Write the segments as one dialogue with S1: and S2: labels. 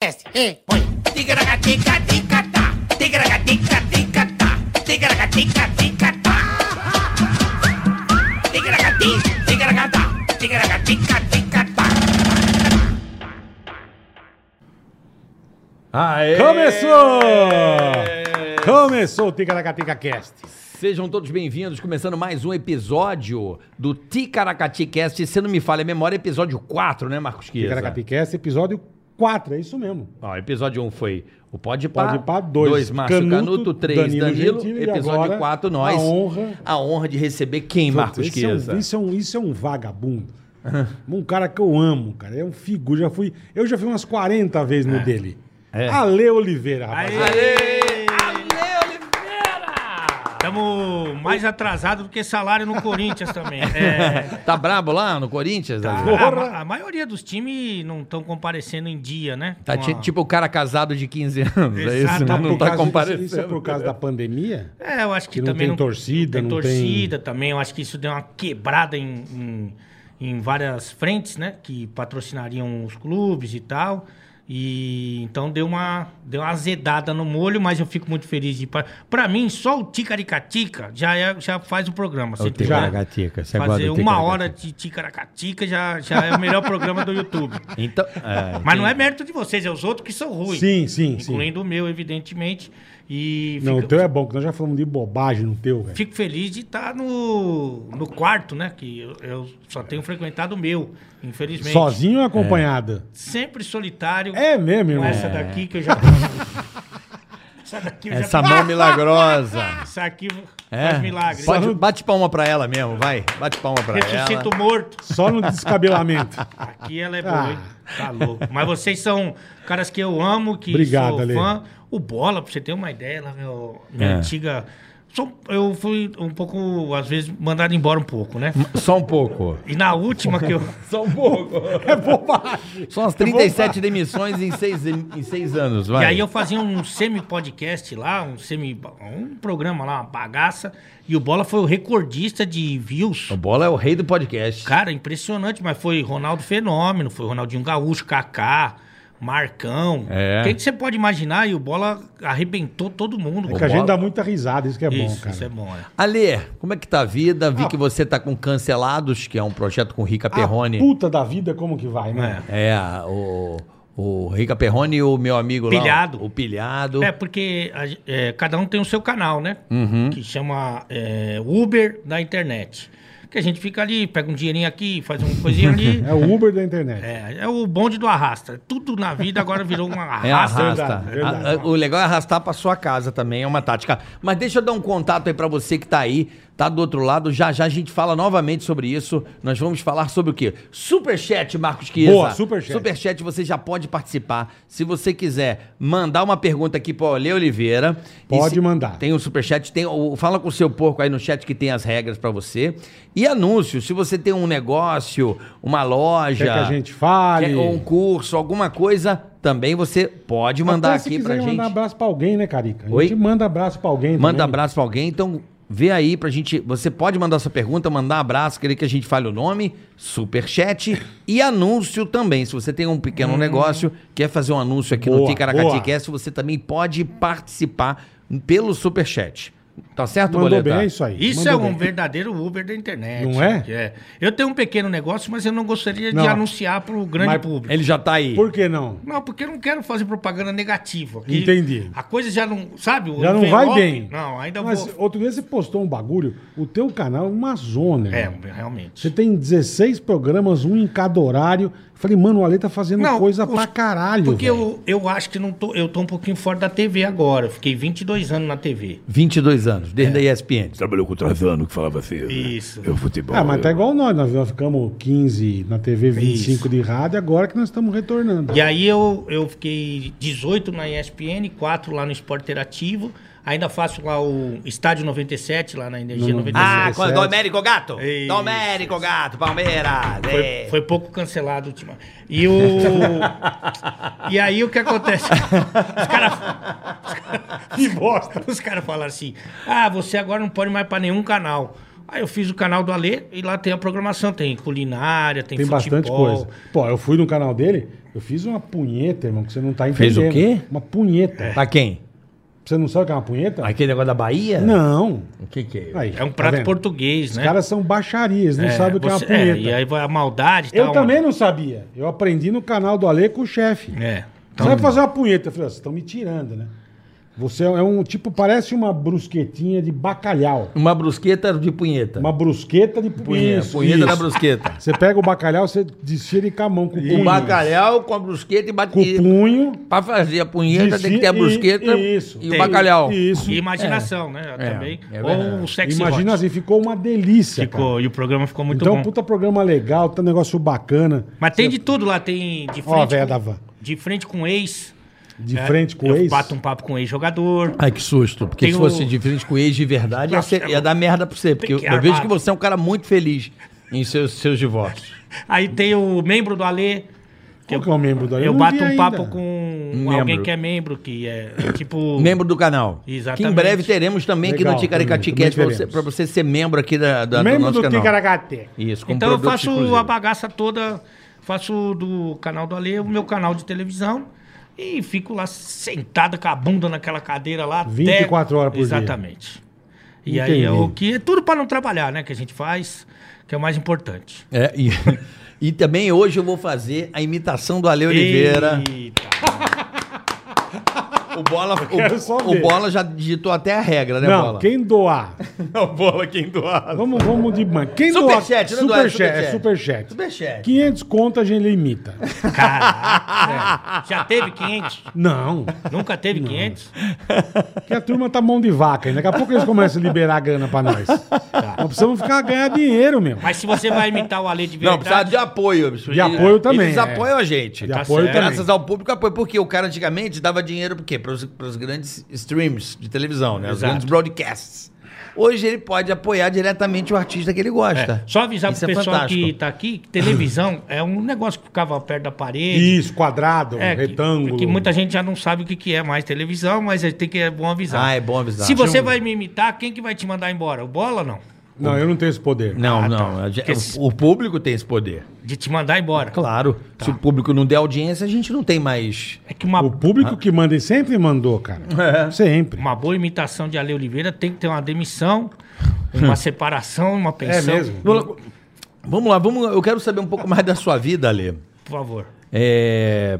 S1: teste. Ei, põe. Tigaragatica, ticatá. Tigaragatica, ticatá. Tigaragatica, ticatá. Tigaragati, tigaragatá. Tigaragatica, ticatá.
S2: Aê!
S3: Começou! Começou o Ticaracatica Cast.
S2: Sejam todos bem-vindos, começando mais um episódio do Ticaracati Cast. Se não me falha a memória, episódio 4, né, Marcos Kiesa?
S3: Ticaracatica Cast, episódio 4, é isso mesmo.
S2: Ó, episódio 1 foi o Pode
S3: Pode Pá, dois,
S2: Márcio Canuto,
S3: Canuto,
S2: 3, Danilo,
S3: Danilo Gentili, e
S2: episódio
S3: agora,
S2: 4, nós.
S3: a honra-
S2: A honra de receber quem, Marcos
S3: Esse é,
S2: Kiesa?
S3: um, isso, é um, isso é um vagabundo. um cara que eu amo, cara. É um figura. Já fui, eu já fui umas 40 vezes no dele.
S2: É.
S3: Ale Oliveira, rapaz.
S4: Estamos mais atrasados do que salário no Corinthians também. É.
S2: Tá brabo lá no Corinthians? Tá,
S4: A, ma- a maioria dos times não estão comparecendo em dia, né? Com
S2: ti-
S4: a-
S2: tipo o cara casado de 15 anos, é isso?
S4: Exato,
S2: Não, não
S3: Por
S2: tá
S3: causa-
S2: comparecendo.
S3: Isso é por causa da pandemia?
S4: É, eu acho que,
S3: que não
S4: também.
S3: tem torcida,
S4: tem
S3: não tem-
S4: torcida também. Eu acho que isso deu uma quebrada em, em, em várias frentes, né? Que patrocinariam os clubes e tal. E então deu uma, deu uma azedada no molho, mas eu fico muito feliz de. par- Pra mim, só o Ticaricatica já, é- já faz o programa. Se tiver
S2: Ticaracatica,
S3: é
S2: você gosta
S4: Fazer
S2: do
S4: uma
S2: Ticaracatica.
S4: hora de Ticaracatica já, já é o melhor programa do YouTube.
S2: Então, é,
S4: Mas não é mérito de vocês, é os outros que são ruins.
S3: Sim, sim, sim.
S4: Incluindo o meu, evidentemente. E
S3: Não, é-
S4: fica-
S3: o teu é bom, que nós já falamos de bobagem no teu, velho.
S4: Fico feliz de estar no, no quarto, né? Que eu, eu só tenho frequentado o meu, infelizmente.
S3: Sozinho ou acompanhada?
S4: Sempre solitário.
S3: É, mesmo,
S4: Com
S3: irmão. É.
S4: essa daqui que eu já. essa daqui eu
S2: Essa
S4: já.
S2: mão milagrosa.
S4: Essa aqui
S2: É.
S4: faz milagre.
S2: Pode- bate palma pra ela mesmo, vai. Bate palma pra ela.
S4: Ressuscito morto.
S3: Só no descabelamento.
S4: Aqui ela é
S3: Ah.
S4: boa, hein? Tá louco. Mas vocês são caras que eu amo, que
S3: Obrigado,
S4: sou
S3: Ale.
S4: fã. O Bola, pra você ter uma ideia, lá, meu, minha
S2: É.
S4: antiga... sou- eu fui um pouco, às vezes, mandado embora um pouco, né?
S2: Só um pouco.
S4: E na última que eu...
S2: Só um pouco.
S3: é bobagem.
S2: São as 37 demissões em seis, em seis anos, vai.
S4: É E aí eu fazia um semi-podcast lá, um semi... Um programa lá, uma bagaça. E o Bola foi o recordista de views.
S2: O Bola é o rei do podcast.
S4: Cara, impressionante, mas foi Ronaldo Fenômeno, foi Ronaldinho Gaúcho, Kaká, Marcão.
S2: É.
S4: Quem que você pode imaginar? E o Bola arrebentou todo mundo.
S3: É
S4: cara.
S3: que a gente
S2: Bola.
S3: dá muita risada, isso que é
S4: isso,
S3: bom, cara.
S4: isso é bom, é.
S2: Alê, como é que tá a vida? Vi
S3: Ah.
S2: que você tá com Cancelados, que é um projeto com o
S4: Ah,
S2: Rica
S3: A
S2: Perrone.
S3: puta da vida, como que vai, né?
S2: É, o, o Rica Perrone e o meu amigo
S4: Pilhado.
S2: lá. O Pilhado.
S4: É, porque a ge- é, cada um tem o seu canal, né?
S3: Uhum.
S4: Que chama é, Uber da internet. Que a gente fica ali, pega um dinheirinho aqui, faz uma coisinha ali.
S3: É o Uber da internet.
S4: É, é o bonde do arrasta. Tudo na vida agora virou um
S2: É,
S4: arrasta.
S2: arrasta.
S3: Verdade, verdade.
S2: A- a- o legal é arrastar pra sua casa também, é uma tática. Mas deixa eu dar um contato aí pra você que tá aí, tá do outro lado. Já já a gente fala novamente sobre isso. Nós vamos falar sobre o quê? Superchat, Marcos Kiesa.
S3: Boa, superchat.
S2: Superchat, você já pode participar. Se você quiser mandar uma pergunta aqui pra Olê Oliveira. E
S3: Pode
S2: se-
S3: mandar.
S2: Tem o superchat, tem o, fala com o seu porco aí no chat que tem as regras pra você. E anúncios, se você tem um negócio, uma loja...
S3: Quer que a gente fale?
S2: Quer um curso, alguma coisa, também você pode mandar
S3: Até se
S2: aqui
S3: quiser
S2: pra gente.
S3: mandar abraço pra alguém, né, Carica? A
S2: Oi?
S3: gente manda abraço pra alguém
S2: Manda
S3: também.
S2: abraço pra alguém, então vê aí pra gente. Você pode mandar sua pergunta, mandar abraço, querer que a gente fale o nome, superchat e anúncio também. Se você tem um pequeno negócio, quer fazer um anúncio aqui no
S3: Hum. Boa, boa.
S2: Ticaracaticast, você também pode participar pelo superchat. Tá certo,
S3: Mandou
S2: Boleta?
S3: bem, é isso aí.
S4: Isso
S3: Mandou
S4: é um
S3: bem.
S4: verdadeiro Uber da internet.
S3: Não é?
S4: Eu tenho um pequeno negócio, mas eu não gostaria
S3: Não.
S4: de anunciar para o grande
S3: Mas
S4: público.
S2: Ele já tá aí.
S3: Por que não?
S4: Não, porque eu não quero fazer propaganda negativa. aqui.
S3: Entendi.
S4: A coisa já não. Sabe? o
S3: Já não
S4: envelope-
S3: vai bem.
S4: um Não, ainda
S3: Mas
S4: vou.
S3: outro dia você postou um bagulho, o teu canal é uma zona.
S4: É,
S3: irmão.
S4: realmente.
S3: Você tá tem 16 programas, um em cada horário. Eu Falei, mano, o Ale tá fazendo coisa
S4: os-
S3: pra caralho.
S4: Porque
S3: velho.
S4: eu, eu acho que não tô, eu tô um pouquinho fora da TV agora. Eu fiquei 22 anos na TV.
S2: 22 anos,
S3: É.
S2: desde a ESPN.
S3: Então,
S5: Trabalhou com o Trajano, que falava assim. né?
S4: Isso.
S5: Eu futebol.
S3: Ah, mas tá
S5: eu-
S3: igual nós, nós nós ficamos 15 na TV, 25 de rádio, agora que nós estamos retornando.
S4: E aí eu, eu fiquei 18 na ESPN, 4 lá no Esporte Interativo. Ainda faço lá o Estádio 97, lá na Energia
S3: Não, não.
S4: 97.
S2: Ah,
S3: 17.
S2: quando Domérico Gato!
S3: É
S4: Isso.
S2: Domérico Gato, Palmeiras!
S4: Foi,
S2: é.
S4: foi pouco cancelado última. E o. e aí o que acontece? Os caras. Que bosta! Os caras falaram assim: ah, você agora não pode mais pra nenhum canal. Aí eu fiz o canal do Alê e lá tem a programação, tem culinária, tem,
S3: Tem
S4: futebol.
S3: bastante coisa. Pô, eu fui no canal dele, eu fiz uma punheta, irmão, que você não tá entendendo.
S2: Fez o quê?
S3: Uma punheta.
S2: É.
S4: É.
S2: Pra quem?
S3: Você não sabe o que é uma punheta?
S2: Aquele negócio da Bahia?
S3: Não.
S2: O que que é?
S3: Aí,
S4: É um
S3: tá
S4: prato
S3: vendo?
S4: português,
S3: Os
S4: né?
S3: caras são baixarias, não sabem o que
S4: você-
S3: é uma punheta.
S4: e aí vai a maldade tá um- e
S3: eu
S4: tal.
S3: também não sabia. Eu aprendi no canal do Ale com o chefe.
S4: É.
S3: Você vai fazer uma punheta. Eu falei, ó, vocês estão me tirando, né? Você é um tipo, parece uma brusquetinha de bacalhau.
S2: Uma brusqueta de punheta.
S3: Uma brusqueta de punheta.
S2: punheta, punheta da brusqueta.
S3: Você pega o bacalhau, você desfia ele com a mão, com o punho.
S2: O bacalhau com a brusqueta e
S3: Com o
S2: bate.
S3: punho.
S2: Pra fazer a punheta
S3: desfia
S2: tem que ter a
S3: e-
S2: brusqueta e,
S3: isso.
S2: o bacalhau.
S3: Isso.
S4: E imaginação, né? também.
S2: é verdade.
S4: Ou o sexy
S3: Imagina
S4: hot.
S3: assim, ficou uma delícia. cara.
S4: Ficou, e o programa ficou muito
S3: então,
S4: bom.
S3: puta programa legal, tá um negócio bacana.
S4: Mas tem de tudo lá, tem de
S3: Ó, a
S4: frente, né?
S3: véia da
S4: com,
S3: van.
S4: de frente com ex.
S3: De
S4: né?
S3: frente com o
S4: Eu
S3: ex.
S4: Bato um papo com ex-jogador.
S2: Ai, que susto. Porque
S4: Tem
S2: se fosse
S4: o-
S2: de frente com o ex de verdade, ia,
S3: é
S2: ser- ia dar merda pra você. Porque eu,
S4: que
S2: eu vejo
S4: armar.
S2: que
S3: Ah,
S2: você é um cara muito feliz em seus, seus divórcios.
S4: Aí tem o membro do Alê.
S3: Qual que é o membro do Alê?
S4: Eu
S3: Não
S4: bato
S3: vi
S4: um
S3: ainda.
S4: papo com
S2: Um Membro.
S4: alguém que é membro, que é tipo.
S2: Membro do canal.
S4: Exatamente.
S2: Que em breve teremos também aqui no
S3: Legal, também,
S2: Ticaracatiquete pra,
S3: também
S2: você- pra
S3: teremos.
S2: você ser membro aqui da, da- do
S3: Membro
S2: nosso
S3: do
S2: canal.
S3: Ticaracate.
S2: Isso, com
S4: Então eu
S2: produtos
S4: faço
S2: exclusivos.
S4: a bagaça toda, faço do canal do Ale, o meu canal de televisão. E fico lá sentado com a bunda naquela cadeira lá.
S3: 24 horas por dia.
S4: Exatamente. E aí
S3: Entendi.
S4: é o que é tudo para não trabalhar, né? Que a gente faz, que é o mais importante.
S2: É, e, e também hoje eu vou fazer a imitação do Ale Oliveira.
S4: Eita.
S2: O Bola,
S3: quero só
S2: o,
S3: ver.
S2: o Bola já digitou até a regra, né,
S3: Não,
S2: Bola?
S3: quem doar.
S2: É o Bola quem doar.
S3: Vamos, vamos de banco. Quem doar.
S2: Superchat, não doar, é
S3: Superchat, é
S2: superchat.
S3: superchat.
S2: Superchat.
S3: 500 conto a gente limita.
S4: Caraca. Já teve 500?
S3: Não.
S4: Nunca teve 500?
S3: Porque a turma tá mão de vaca. hein? Daqui a pouco eles começam a liberar a grana pra nós. Nós precisamos ficar ganhar dinheiro, meu.
S4: Mas se você vai imitar o Ale de
S2: Não,
S4: verdade...
S2: precisava de apoio. bicho.
S3: De apoio também,
S2: Eles
S3: é.
S2: apoiam a gente.
S3: De apoio
S4: certo.
S3: também.
S2: Graças ao público apoio. Porque o cara antigamente dava dinheiro para quê? Pros, pros grandes streams de televisão, né? Os
S4: Exato.
S2: grandes broadcasts. Hoje ele pode apoiar diretamente o artista que ele gosta.
S4: É, só avisar
S2: Isso
S4: pro
S2: é
S4: pessoal
S2: fantástico.
S4: que tá aqui, que televisão é um negócio que ficava perto da parede,
S3: Isso, quadrado,
S4: É, que-
S3: retângulo.
S4: Que, muita gente já não sabe o que, que é mais televisão, mas aí tem que é bom avisar.
S2: Ah, é bom avisar.
S4: Se você vai me imitar, quem que vai te mandar embora? O Bola não?
S3: Não, eu não tenho esse poder.
S2: Não,
S4: Ah, tá.
S2: não. a gente-
S4: Porque se-
S2: o, o público tem esse poder.
S4: De te mandar embora.
S2: Claro.
S3: Tá.
S2: Se o público não der audiência, a gente não tem mais.
S4: É que uma,
S3: O público que manda e sempre mandou, cara.
S2: É.
S3: Sempre.
S4: uma boa imitação de Ale Oliveira tem que ter uma demissão, uma separação, uma pensão.
S3: É mesmo?
S2: Vamos lá, vamos lá, vamos lá. eu quero saber um pouco mais da sua vida, Alê.
S4: Por favor.
S2: É,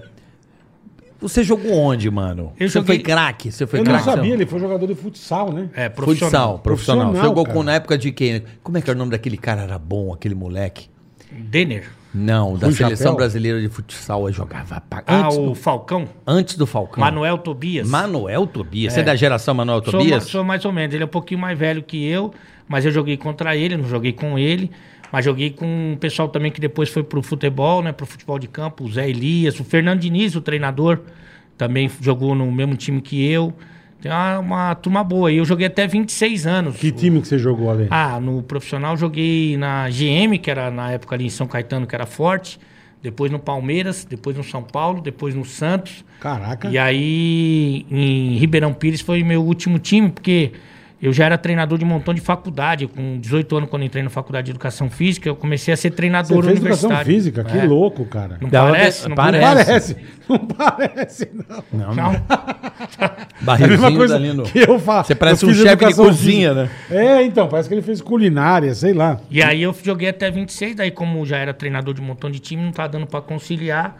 S2: Você jogou onde, mano?
S4: Eu
S2: você
S4: joguei-
S2: foi craque? Você foi
S3: Eu não
S2: craque?
S3: sabia, ele foi jogador de futsal, né?
S4: É, profissional.
S2: Futsal, profissional.
S3: Profissional,
S2: Jogou
S3: cara.
S2: com, na época de quem? Como é que era o nome daquele cara? Era bom, aquele moleque?
S4: Denner.
S2: Não, da
S3: Rui
S2: Seleção
S3: Chapéu?
S2: Brasileira de Futsal. Eu jogava pra...
S4: Ah,
S2: antes,
S4: o
S2: do,
S4: Falcão.
S2: antes do Falcão.
S4: Manuel Tobias.
S2: Manuel Tobias. Você é da geração Manuel
S4: Sou, ma-
S2: Tobias?
S4: sou mais ou menos. Ele é um pouquinho mais velho que eu, mas eu joguei contra ele, não joguei com ele. Mas joguei com um pessoal também que depois foi pro futebol, né? Pro futebol de campo, o Zé Elias, o Fernando Diniz, o treinador, também jogou no mesmo time que eu. Tem uma, uma turma boa. E eu joguei até 26 anos.
S3: Que time que você jogou ali?
S4: Ah, no profissional eu joguei na GM, que era na época ali em São Caetano, que era forte. Depois no Palmeiras, depois no São Paulo, depois no Santos.
S3: Caraca.
S4: E aí, em Ribeirão Pires foi meu último time, porque eu já era treinador de um montão de faculdade. Com 18 anos, quando entrei na faculdade de educação física, eu comecei a ser
S3: Você
S4: treinador
S3: fez educação
S4: universitário.
S3: física, que
S4: É.
S3: louco, cara.
S4: Não
S3: Não
S2: Dava-
S4: parece, não
S3: parece. Não parece, não.
S4: Não.
S3: É a
S2: Barrilzinho
S3: mesma coisa
S2: dali no-
S3: que eu faço.
S2: tá Você parece
S3: Eu
S2: um
S3: fiz
S2: chefe de
S3: educação
S2: cozinha, né?
S3: física. É, então, parece que ele fez culinária, sei lá.
S4: E aí eu joguei até 26, daí como já era treinador de um montão de time, não tá dando pra conciliar.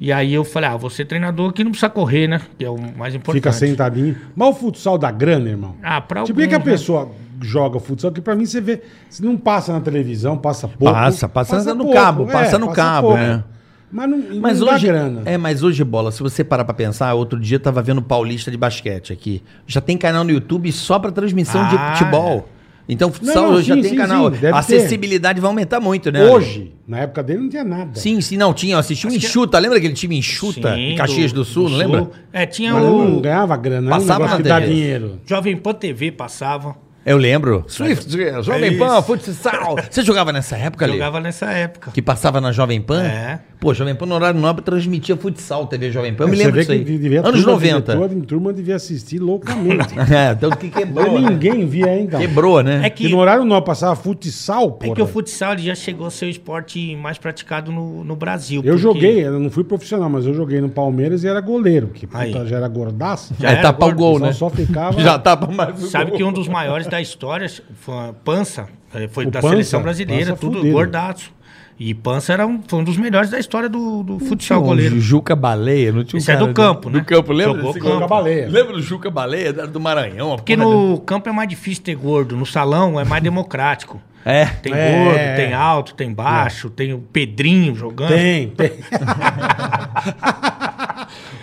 S4: E aí eu falei, ah, vou ser treinador que não precisa correr, né? Que é o mais importante.
S3: Fica sentadinho. Mas o futsal da grana, irmão.
S4: Ah, pra
S3: Se bem que a
S4: alguns, né?
S3: pessoa joga futsal, que pra mim você vê, se não passa na televisão, passa pouco. é,
S2: Passa, passa no cabo, passa no cabo, né?
S3: Mas não,
S2: Mas
S3: não
S2: hoje,
S3: dá grana.
S2: é, mas hoje, bola, se você parar pra pensar, outro dia eu tava vendo Paulista de basquete aqui. Já tem canal no YouTube só pra transmissão
S4: Ah,
S2: de futebol. Então, futsal
S3: é. não,
S2: hoje já
S3: sim,
S2: tem
S3: sim,
S2: canal.
S3: sim, deve
S2: a acessibilidade vai aumentar muito, né?
S3: Hoje, é- na época dele, não tinha nada.
S2: Sim, sim, não, tinha. Eu assisti o Enxuta. Lembra aquele time Enxuta?
S4: Sim,
S2: em Caxias do, Sul, não lembra?
S4: É, tinha
S3: Mas eu não
S4: o
S3: ganhava grana, era um
S2: Passava
S3: negócio
S2: na
S3: que dá
S2: TV.
S3: dinheiro.
S4: Jovem Pan TV passava.
S2: Eu lembro.
S5: É
S2: Swift,
S3: É
S2: Jovem Pan, futsal. Você jogava nessa época ali?
S4: Jogava nessa época.
S2: Que passava na Jovem Pan?
S4: É.
S2: Pô, Jovem Pan no horário nobre transmitia futsal, TV Jovem Pan. Eu me
S3: Você
S2: lembro
S3: vê
S2: disso aí.
S3: que devia-
S2: Anos
S3: turma
S2: 90.
S3: Devia, toda, turma devia assistir loucamente.
S2: É, tanto que
S3: Mas
S2: quebrou. né?
S3: ninguém via ainda.
S2: Quebrou, né?
S4: É
S3: Então, Que...
S4: que,
S3: no horário não passava futsal,
S4: é
S3: porra.
S4: que o futsal ele já chegou a ser o esporte mais praticado no, no Brasil.
S3: Eu
S4: porque-
S3: joguei, eu não fui profissional, mas eu joguei no Palmeiras e era goleiro, que puta,
S4: Aí.
S3: já era gordaço.
S4: Já
S2: é,
S4: era
S2: tapa o
S4: gordo,
S2: gol,
S3: só-
S2: né?
S3: só ficava-
S2: Já tapa mais o
S4: Sabe
S2: gol.
S4: que um dos maiores da história foi Pança, eh, foi
S3: O
S4: da
S3: Pança?
S4: seleção brasileira,
S3: Pança é
S4: tudo
S3: fudido.
S4: gordaço. E Pança era um, foi um dos melhores da história do, do
S2: Tinha
S4: futsal
S2: um
S4: goleiro.
S2: Juca Baleia, não tinha um
S4: Isso é
S2: cara
S4: do campo, né?
S2: Do campo, lembra?
S4: Jogou
S2: desse
S4: campo.
S2: gol?
S3: Joga baleia.
S2: Lembra do Juca Baleia? Era do Maranhão. a
S4: Porque
S2: porra
S4: no campo é mais difícil ter gordo, no salão é mais democrático.
S2: dele. É.
S4: Tem
S3: É,
S4: gordo,
S3: é.
S4: tem alto, tem baixo, tem o Pedrinho jogando.
S3: Tem, tem.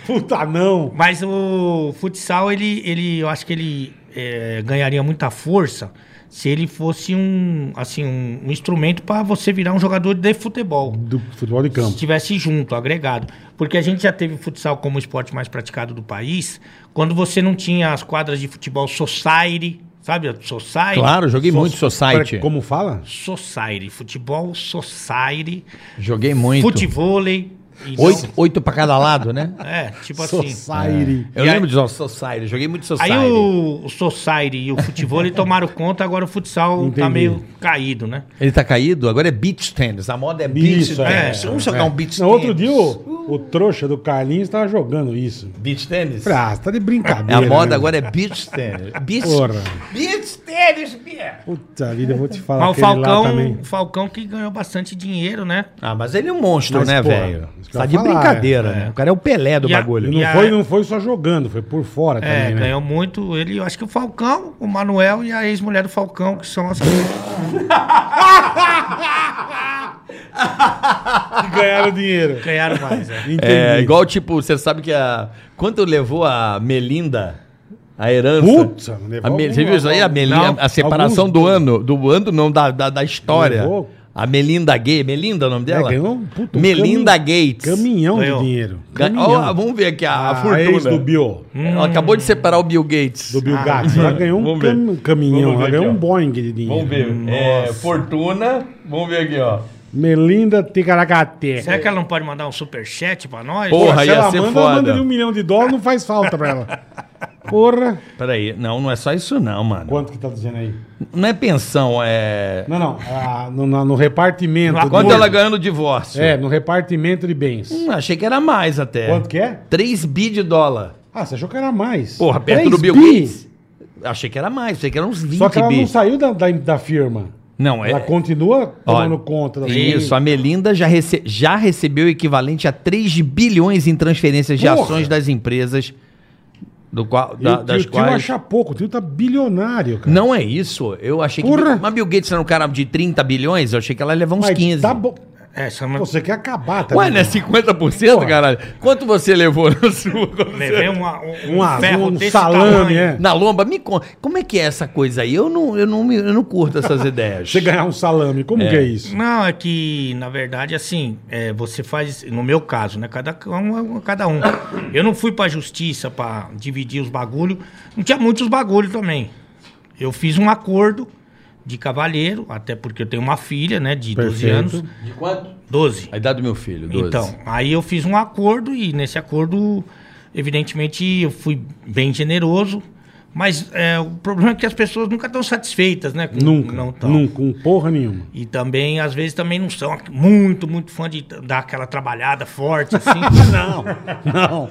S3: Puta não.
S4: Mas o futsal, ele, ele, eu acho que ele eh, ganharia muita força se ele fosse um, assim, um, um instrumento para você virar um jogador de futebol.
S3: Do futebol de
S4: se
S3: campo.
S4: estivesse junto, agregado. Porque a gente já teve o futsal como o esporte mais praticado do país, quando você não tinha as quadras de futebol society, sabe? Society.
S2: Claro, joguei muito Society.
S3: Como fala?
S4: Society, futebol society,
S2: Joguei muito.
S4: futevôlei. então-
S2: Oito, oito pra cada lado, né?
S4: É, tipo assim.
S3: Society.
S2: Eu
S4: E aí-
S2: lembro de Society, joguei muito Society.
S4: Aí o, o society e o futevôlei tomaram conta, agora o futsal tá
S3: Entendi.
S4: meio caído, né?
S2: Ele tá caído? Agora é beach tennis. A moda é beach
S3: Isso, é,
S2: tennis. Vamos jogar um beach
S3: Não,
S2: tennis.
S3: outro dia o, o trouxa do Carlinhos tava jogando isso.
S2: Beach tennis?
S3: Pra, você tá de
S2: É,
S3: brincadeira.
S2: a moda
S3: né?
S2: agora é beach tennis. Beach,
S3: Porra.
S2: beach tennis, Bia.
S3: Puta vida, eu vou te falar.
S4: Mas o
S3: aquele lá
S4: Falcão,
S3: também.
S4: o Falcão que ganhou bastante dinheiro, né?
S2: Ah, mas ele é um monstro,
S3: Mas,
S2: né,
S3: porra,
S2: velho?
S3: isso que eu
S2: Tá
S3: ia
S2: de
S3: falar,
S2: brincadeira,
S3: é.
S2: né? O cara é o Pelé do
S4: E a-
S2: bagulho.
S3: E
S4: e
S3: não,
S4: a-
S3: foi, não foi só jogando, foi por fora
S4: É,
S3: também, né?
S4: ganhou muito ele, eu acho que o Falcão, o Manuel e a ex-mulher do Falcão, que são as.
S3: E ganharam dinheiro.
S4: ganharam mais, é.
S3: Entendi.
S2: É, igual, tipo, você sabe que a. Quanto levou a Melinda? A herança.
S3: Puta, levou
S2: a Me-
S3: algum-
S2: Você viu isso aí? A, Melinda,
S4: Não,
S2: a separação
S3: alguns-
S2: do ano. Do ano, não, da, da, da história.
S3: Levou.
S2: A Melinda Gay. Melinda é o nome dela?
S3: ganhou um puta, um
S2: Melinda Gates.
S3: Caminhão
S4: Ganhou.
S3: de dinheiro.
S2: Ga-
S3: Caminhão.
S2: Ó, vamos ver aqui a, a
S3: Ah,
S2: fortuna.
S3: ex do Bill.
S2: Ela acabou de separar o Bill Gates.
S3: Do Bill Gates. Ela ganhou um
S2: Ah, Vamos ver.
S3: cam- caminhão,
S2: Vamos ver
S3: ela ganhou
S2: aqui,
S3: um
S2: ó.
S3: Boeing de dinheiro.
S2: É, fortuna. Vamos ver aqui, ó.
S3: Melinda Ticaracate.
S4: Será que ela não pode mandar um superchat pra nós?
S2: é Porra,
S3: se
S2: ia
S3: ela
S2: ser
S3: manda,
S2: foda.
S3: ela manda de um milhão de dólares, não faz falta pra ela. Porra.
S2: Peraí, não, não é só isso não, mano.
S3: Quanto que tá dizendo aí?
S2: Não é pensão, é...
S3: Não, não. ah, no, no- no repartimento.
S4: Lá,
S3: do-
S2: Quanto ela ganhou no divórcio?
S3: É, no repartimento de bens.
S2: Hum, achei que era mais até.
S3: Quanto que é?
S2: 3 bi de dólar.
S3: Ah, você achou que era mais.
S2: Porra, perto
S3: Três
S2: do Bill
S3: bi.
S2: Gates. Achei que era mais, achei que era uns 20
S3: Só que ela
S2: bi.
S3: não saiu da, da, da firma.
S2: Não, é...
S3: Ela continua tomando conta da
S2: Isso, a Melinda já, rece- já recebeu o equivalente a 3 bilhões em transferências de
S3: Porra.
S2: ações das empresas, do qual,
S3: E
S2: da-
S3: o
S2: das
S3: tio, o tio
S2: quais...
S3: acha pouco, o tio tá bilionário, cara.
S2: Não é isso. Eu achei
S3: Porra.
S2: que. Mas Bill Gates era um cara de 30 bilhões, eu achei que ela ia levar uns
S3: Mas
S2: 15.
S3: Tá bom.
S4: É, só uma...
S3: Você quer acabar também.
S2: Ué,
S3: né?
S2: não é 50%, caralho? Quanto você levou na sua? quando você-
S4: levei uma- um,
S3: Um azul, um
S4: desse
S3: salame,
S4: tamanho.
S3: é.
S2: Na lomba, me conta. Como é que é essa coisa aí? Eu não, eu não, me- eu não curto essas ideias.
S3: Você ganhar um salame, como que é isso?
S4: Não, é que, na verdade, assim, é, você faz, no meu caso, né? Cada um é um- cada um. Eu não fui pra justiça pra dividir os bagulhos. Não tinha muitos bagulhos também. Eu fiz um acordo de cavalheiro, até porque eu tenho uma filha, né, de 12
S3: Perfeito.
S4: anos.
S2: De quanto?
S4: 12.
S2: A idade do meu filho, 12.
S4: Então, aí eu fiz um acordo e nesse acordo, evidentemente, eu fui bem generoso, mas é, o problema é que as pessoas nunca estão satisfeitas, né? com-
S3: Nunca,
S4: não tão.
S3: nunca, com porra nenhuma.
S4: E também, às vezes, também não são muito, muito fã de dar aquela trabalhada forte, assim.
S3: Não, não.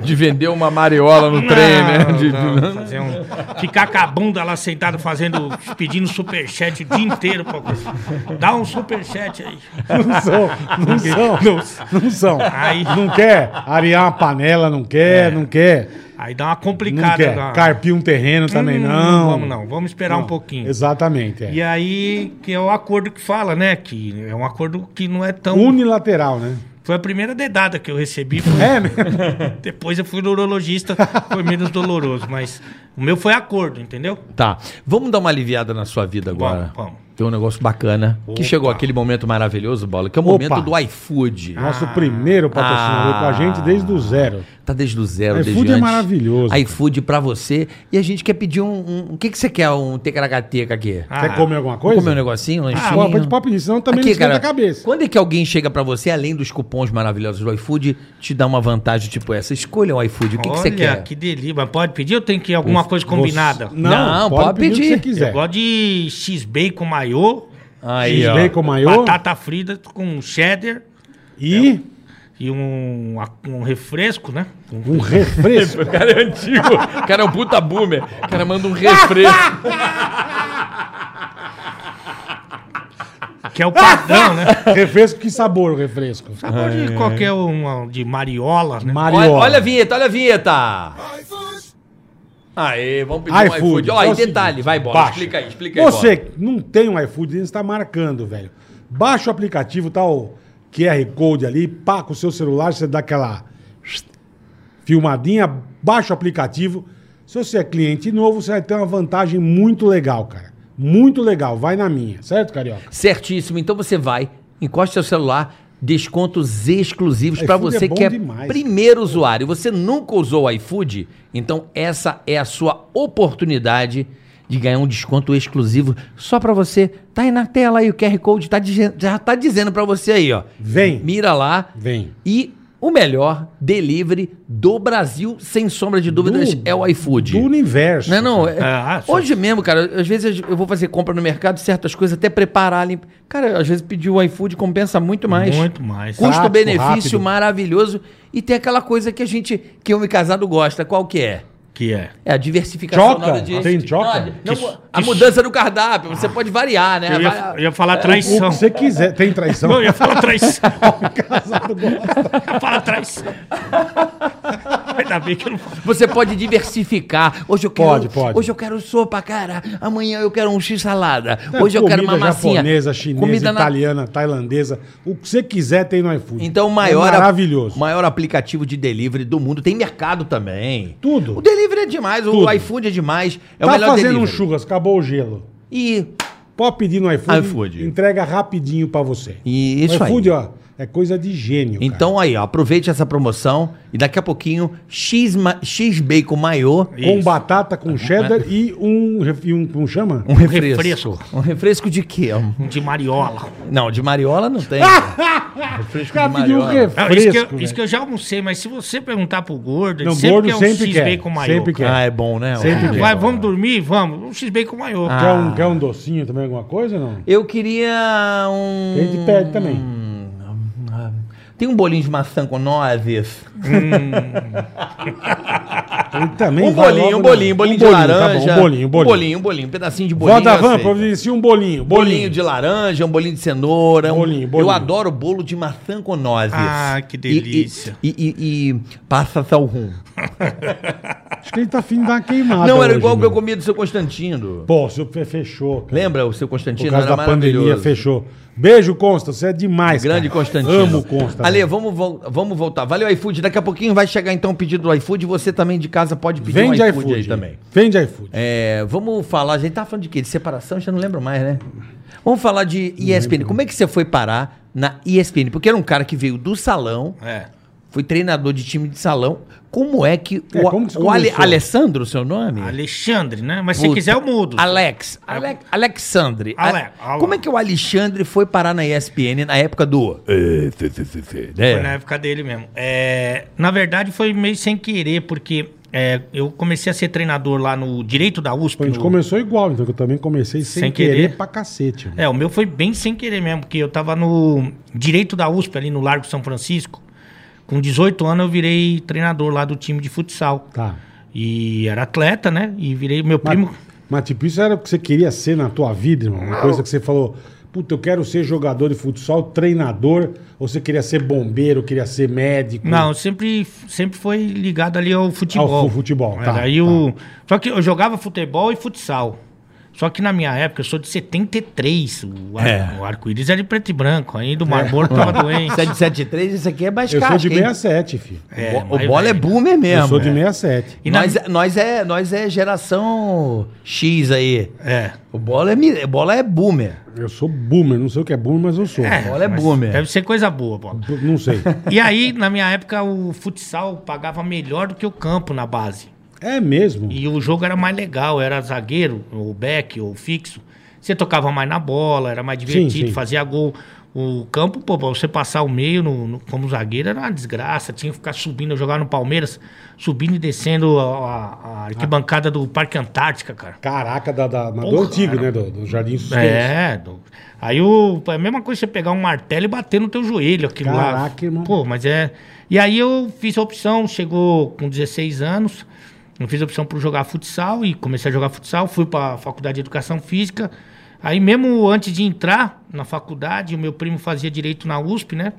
S2: De vender uma mariola no trem, né?
S4: Não,
S2: De-
S4: não, fazer um- ficar com a bunda lá sentada fazendo, pedindo superchat o dia inteiro. Pra... Dá um superchat aí.
S3: Não são, não são, não, são.
S4: Aí-
S3: Não quer arear uma panela, não quer, não quer,
S4: Aí dá uma
S3: não
S4: complicada.
S3: quer.
S4: dá uma-
S3: Carpir um terreno também,
S4: Hum,
S3: não.
S4: Vamos não, vamos esperar um pouquinho.
S3: Exatamente, é.
S4: E aí, que é o acordo que fala, né? Que é um acordo que não é tão.
S3: Unilateral, né?
S4: Foi a primeira dedada que eu recebi. foi-
S3: É mesmo.
S4: Depois eu fui no urologista, foi menos doloroso. Mas o meu foi acordo, entendeu?
S2: Tá. Vamos dar uma aliviada na sua vida agora.
S4: Vamos, vamos.
S2: Tem um negócio bacana. Que chegou aquele momento maravilhoso, Bola, que é o
S3: Opa. Ah.
S2: momento do iFood.
S3: Nosso primeiro patrocinador
S2: Ah.
S3: com a gente desde o zero.
S2: tá desde o zero, desde
S3: iFood é
S2: antes.
S3: maravilhoso, cara.
S2: iFood pra você. E a gente quer pedir um... um- o que, que você quer, um tecaracateca aqui?
S4: Ah,
S3: Quer comer alguma coisa?
S2: Vamos comer um negocinho, um
S3: Ah,
S2: lanchinho?
S3: pode pode papo nisso, senão também
S2: Aqui,
S3: não esquenta
S2: cara,
S3: a cabeça.
S2: quando é que alguém chega pra você, além dos cupons maravilhosos do iFood, te dá uma vantagem tipo essa? Escolha o iFood, o que, que você
S4: Olha,
S2: quer?
S4: que delícia. Mas Pode pedir ou tem que alguma coisa combinada?
S3: Não, pode, pedir o que você quiser.
S4: Eu gosto de x-bacon maiô,
S2: Aí, ó.
S3: X-Bacon maiô
S4: batata frita com um cheddar
S3: e
S4: e um, um refresco, né? Um-
S3: um refresco.
S2: O cara é antigo. O cara é um puta boomer. O cara manda um refresco.
S4: que é o padrão, né?
S3: refresco, que sabor o refresco?
S4: Sabor de qualquer uma, de mariola, né?
S2: olha,
S3: Mariola.
S2: olha a vinheta, olha a vinheta. Aê, vamos pedir um
S3: iFood.
S2: iFood. Ó,
S3: É o
S2: e
S3: seguinte,
S2: detalhe, vai, bola.
S3: baixa.
S2: Explica aí, explica aí.
S3: Você que não tem um iFood, você está marcando, velho. Baixa o aplicativo, tá o QR Code ali, pá com o seu celular, você dá aquela filmadinha, baixa o aplicativo. Se você é cliente novo, você vai ter uma vantagem muito legal, cara. Muito legal, vai na minha, certo, Carioca?
S2: Certíssimo. Então você vai, encosta seu celular, descontos exclusivos
S3: iFood
S2: para você
S3: é bom
S2: que é
S3: demais.
S2: primeiro usuário. Você nunca usou o iFood? Então essa é a sua oportunidade de ganhar um desconto exclusivo só para você. Tá aí na tela aí o QR Code tá dizen- já tá dizendo para você aí, ó.
S3: Vem.
S2: Mira lá.
S3: Vem.
S2: E o melhor delivery do Brasil, sem sombra de dúvidas,
S3: Do-
S2: é o iFood.
S3: Do universo.
S2: Não, é não.
S3: cara.
S2: É-
S4: Ah, só-
S2: hoje mesmo, cara, às vezes eu vou fazer compra no mercado, certas coisas, até preparar ali. Cara, às vezes pedir o iFood compensa muito mais.
S4: Muito mais.
S3: Cu-
S2: Custo-benefício
S3: rápido.
S2: maravilhoso. E tem aquela coisa que a gente, que homem casado gosta, qual que é?
S4: Que é.
S2: É a diversificação.
S3: Choca? Tem choca?
S2: Não,
S4: Que-
S2: a
S4: que-
S2: mudança do cardápio, você pode variar, né?
S4: Eu ia,
S2: Vai-
S4: eu ia falar
S3: É, O
S4: traição.
S3: que você quiser. Tem traição?
S4: Não, eu ia falar traição.
S3: Casado gosta.
S4: Eu ia falar traição. Ainda bem que eu não falo.
S2: Você pode diversificar. Hoje eu quero,
S3: Pode, pode.
S2: Hoje eu quero sopa, cara. Amanhã eu quero um x-salada.
S3: É,
S2: hoje eu quero uma
S3: comida
S2: massinha.
S3: japonesa, chinesa,
S2: comida na-
S3: italiana, tailandesa. O que você quiser tem no iFood.
S2: Então, o maior,
S3: É maravilhoso.
S2: maior aplicativo de delivery do mundo. Tem mercado também.
S3: Tudo.
S2: O delivery é demais,
S3: Tudo.
S2: o iFood é demais. É o
S3: tá
S2: melhor
S3: fazendo
S2: delivery.
S3: um churras, acabou o gelo.
S2: E
S3: Pode pedir no iFood.
S2: iFood.
S3: Entrega rapidinho pra você.
S2: E isso
S3: o
S2: aí.
S3: iFood, ó, é coisa de gênio. cara.
S2: então aí, ó, aproveite essa promoção e daqui a pouquinho X, ma- X bacon maior,
S3: Com
S4: Isso.
S3: batata, com cheddar e um, ref- e um. Como chama?
S2: É. um refresco.
S4: refresco.
S2: Um refresco de quê?
S4: Um de mariola.
S2: Não, de mariola não tem. cara. refresco de
S3: Cara, pediu um
S2: mariola.
S4: Não, É, isso, que
S3: refresco.
S4: eu, isso que eu já almocei, mas se você perguntar pro gordo, ele
S3: Não, gordo sempre
S4: um
S3: quer,
S4: x-bacon maior.
S3: sempre quer.
S2: Ah, é bom, né?
S3: Sempre
S4: Ah,
S3: quer.
S4: vai, vamos dormir? Vamos. Um x-bacon maior.
S3: velho.
S2: Ah.
S3: Quer, um, quer um docinho também, alguma coisa não?
S2: Eu queria um.
S3: A gente pede também.
S2: Tem um bolinho de maçã com nozes.
S3: Ele também
S2: Um
S3: vai
S2: bolinho,
S3: logo
S2: um
S3: na-
S2: bolinho, bolinho de
S3: tá bom,
S2: laranja.
S3: um bolinho, um bolinho.
S2: Um bolinho, um bolinho, um pedacinho de bolinho. eu
S3: Vodavan,
S2: aceito.
S3: providencia um bolinho. Bolinho,
S2: Bolinho de laranja, um bolinho de cenoura. um-
S3: Bolinho, bolinho.
S2: Eu adoro bolo de maçã com nozes.
S4: Ah, que delícia.
S2: E, e, e, e passa sal rum.
S3: Acho que ele tá afim de dar uma queimada.
S2: Não, era
S3: hoje,
S2: igual o que
S3: meu.
S2: eu comia do seu Constantino.
S3: Pô, o seu fe- fechou. Cara.
S2: Lembra o seu
S3: Por
S2: Constantino?
S3: causa da pandemia,
S2: maravilhoso.
S3: fechou. Beijo, Consta. Você é demais.
S2: Grande
S3: cara.
S2: Constantino.
S3: Amo Consta.
S2: Ale,
S3: velho.
S2: vamos, vol- vamos voltar. Valeu, iFood. Daqui a pouquinho vai chegar então o pedido do iFood. Você também de casa pode pedir
S3: Vende
S2: um
S3: iFood
S2: aí também.
S3: Vende iFood.
S2: É, vamos falar, a gente tava falando de quê? De separação, já não lembro mais, né? Vamos falar de ESPN. Como é que você foi parar na ESPN? Porque era um cara que veio do salão,
S4: É.
S2: foi treinador de time de salão. Como é que
S3: É,
S2: o,
S3: como que você
S2: o Ale-
S3: começou?
S2: Alessandro, seu nome?
S4: Alexandre, né? Mas se
S2: Puta.
S4: quiser, eu mudo.
S2: Alex, Ale- Alexandre.
S4: Ale-
S2: A- Como é que o Alexandre foi parar na ESPN na época do...
S5: É, cê, cê, cê, cê.
S2: É.
S4: Foi na época Né? dele mesmo. É, na verdade, foi meio sem querer, porque é, eu comecei a ser treinador lá no Direito da USP.
S3: a gente
S4: no-
S3: começou igual, então que eu também comecei sem,
S4: Sem
S3: querer.
S4: querer.
S3: pra cacete. né? mano.
S4: É, o meu foi bem sem querer mesmo, porque eu tava no Direito da USP, ali no Largo São Francisco. Com 18 anos, eu virei treinador lá do time de futsal.
S3: Tá.
S4: E era atleta, né? E virei meu
S3: Mas,
S4: primo.
S3: mas, tipo, isso era o que você queria ser na tua vida, irmão? Uma coisa que você falou, puta, eu quero ser jogador de futsal, treinador, ou você queria ser bombeiro, queria ser médico?
S4: Não, sempre, sempre foi ligado ali ao futebol.
S3: Ao fu- futebol, tá,
S4: Era aí o... Só que eu jogava futebol e futsal. Só que na minha época, eu sou de 73. O, ar-
S2: É.
S4: o arco-íris era de preto e branco. Ainda o Mar Morto tava doente.
S2: 773, isso aqui é mais
S3: Eu
S2: caro.
S3: sou de 67, filho.
S4: É,
S2: o
S4: mas,
S2: bola é
S4: velho,
S2: boomer mesmo.
S3: Eu sou de
S2: É.
S3: 67.
S4: E na-
S2: nós, é- nós, é, nós é geração X aí.
S4: É.
S2: O bola é, mi- bola é boomer.
S3: Eu sou boomer, não sei o que é boomer, mas eu sou.
S2: Bola é
S4: mas
S2: boomer.
S4: Deve ser coisa boa, bola.
S3: B- Não sei.
S4: E aí, na minha época, o futsal pagava melhor do que o campo na base.
S3: É mesmo.
S4: E o jogo era mais legal, era zagueiro, ou back, ou fixo. Você tocava mais na bola, era mais divertido,
S3: sim.
S4: fazia gol. O campo, pô, pra você passar o meio no, no- como zagueiro era uma desgraça. Tinha que ficar subindo, jogar no Palmeiras, subindo e descendo a,
S3: Ah.
S4: a- a arquibancada do Parque Antártica, cara.
S3: Caraca, da, da, mas do
S4: Porra,
S3: antigo,
S4: cara.
S3: né? Do, do Jardim Sustento.
S4: É, do- aí o, é a mesma coisa você pegar um martelo e bater no teu joelho aquilo lá.
S3: Caraca, irmão.
S4: Pô, mas é. E aí eu fiz a opção, chegou com 16 anos, eu fiz a opção por jogar futsal e comecei a jogar futsal, fui pra faculdade de educação física. Aí mesmo antes de entrar na faculdade, o meu primo fazia direito na USP, né?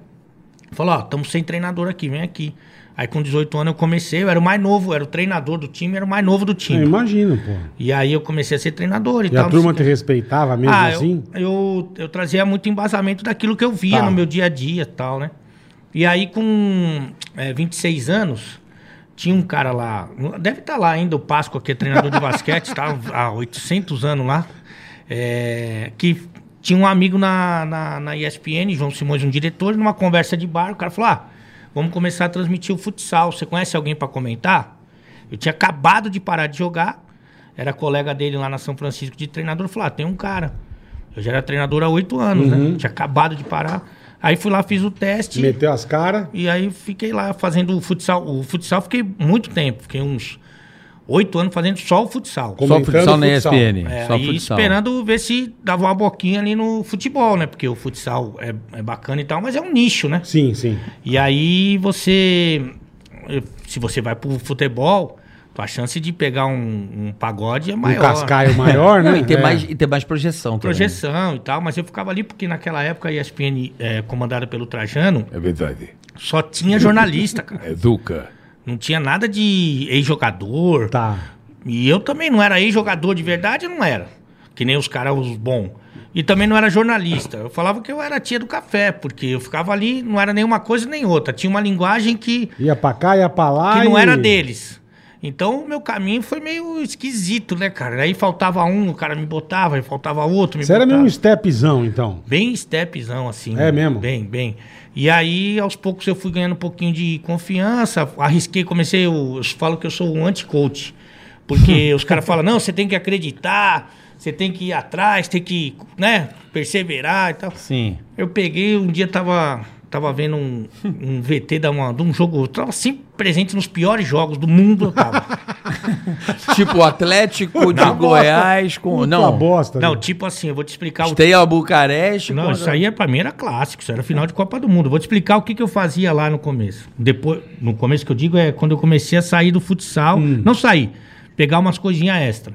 S4: Falou, ó, estamos sem treinador aqui, vem aqui. Aí com 18 anos eu comecei, eu era o mais novo, eu era o treinador do time, eu era o mais novo do
S3: Eu
S4: time.
S3: imagino, pô.
S4: E aí eu comecei a ser treinador e,
S3: E
S4: tal.
S3: a
S4: não
S3: turma
S4: sei o
S3: te
S4: quê.
S3: respeitava mesmo
S4: Então, Ah,
S3: assim?
S4: Eu, eu, eu trazia muito embasamento daquilo que eu via
S3: Tá.
S4: no meu dia a dia e tal, né? E aí, com é, 26 anos, tinha um cara lá, deve estar lá ainda, o Páscoa, que é treinador de basquete, tá há 800 anos lá, é, que tinha um amigo na, na, na ESPN, João Simões, um diretor, numa conversa de bar, o cara falou: ah, vamos começar a transmitir o futsal, você conhece alguém para comentar? Eu tinha acabado de parar de jogar, era colega dele lá na São Francisco de treinador, falou: ah, tem um cara. Eu já era treinador há oito anos, né? Tinha acabado de parar. Aí fui lá, fiz o teste.
S3: Uhum. Meteu as caras.
S4: E aí fiquei lá fazendo o futsal. O futsal fiquei muito tempo, fiquei uns oito anos fazendo só o futsal.
S3: Como
S2: Só
S3: comentando
S2: futsal na
S3: futsal.
S2: ESPN.
S4: É,
S2: só
S4: e
S2: futsal.
S4: esperando ver se dava uma boquinha ali no futebol, né? Porque o futsal é, é bacana e tal, mas é um nicho, né?
S3: Sim, sim.
S4: E aí você. Se você vai pro futebol, tua chance de pegar um, um pagode é maior.
S3: Um cascaio maior, né?
S2: Não, e, ter
S3: É.
S2: mais, e ter mais projeção. também.
S4: Projeção e tal, mas eu ficava ali porque naquela época a ESPN, é, comandada pelo Trajano,
S5: É verdade. É
S4: só tinha jornalista, cara.
S5: Educa.
S4: Não tinha nada de ex-jogador.
S3: Tá.
S4: E eu também não era ex-jogador de verdade, eu não era. Que nem os caras os bons. E também não era jornalista. Eu falava que eu era tia do café, porque eu ficava ali, não era nenhuma coisa nem outra. Tinha uma linguagem que,
S3: Ia pra cá, ia pra lá.
S4: que não
S3: e-
S4: era deles. Então o meu caminho foi meio esquisito, né, cara? Aí faltava um, o cara me botava, aí faltava outro, me
S3: Você era
S4: botava.
S3: mesmo um stepzão, então.
S4: Bem stepzão, assim.
S3: É mesmo?
S4: Bem, bem. E aí, aos poucos, eu fui ganhando um pouquinho de confiança, arrisquei, comecei, eu, eu falo que eu sou um anti-coach, porque os caras falam, não, você tem que acreditar, você tem que ir atrás, tem que, né, perseverar e tal.
S2: Sim.
S4: Eu peguei, um dia tava, tava vendo um, um VT da uma- de um jogo, eu tava sempre presente nos piores jogos do mundo, eu tava.
S3: Tá
S2: Tipo o Atlético de
S3: Puta
S2: Goiás com.
S3: Puta
S2: Não.
S3: bosta.
S4: não,
S3: né?
S4: tipo assim, eu vou te explicar
S3: é
S4: o
S2: Steaua Bucareste.
S4: Não,
S2: com-
S4: isso aí é, pra mim era clássico, isso era final de Copa do Mundo. Vou te explicar o que, que eu fazia lá no começo. Depois, no começo que eu digo é quando eu comecei a sair do futsal.
S3: Hum.
S4: Não sair, pegar umas coisinhas extra.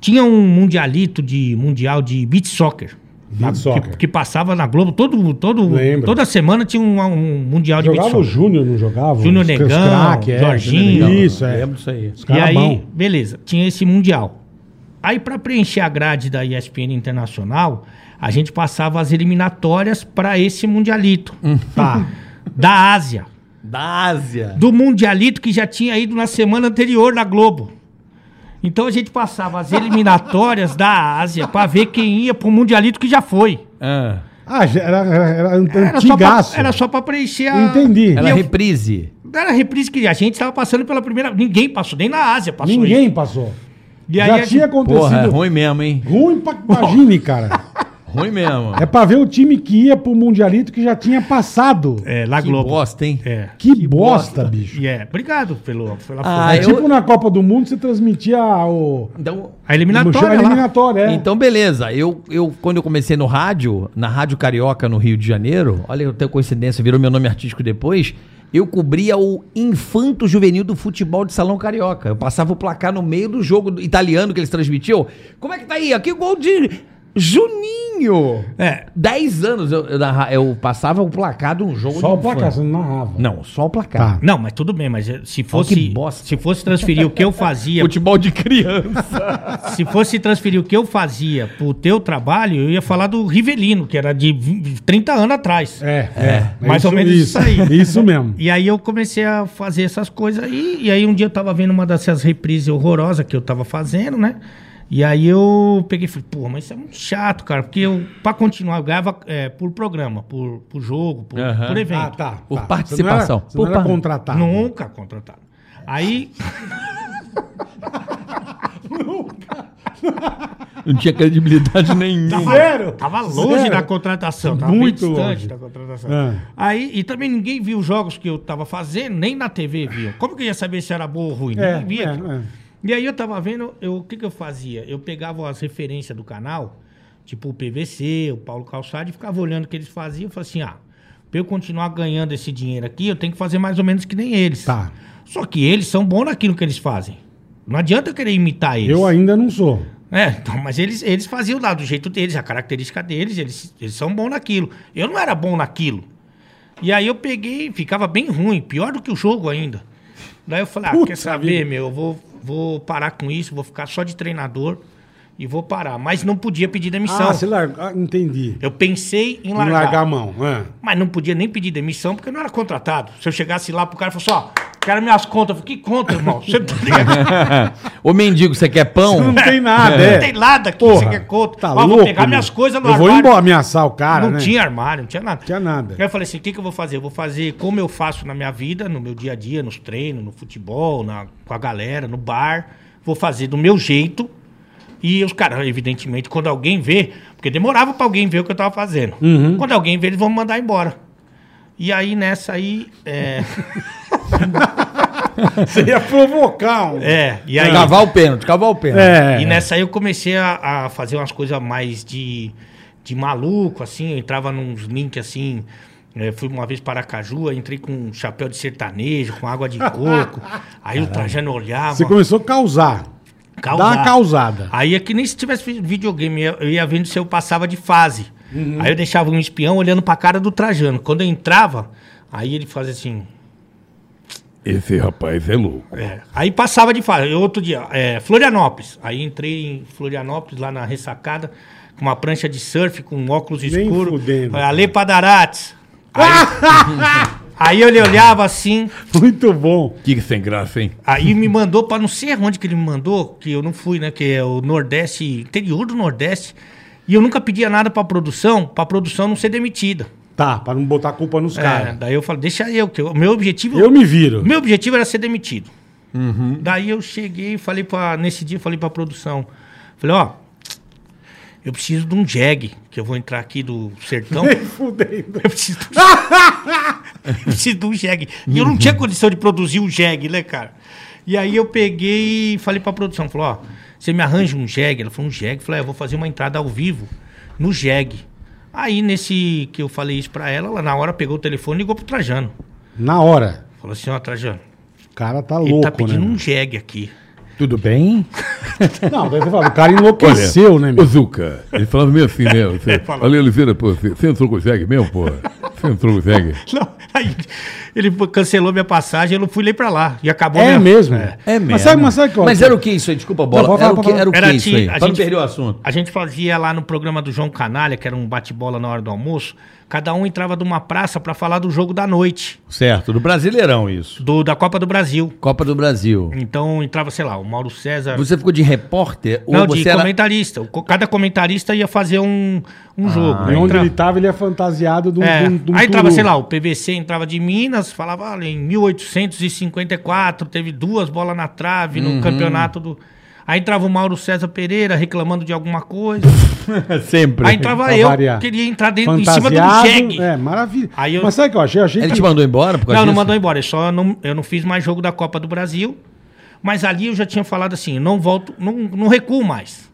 S4: Tinha um mundialito de mundial de beach soccer.
S3: Beat soccer.
S4: Que, que passava na Globo todo, todo,
S3: Lembro.
S4: toda semana tinha um, um mundial de beach
S3: Jogava o
S4: soccer.
S3: Júnior, não jogava?
S4: Júnior
S3: Os- os
S4: Negão,
S3: craque, é,
S4: Jorginho.
S3: Júnior Negão. Isso, é.
S2: Lembro disso aí.
S3: Os
S4: E
S3: caras
S4: aí,
S3: bom.
S4: beleza, tinha esse Mundial. Aí, para preencher a grade da ESPN Internacional, a gente passava as eliminatórias para esse Mundialito. Tá. Da Ásia.
S2: Da Ásia.
S4: Do Mundialito que já tinha ido na semana anterior na Globo. Então a gente passava as eliminatórias da Ásia para ver quem ia pro Mundialito que já foi.
S2: Ah,
S3: Ah, já era, era, era
S4: Era só pra-
S3: antigaço.
S4: Era só para preencher a.
S3: Entendi.
S2: Era
S4: E
S2: é
S4: eu-
S2: reprise.
S4: Era a reprise que a gente estava passando pela primeira. Ninguém passou, nem na Ásia passou.
S3: Ninguém
S4: isso.
S3: passou.
S4: E aí
S3: já
S4: a gente-
S3: tinha acontecido
S2: Porra, é
S3: ruim.
S2: ruim mesmo, hein?
S3: pra imagine, cara.
S2: Ruim mesmo.
S3: É pra ver o time que ia pro Mundialito que já tinha passado.
S4: É, na
S2: que
S4: Globo.
S2: bosta, hein?
S4: É.
S3: que, bosta, bicho.
S4: E é, obrigado pelo, pela
S2: Ah,
S4: força.
S3: É
S2: eu-
S3: tipo na Copa do Mundo você transmitia o.
S2: Então,
S4: A eliminatória.
S3: a
S4: lá.
S3: eliminatória, é.
S2: Então, beleza. Eu, eu, quando eu comecei no rádio, na Rádio Carioca, no Rio de Janeiro, olha, eu tenho coincidência, virou meu nome artístico depois. Eu cobria o infanto juvenil do futebol de salão carioca. Eu passava o placar no meio do jogo do- italiano que eles transmitiam. Como é que tá aí? Aqui o gol de Juninho!
S4: É.
S2: 10 anos eu, eu, narra- eu passava o placar de um jogo de
S3: Só
S2: um
S3: o placar,
S2: fã.
S3: você não narrava.
S2: Não, só o placar.
S4: Não, mas tudo bem, mas eh, se fosse.
S2: que bosta.
S4: Se fosse transferir o que eu fazia.
S2: Futebol de criança.
S4: se fosse transferir o que eu fazia pro teu trabalho, eu ia falar do Rivelino, que era de 20, 30 anos atrás.
S3: É, é.
S4: Mais ou menos isso aí.
S3: Isso mesmo.
S4: E aí eu comecei a fazer essas coisas aí. E aí um dia eu tava vendo uma dessas reprises horrorosas que eu tava fazendo, né? E aí eu peguei e falei, pô, mas isso é muito chato, cara. Porque eu, pra continuar, eu ganhava eh, por programa, por, por jogo, por,
S2: Aham.
S4: por evento.
S3: Ah, tá.
S2: Por
S3: tá.
S2: participação.
S3: Você não era, você não
S2: Por par-
S3: era contratado.
S4: Nunca contratado. Aí,
S2: Não tinha credibilidade
S3: Tá
S2: nenhuma.
S3: Sério?
S4: Tava longe
S3: Sério?
S4: da contratação, tava
S3: Muito
S4: bem distante
S3: longe.
S4: da contratação.
S3: É.
S4: Aí, e também ninguém viu os jogos que eu tava fazendo, nem na TV viu. Como que eu ia saber se era boa ou ruim?
S3: É,
S4: Ninguém via. aquilo.
S3: é, é.
S4: E aí eu tava vendo, eu- o que que eu fazia? Eu pegava as referências do canal, tipo o PVC, o Paulo Calçado, e ficava olhando o que eles faziam. Eu falava assim, ah, pra eu continuar ganhando esse dinheiro aqui, eu tenho que fazer mais ou menos que nem eles.
S3: Tá.
S4: Só que eles são bons naquilo que eles fazem. Não adianta eu querer imitar eles.
S3: Eu ainda não sou.
S4: É, então, mas eles, eles faziam lá do jeito deles, a característica deles, eles, eles são bons naquilo. Eu não era bom naquilo. E aí eu peguei, ficava bem ruim, pior do que o jogo ainda. Daí eu falei, ah,
S3: Putz
S4: quer saber,
S3: vida.
S4: meu, eu vou, vou parar com isso, vou ficar só de treinador e vou parar. Mas não podia pedir demissão.
S3: Ah, sei lá, ah, entendi.
S4: Eu pensei em
S3: Em
S4: largar,
S3: largar a mão. é.
S4: mas não podia nem pedir demissão porque eu não era contratado. Se eu chegasse lá pro cara e falasse, ó, quero minhas contas. Eu falei, que conta, irmão? Você tá ligado?
S2: É. Ô mendigo, você quer pão?
S3: Não tem nada, é.
S4: Não tem nada que
S3: Porra,
S4: você quer conta.
S3: Tá
S4: Ó,
S3: louco,
S4: vou pegar
S3: meu.
S4: minhas coisas no
S3: Eu vou
S4: armário.
S3: embora ameaçar o cara,
S4: não
S3: né?
S4: tinha armário, não tinha nada.
S3: Tinha nada.
S4: Aí eu falei assim, o que, que eu vou fazer? Eu vou fazer como eu faço na minha vida, no meu dia a dia, nos treinos, no futebol, na, com a galera, no bar. Vou fazer do meu jeito. E os caras, evidentemente, quando alguém vê, porque demorava pra alguém ver o que eu tava fazendo.
S3: Uhum.
S4: Quando alguém vê, eles vão me mandar embora. E aí, nessa aí, é...
S3: Você ia provocar um...
S4: é e aí...
S2: Cavar o pênalti, cavar o pênalti.
S3: É.
S4: E nessa aí eu comecei a, a fazer umas coisas mais de, de maluco, assim. Eu entrava nos links assim. eh, fui uma vez para Caju, entrei com um chapéu de sertanejo, com água de coco. aí o Trajano olhava.
S3: Você começou a causar.
S4: causar.
S3: Dá uma causada.
S4: Aí é que nem se tivesse vi- videogame, eu ia- eu ia vendo se eu passava de fase.
S3: Uhum.
S4: Aí eu deixava um espião olhando pra cara do Trajano. Quando eu entrava, aí ele fazia assim.
S5: Esse rapaz é louco.
S4: É, Aí passava de fase. Eu, Outro dia, é, Florianópolis. Aí entrei em Florianópolis, lá na ressacada, com uma prancha de surf, com um óculos
S3: Nem
S4: escuro.
S3: fudendo,
S4: Falei, Ale Padarates. Aí, aí ele olhava assim,
S3: Muito bom.
S5: Que sem graça, hein?
S4: aí me mandou pra não sei onde que ele me mandou, que eu não fui, né? Que é o Nordeste, interior do Nordeste. E eu nunca pedia nada pra produção, pra produção não ser demitida.
S3: Tá, pra não botar a culpa nos
S4: É,
S3: caras.
S4: daí eu falei, deixa eu, que o meu objetivo.
S3: Eu me viro.
S4: Meu objetivo era ser demitido.
S3: Uhum.
S4: Daí eu cheguei e falei pra. Nesse dia eu falei pra produção. Falei, ó, eu preciso de um jag, que eu vou entrar aqui do sertão.
S3: Nem
S4: eu
S3: fudendo.
S4: preciso de um jag. eu preciso de um jag. E eu não
S3: Uhum.
S4: tinha condição de produzir um jag, né, cara? E aí eu peguei e falei pra produção, falou, ó, você me arranja um jag? Ela falou, um jag? Eu falei, "É, eu vou fazer uma entrada ao vivo no jag. Aí nesse que eu falei isso pra ela, ela na hora pegou o telefone e ligou pro Trajano.
S3: Na hora.
S4: Falou assim, ó, Trajano.
S3: O cara tá
S4: Ele
S3: louco,
S4: tá pedindo
S3: né?
S4: um jegue aqui.
S2: Tudo bem?
S3: Não, daí você fala, o cara enlouqueceu, né,
S5: Ô,
S3: meu?
S5: Zuca, ele falava meio assim, né? Você, Ale Oliveira, pô, você, você entrou com o Zeg mesmo, pô? Você entrou com o Zeg?
S4: Não, aí ele cancelou minha passagem, eu não fui nem pra lá. E acabou
S3: É
S4: minha-
S3: mesmo.
S2: É mesmo.
S3: Mas sabe, mas sabe qual é?
S2: Mas era o que isso aí? Desculpa,
S3: Não,
S2: Bola.
S3: pode
S2: Era o
S3: falar,
S2: que,
S3: pode
S2: era o que
S4: Era
S2: isso
S4: ti-
S2: aí?
S4: a
S2: Pra não
S4: gente-
S2: perder o assunto.
S4: A gente fazia lá no programa do João Canalha, que era um bate-bola na hora do almoço. Cada um entrava de uma praça pra falar do jogo da noite,
S2: Certo, do Brasileirão isso.
S4: do, da Copa do Brasil.
S2: Copa do Brasil.
S4: Então entrava, sei lá, o Mauro César.
S2: Você ficou de repórter
S4: não,
S2: ou
S4: de
S2: você era...
S4: comentarista. O co- Cada comentarista ia fazer um,
S2: Ah,
S4: um jogo.
S3: E onde
S4: Entra-
S3: ele tava, ele é fantasiado de um.
S4: É,
S3: de um- de um
S4: aí entrava,
S3: turu.
S4: sei lá, o PVC entrava de Minas, falava, olha, em 1854 teve duas bolas na trave
S3: Uhum.
S4: no campeonato do... Aí entrava o Mauro César Pereira reclamando de alguma coisa.
S2: Sempre.
S4: Aí entrava
S3: Pra
S4: eu,
S3: variar.
S4: queria entrar dentro, em cima
S3: Fantasiado.
S4: do jegue.
S3: É, maravilha.
S4: Aí eu- tipo
S3: Mas sabe o que eu achei? Eu achei
S2: Ele
S3: que...
S2: te mandou embora por causa
S4: Não, não
S2: disso?
S4: mandou embora, eu só não, eu não fiz mais jogo da Copa do Brasil, mas ali eu já tinha falado assim, não volto, não, não recuo mais.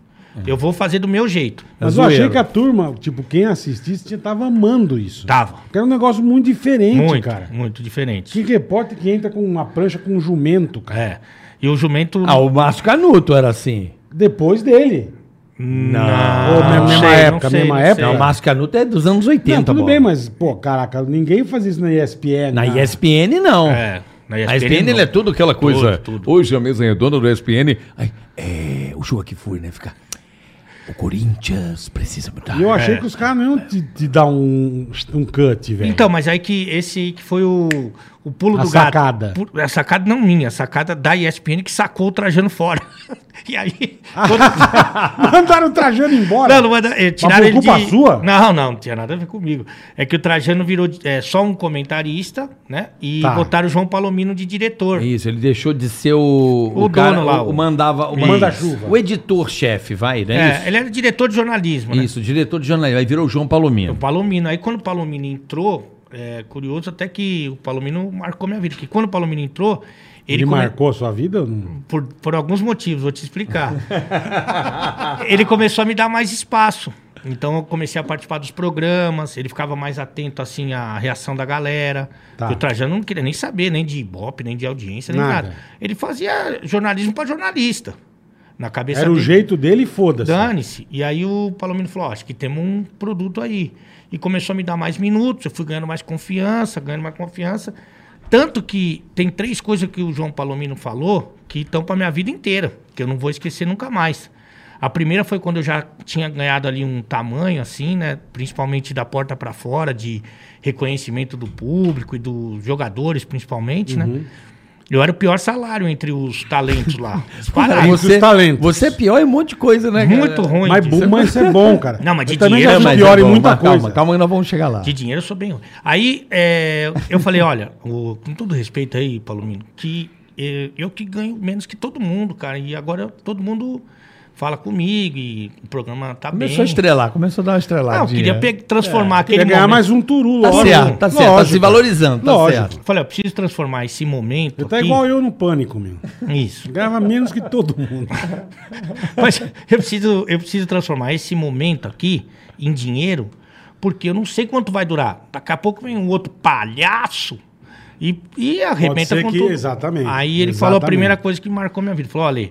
S3: É.
S4: Eu vou fazer do meu jeito.
S3: Mas eu
S2: Zoeiro.
S3: achei que a turma, tipo, quem assistisse tinha- tava amando isso.
S4: Tava.
S3: Porque era um negócio muito diferente,
S4: Tá. Muito,
S3: cara.
S4: muito
S3: Que
S4: diferente.
S3: repórter que entra com uma prancha com um jumento, cara.
S4: É. E o jumento...
S2: Ah, o Márcio Canuto era assim.
S3: Depois dele.
S4: Ah, Não.
S3: Ou mesmo- mesma
S4: sei,
S3: época, mesma época?
S2: Não,
S3: É.
S2: o Márcio Canuto é dos anos
S3: Não,
S2: 80,
S3: tudo
S2: bola.
S3: bem, Ah. mas, pô, caraca, ninguém faz isso na ESPN.
S2: Na ESPN, não.
S4: É, na
S2: A ESPN
S4: não.
S2: ele é tudo aquela coisa.
S5: Coisa. Hoje a mesa é redonda do ESPN. Ai,
S2: É, o show aqui foi, né? Fica. O Corinthians precisa mudar.
S3: E eu achei que os caras não iam te, te dar um, um cut, velho.
S4: Então, mas aí que esse que foi o, o pulo
S3: A
S4: do
S3: sacada.
S4: gato. Pu- A sacada não minha, a sacada da ESPN que sacou o Trajano fora. E aí.
S3: Ah. Mandaram o Trajano embora.
S4: Não, não, mas, eh, tiraram
S3: por
S4: ele
S3: culpa
S4: de...
S3: sua?
S4: Não, não, não tinha nada a ver comigo. É que o Trajano virou eh, só um comentarista, né? E
S3: Tá. É
S4: botaram o João Palomino de diretor.
S2: Isso, ele deixou de ser o.
S4: O dono lá,
S2: O,
S4: o-
S2: mandava. O
S4: Isso.
S3: Manda-chuva.
S2: O editor-chefe, vai, né?
S4: É,
S2: Isso.
S4: ele era diretor de jornalismo, né?
S2: Isso, diretor de jornalismo. Aí virou o João
S4: O
S2: Palomino.
S4: Palomino. Aí quando o Palomino entrou, é curioso até que o Palomino marcou minha vida. Porque quando o Palomino entrou, ele,
S3: Ele
S4: come-
S3: marcou a sua vida? Não-
S4: por, por alguns motivos, vou te explicar. ele começou a me dar mais espaço. Então eu comecei a participar dos programas, ele ficava mais atento assim à reação da galera.
S3: Tá.
S4: Porque O Trajano não queria nem saber, nem de ibope, nem de audiência, nem
S3: Nada.
S4: nada. Ele fazia jornalismo para jornalista. Na cabeça
S3: Era o
S4: dele.
S3: jeito dele e
S2: Tá
S3: foda-se.
S4: Dane-se. E aí o Palomino falou: ó, acho que temos um produto aí. E começou a me dar mais minutos, eu fui ganhando mais confiança, ganhando mais confiança. Tanto que tem três coisas que o João Palomino falou que estão para minha vida inteira, que eu não vou esquecer nunca mais. A primeira foi quando eu já tinha ganhado ali um tamanho, assim, né? Principalmente da porta para fora, de reconhecimento do público e dos jogadores, principalmente,
S2: Uhum.
S4: né? Eu era o pior salário entre os talentos lá. Disparado.
S3: Entre os talentos.
S2: você é pior em um monte de coisa, né, cara?
S4: Muito ruim.
S3: Mas,
S4: disso.
S3: bu- mas isso é bom, cara.
S4: Não, mas de
S3: Eu também já
S4: dinheiro é
S3: sou
S4: mais
S3: pior
S2: é
S3: em
S2: bom,
S3: muita
S2: mas
S3: coisa.
S2: Calma, calma que nós vamos chegar lá.
S4: De dinheiro eu sou bem ruim. Aí é, eu falei, olha, o- com todo respeito aí, Palomino, que é, eu que ganho menos que todo mundo, cara. E agora todo mundo fala comigo e o programa tá
S2: Começou a
S4: bem.
S2: estrelar, começou a dar uma estrelada.
S4: Não, Ah, eu queria pe- transformar aquele
S3: né? Queria ganhar
S4: momento.
S3: mais um turu,
S2: Tá
S3: lógico.
S2: certo, tá certo, tá
S3: Lógico.
S2: se valorizando, tá
S3: Lógico.
S2: certo.
S4: Falei, eu preciso transformar esse momento
S3: Eu tá
S4: aqui-
S3: igual eu no pânico, meu.
S4: Isso.
S3: Ganhava menos que todo mundo.
S4: Mas eu preciso, eu preciso transformar esse momento aqui em dinheiro, porque eu não sei quanto vai durar. Daqui a pouco vem um outro palhaço e, e arrebenta
S3: ser
S4: com
S3: que-
S4: tudo.
S3: exatamente,
S4: Aí ele falou a
S3: exatamente.
S4: primeira coisa que marcou minha vida. Falou, olha,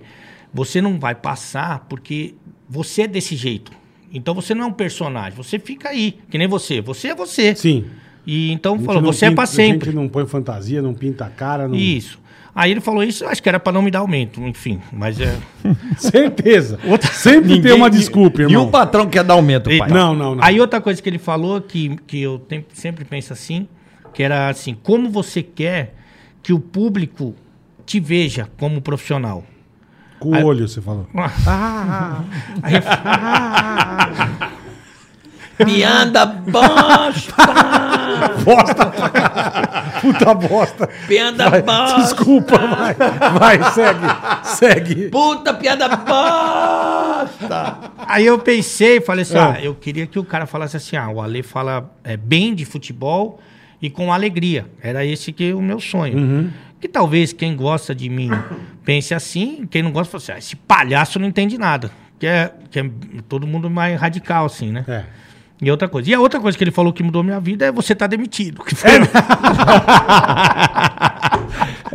S4: você não vai passar porque você é desse jeito. Então você não é um personagem, você fica aí, que nem você. Você é você.
S3: Sim.
S4: E então
S3: A gente
S4: falou,
S3: não
S4: você é
S3: pinta-
S4: pra sempre.
S3: A gente não põe fantasia, não pinta a cara. Não...
S4: Isso. Aí ele falou isso, acho que era pra não me dar aumento, enfim. Mas é.
S3: Certeza.
S4: Outra-
S3: Sempre tem
S2: Ninguém-
S3: uma desculpa,
S2: E
S3: irmão.
S2: o patrão quer dar aumento, pai.
S3: Não, não, não.
S4: Aí outra coisa que ele falou, que, que eu tem- sempre penso assim, que era assim, como você quer que o público te veja como profissional?
S3: Com o olho, você falou.
S4: Aí eu falei,
S2: Piada bosta!
S3: Puta bosta.
S2: Piada bosta!
S3: Desculpa, vai. Vai, segue. Segue.
S2: Puta piada bosta!
S4: aí eu pensei e falei assim,
S3: É.
S4: ah, eu queria que o cara falasse assim, ah, o Ale fala é, bem de futebol e com alegria. Era esse que é o meu sonho.
S3: Uhum.
S4: Que talvez quem gosta de mim pense assim, quem não gosta, fala assim, ah, esse palhaço não entende nada. Que é, que é todo mundo mais radical, assim, né?
S3: É.
S4: E outra coisa. E a outra coisa que ele falou que mudou minha vida é você tá demitido. Que foi-
S3: É?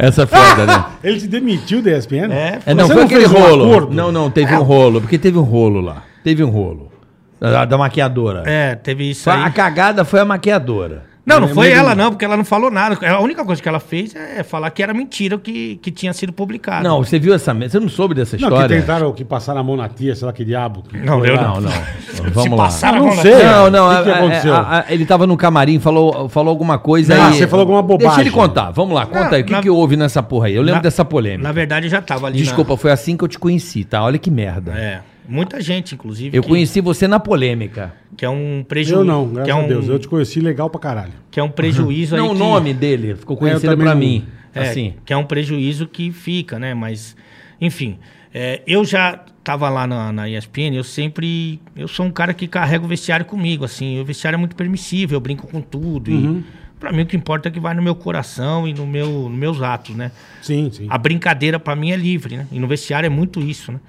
S2: Essa é foda, né?
S3: Ele te demitiu da ESPN?
S4: É,
S2: É, não,
S3: Você
S2: foi
S3: não
S2: aquele
S3: fez um
S2: rolo.
S3: acordo?
S2: não, não, teve um rolo, porque teve um rolo lá. Teve um rolo. Da, da maquiadora.
S4: É, teve isso
S2: Foi- a
S4: aí.
S2: cagada foi a maquiadora.
S4: Não,
S3: é
S4: não foi ela não, porque ela não falou nada. A única coisa que ela fez é falar que era mentira o que, que tinha sido publicado.
S2: Não, você viu essa. me- Você não soube dessa
S3: Ah, Não,
S2: história?
S3: que tentaram que passaram a mão na tia, sei lá que diabo. que
S4: Não,
S3: foi
S4: eu
S3: lá.
S2: Não, não.
S4: Se
S2: Vamos lá.
S4: passaram
S3: Não
S4: a mão na-
S3: sei.
S2: É. Não, não,
S3: O que que
S2: a- a-
S3: aconteceu?
S2: a- a- ele tava no camarim, falou, falou alguma coisa
S3: Ah,
S2: aí.
S3: você falou alguma bobagem.
S2: Deixa ele contar, vamos lá, conta
S4: Não,
S2: aí, o que,
S4: na-
S2: que houve nessa porra aí? Eu lembro
S4: na-
S2: dessa polêmica.
S4: Na verdade, eu já tava ali. na-
S2: Desculpa, foi assim que eu te conheci, tá? Olha que merda.
S4: É. Muita gente, inclusive.
S2: Eu
S4: que,
S2: conheci você na polêmica.
S4: Que é um prejuízo.
S3: Eu não,
S4: que
S3: graças
S4: é um,
S3: a Deus. Eu te conheci legal pra caralho.
S4: Que é um prejuízo aí.
S2: Não, o
S4: que-
S2: nome dele ficou conhecido
S3: também
S2: pra
S3: não-
S2: mim.
S4: É,
S2: assim.
S4: Que é um prejuízo que fica, né? Mas, enfim, é, eu já tava lá na, na ESPN, eu sempre. Eu sou um cara que carrega o vestiário comigo, assim. O vestiário é muito permissível, eu brinco com tudo. E pra mim o que importa é que vai no meu coração e no meu, nos meus atos, né?
S3: Sim, sim.
S4: A brincadeira pra mim é livre, né? E no vestiário é muito isso, né?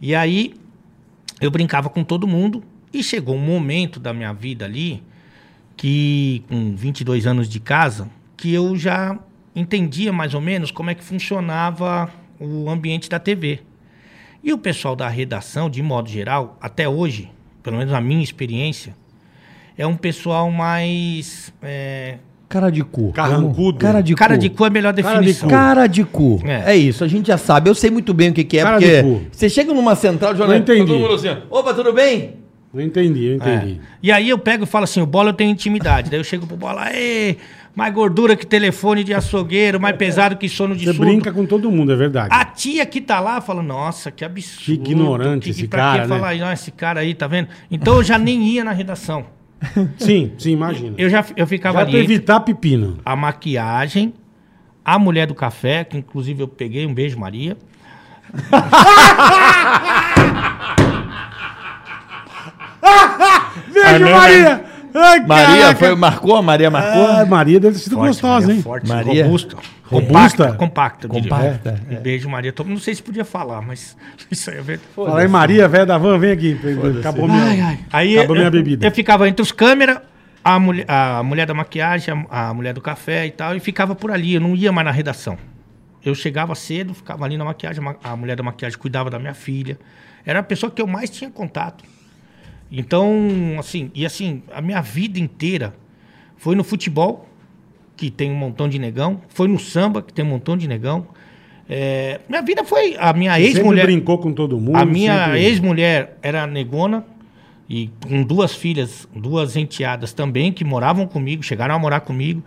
S4: E aí eu brincava com todo mundo e chegou um momento da minha vida ali que com 22 anos de casa, que eu já entendia mais ou menos como é que funcionava o ambiente da TV. E o pessoal da redação, de modo geral, até hoje, pelo menos na minha experiência, é um pessoal mais. é,
S2: Cara de cu.
S3: Carrancudo.
S2: Cara de
S4: cara
S2: cu.
S4: de cu é a melhor
S3: Cara de
S4: definição.
S3: cu.
S2: Cara de cu. É.
S4: É.
S2: isso, a gente já sabe. Eu sei muito bem o que, que é,
S3: Cara de
S2: porque
S3: cu.
S2: você chega numa central de jornalismo,
S3: Não entendi.
S2: todo mundo assim, opa, tudo bem?
S3: Eu entendi, eu entendi.
S4: E aí eu pego e falo assim, o Bola eu tenho intimidade. Daí eu chego pro Bola, "Ê, mais gordura que telefone de açougueiro, mais pesado que sono de
S3: Você
S4: surdo."
S3: brinca com todo mundo, é verdade.
S4: A tia que tá lá fala, nossa, que absurdo.
S3: Que ignorante esse
S4: pra
S3: cara,
S4: que
S3: né?
S4: falar, "Ah, esse cara aí, tá vendo? Então eu já nem ia na redação.
S3: Sim, sim, imagina.
S4: Eu já eu ficava
S3: Já
S4: ali
S3: pra
S4: entre
S3: evitar pepino.
S4: a maquiagem, a mulher do café, que inclusive eu peguei, um beijo, Maria.
S3: Beijo, Maria! Ai,
S2: Maria
S3: caraca!
S2: foi, marcou? A Maria marcou?
S3: Ah, Maria deve ter sido gostosa,
S4: Maria
S3: hein?
S4: Forte,
S2: Maria.
S4: robusta.
S3: Robusta?
S4: Compacta, compacta. eu diria.
S2: Compacta, é.
S4: Um beijo, Maria. Todo- Não sei se podia falar, mas isso aí é verdade.
S3: Fala aí, Maria, velho da van, vem aqui. Acabou minha...
S4: Ai, ai. Aí é-
S3: Acabou
S4: eu,
S3: minha bebida.
S4: eu ficava entre os câmeras, a mulher, a mulher da maquiagem, a, a mulher do café e tal, e ficava por ali. Eu não ia mais na redação. Eu chegava cedo, ficava ali na maquiagem. ma- A mulher da maquiagem cuidava da minha filha. Era a pessoa que eu mais tinha contato. Então, assim, e assim, a minha vida inteira foi no futebol, que tem um montão de negão, foi no samba, que tem um montão de negão. É, minha vida foi. A minha
S3: Sempre
S4: é ex-mulher.
S3: brincou com todo mundo.
S4: A minha
S3: sempre-
S4: ex-mulher era negona e com duas filhas, duas enteadas também, que moravam comigo, chegaram a morar comigo.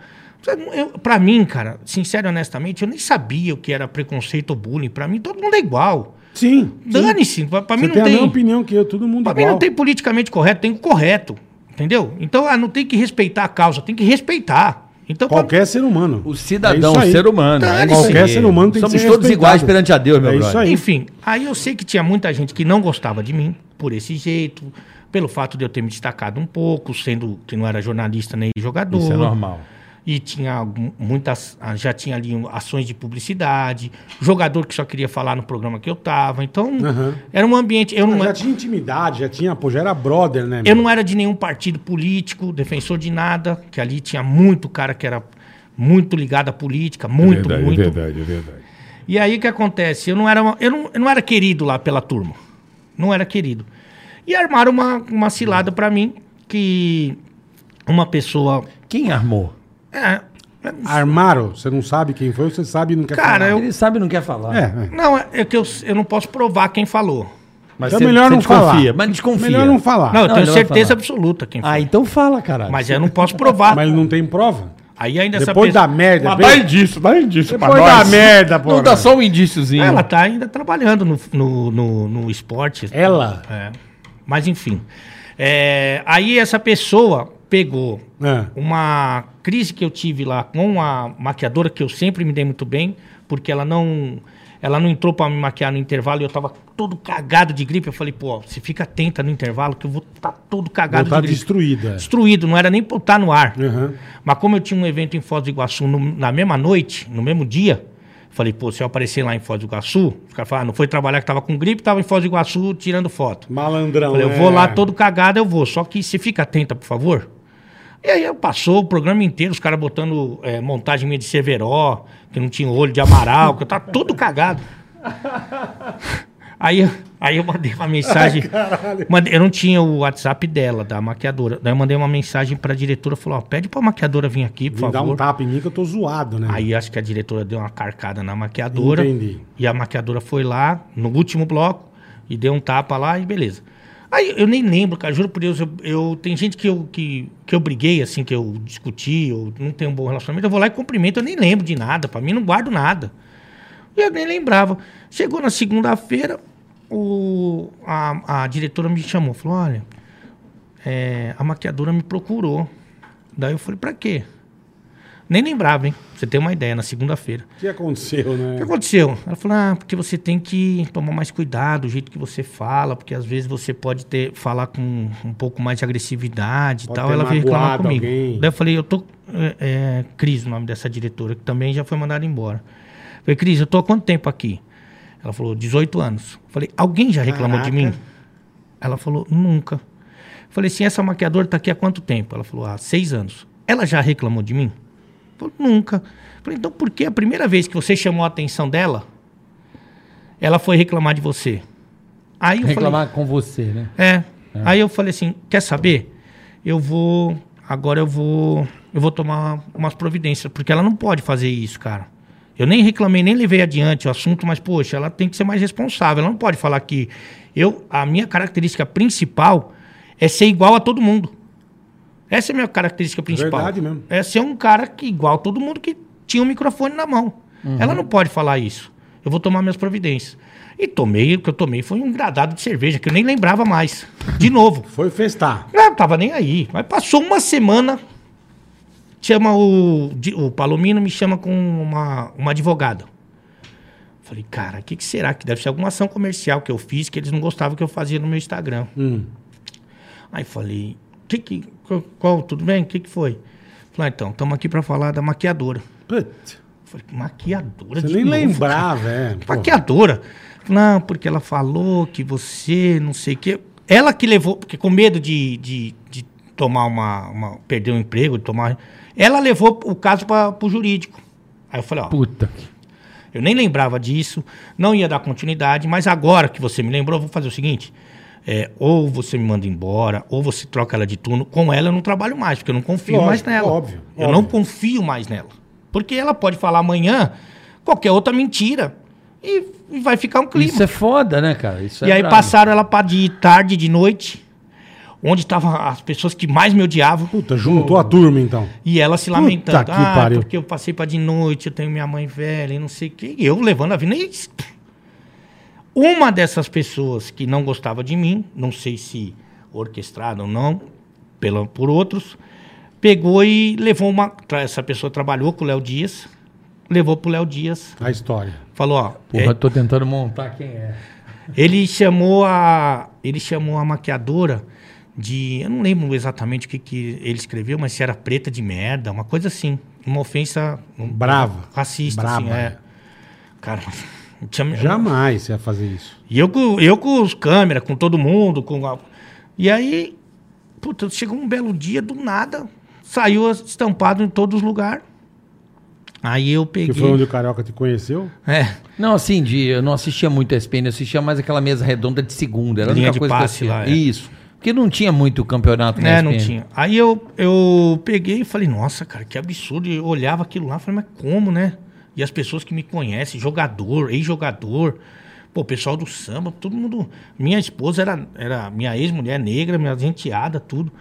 S4: Eu- Pra mim, cara, sincero e honestamente, eu nem sabia o que era preconceito ou bullying. Pra mim, todo mundo é igual.
S3: Sim. sim.
S4: Dane-se. Pra, pra mim
S3: Você
S4: não
S3: tem a
S4: tem.
S3: mesma opinião que eu, todo mundo
S4: pra mim
S3: igual.
S4: não tem politicamente correto, tem o correto. Entendeu? Então, ah, não tem que respeitar a causa, tem que respeitar. Então, pra-
S3: Qualquer ser humano.
S2: O cidadão,
S3: É isso
S2: o
S3: aí.
S2: ser humano.
S4: Tá,
S2: é isso
S3: Qualquer
S2: aí.
S3: ser humano tem
S2: Somos
S3: que ser
S2: todos
S3: respeitado.
S2: iguais perante a Deus, meu
S3: É
S2: brother.
S3: isso aí.
S4: Enfim, aí eu sei que tinha muita gente que não gostava de mim por esse jeito, pelo fato de eu ter me destacado um pouco, sendo que não era jornalista nem jogador.
S2: Isso é normal.
S4: E tinha algum- muitas, ah, já tinha ali um- ações de publicidade, jogador que só queria falar no programa que eu tava. Então,
S3: Aham.
S4: era um ambiente. Eu não,
S3: Já tinha intimidade, já tinha, pô, já era brother, né?
S4: eu
S3: meu?
S4: não era de nenhum partido político, defensor de nada, que ali tinha muito cara que era muito ligado à política, muito,
S5: verdade,
S4: muito.
S5: é verdade, é verdade.
S4: E aí o que acontece? Eu não era, uma- eu não, eu não era querido lá pela turma. Não era querido. E armaram uma, uma cilada pra mim que uma pessoa.
S3: Ah.
S2: Quem armou?
S4: é,
S3: Armaram, você não sabe quem foi, você sabe e não quer
S4: Cara, eu-
S2: Ele sabe e não quer falar.
S3: É, é.
S4: não, é é que eu, eu não posso provar quem falou.
S2: Mas
S3: Então melhor não
S2: desconfia,
S3: falar.
S2: Mas desconfia.
S3: Melhor Ah. não falar.
S4: Não, eu
S2: Não, ele
S4: tenho
S2: não vai
S4: certeza
S2: falar.
S4: absoluta quem falou.
S2: Ah, então fala, caralho.
S4: Mas é eu não posso provar.
S3: Mas não tem prova.
S4: aí ainda essa
S3: Depois da
S4: pessoa.
S3: merda.
S5: Mas
S3: bem-
S5: dá indício, dá indício pra
S3: Depois da
S5: nós.
S3: merda, pô. né?
S2: Não dá só um indíciozinho.
S4: Ela tá ainda trabalhando no, no, no, no esporte.
S3: Ela?
S4: É. Mas enfim. É, aí essa pessoa pegou
S3: Ah,
S4: uma crise que eu tive lá com a maquiadora que eu sempre me dei muito bem, porque ela não ela não entrou para me maquiar no intervalo e eu tava todo cagado de gripe. Eu falei, pô, você fica atenta no intervalo que eu vou estar todo cagado
S3: Vou tá
S4: de gripe.
S3: destruído, é.
S4: Destruído, não era nem pra eu estar no ar.
S3: Aham.
S4: Mas como eu tinha um evento em Foz do Iguaçu no- na mesma noite, no mesmo dia, falei, pô, se eu aparecer lá em Foz do Iguaçu, os caras falaram, ah, não foi trabalhar que tava com gripe, tava em Foz do Iguaçu tirando foto.
S3: Malandrão.
S4: Falei, eu
S3: é.
S4: vou lá todo cagado, eu vou. Só que você fica atenta, por favor. E aí eu passou o programa inteiro, os caras botando eh, montagem minha de Severó, que não tinha olho de Amaral, que eu tava todo cagado. Aí, eu- aí eu mandei uma mensagem. mandei- eu não tinha o WhatsApp dela, da maquiadora. Daí eu mandei uma mensagem pra diretora, falou, ó, pede pra maquiadora vir aqui, por
S3: Vim dar um
S4: favor.
S3: tapa em mim que eu tô zoado, né?
S4: Aí acho que a diretora deu uma carcada na maquiadora.
S3: Entendi.
S4: E a maquiadora foi lá, no último bloco, e deu um tapa lá e beleza. Aí eu nem lembro, cara, juro por Deus, eu, eu- tem gente que eu, que, que eu briguei, assim, que eu discuti, eu não tenho um bom relacionamento, eu vou lá e cumprimento, eu nem lembro de nada, pra mim não guardo nada. E eu nem lembrava. Chegou na segunda-feira, o- a, a diretora me chamou, falou, olha, é, a maquiadora me procurou. Daí eu falei, pra quê? Nem lembrava, hein? Pra Você tem uma ideia, na segunda-feira.
S3: O que aconteceu,
S4: O
S3: né?
S4: que aconteceu? Ela falou, ah, porque você tem que tomar mais cuidado, o jeito que você fala, porque às vezes você pode ter, falar com um pouco mais de agressividade e
S3: Pode
S4: tal.
S3: ter
S4: Ela veio reclamar
S3: magoado
S4: comigo.
S3: alguém.
S4: Daí eu falei, eu tô... É, é, Cris, o nome dessa diretora, que também já foi mandada embora. Eu falei, Cris, eu tô há quanto tempo aqui? Ela falou, 18 anos. Eu falei, alguém já reclamou de
S3: Caraca.
S4: mim? Ela falou, nunca. Eu falei assim, essa maquiadora tá aqui há quanto tempo? Ela falou, há seis anos. Ela já reclamou de mim? Eu falei, nunca. Eu falei, então por que a primeira vez que você chamou a atenção dela, ela foi reclamar de você? Aí eu
S2: Reclamar com você, né?
S4: falei, é. Aí eu falei assim, quer saber? Eu vou, agora eu vou, eu vou tomar umas providências, porque ela não pode fazer isso, cara. Eu nem reclamei, nem levei adiante o assunto, mas poxa, ela tem que ser mais responsável. Ela não pode falar que eu, a minha característica principal é ser igual a todo mundo. Essa é a minha característica principal.
S3: Verdade mesmo.
S4: É ser um cara que igual a todo mundo que tinha um microfone na mão. Ela não pode falar isso. Eu vou tomar minhas providências. E tomei, o que eu tomei foi um gradado de cerveja, que eu nem lembrava mais. De novo.
S3: Foi festar.
S4: Eu não tava nem aí. Mas passou uma semana. Chama o. di- O Palomino me chama com uma, uma advogada. Falei, cara, o que, que será? Que deve ser alguma ação comercial que eu fiz que eles não gostavam que eu fazia no meu Instagram.
S3: Hum.
S4: Aí falei, que que, qual, qual- tudo bem? O que, que foi? Falei, ah, então, estamos aqui para falar da maquiadora.
S3: Putz,
S4: Falei, maquiadora
S3: você
S4: de
S3: nem
S4: novo, cara?
S3: lembrar, velho. Pô,
S4: Maquiadora. Não, porque ela falou que você, não sei o quê. Ela que levou, porque com medo de, de, de tomar uma, uma- perder um emprego, de tomar. Ela levou o caso para o jurídico. Aí eu falei, ó,
S2: Puta. que-
S4: eu nem lembrava disso, não ia dar continuidade, mas agora que você me lembrou, eu vou fazer o seguinte: é, ou você me manda embora, ou você troca ela de turno. Com ela eu não trabalho mais, porque eu não confio
S3: Lógico,
S4: mais nela.
S3: óbvio,
S4: eu
S3: óbvio.
S4: não confio mais nela. Porque ela pode falar amanhã qualquer outra mentira e, e vai ficar um clima.
S2: Isso é foda, né, cara? Isso é
S4: E aí
S2: brabo.
S4: passaram ela para de tarde, de noite, onde estavam as pessoas que mais me odiavam.
S3: Puta, juntou a turma então.
S4: E ela se lamentando.
S3: que
S4: ah,
S3: pariu."
S4: porque eu passei pra de noite, eu tenho minha mãe velha e não sei o quê. E eu levando a vida. E... Uma dessas pessoas que não gostava de mim, não sei se orquestrada ou não, pela, por outros, pegou e levou uma. tra- Essa pessoa trabalhou com o Léo Dias, levou pro Léo Dias,
S3: A história.
S4: falou, ó.
S2: Porra,
S4: é-
S2: eu tô tentando montar quem é.
S4: ele chamou a ele chamou a maquiadora de eu não lembro exatamente o que, que ele escreveu, mas se era preta de merda, uma coisa assim, uma ofensa um-
S3: Brava.
S4: racista
S3: Brava. é.
S4: assim, é. Cara, eu tinha-
S3: Jamais você ia fazer isso.
S4: e eu, com- eu com os câmeras, com todo mundo, com a- E aí, puta, chegou um belo dia, do nada, saiu estampado em todos os lugares. Aí eu
S3: Que
S4: peguei.
S3: foi onde o Carioca te conheceu?
S4: É,
S2: Não, assim, de, eu não assistia muito a SPN, eu assistia mais aquela mesa redonda de segunda. Era a
S4: Linha
S2: única
S4: de
S2: coisa
S4: passe
S2: que eu assistia.
S4: lá, é.
S2: Isso. Porque não tinha muito campeonato na
S4: É, não
S2: ESPN.
S4: tinha. Aí eu, eu peguei e falei, nossa, cara, que absurdo. E Eu olhava aquilo lá e falei, mas como, né? E as pessoas que me conhecem, jogador, ex-jogador, pô, pessoal do samba, todo mundo. Minha esposa era, era minha ex-mulher negra, minha enteada, tudo.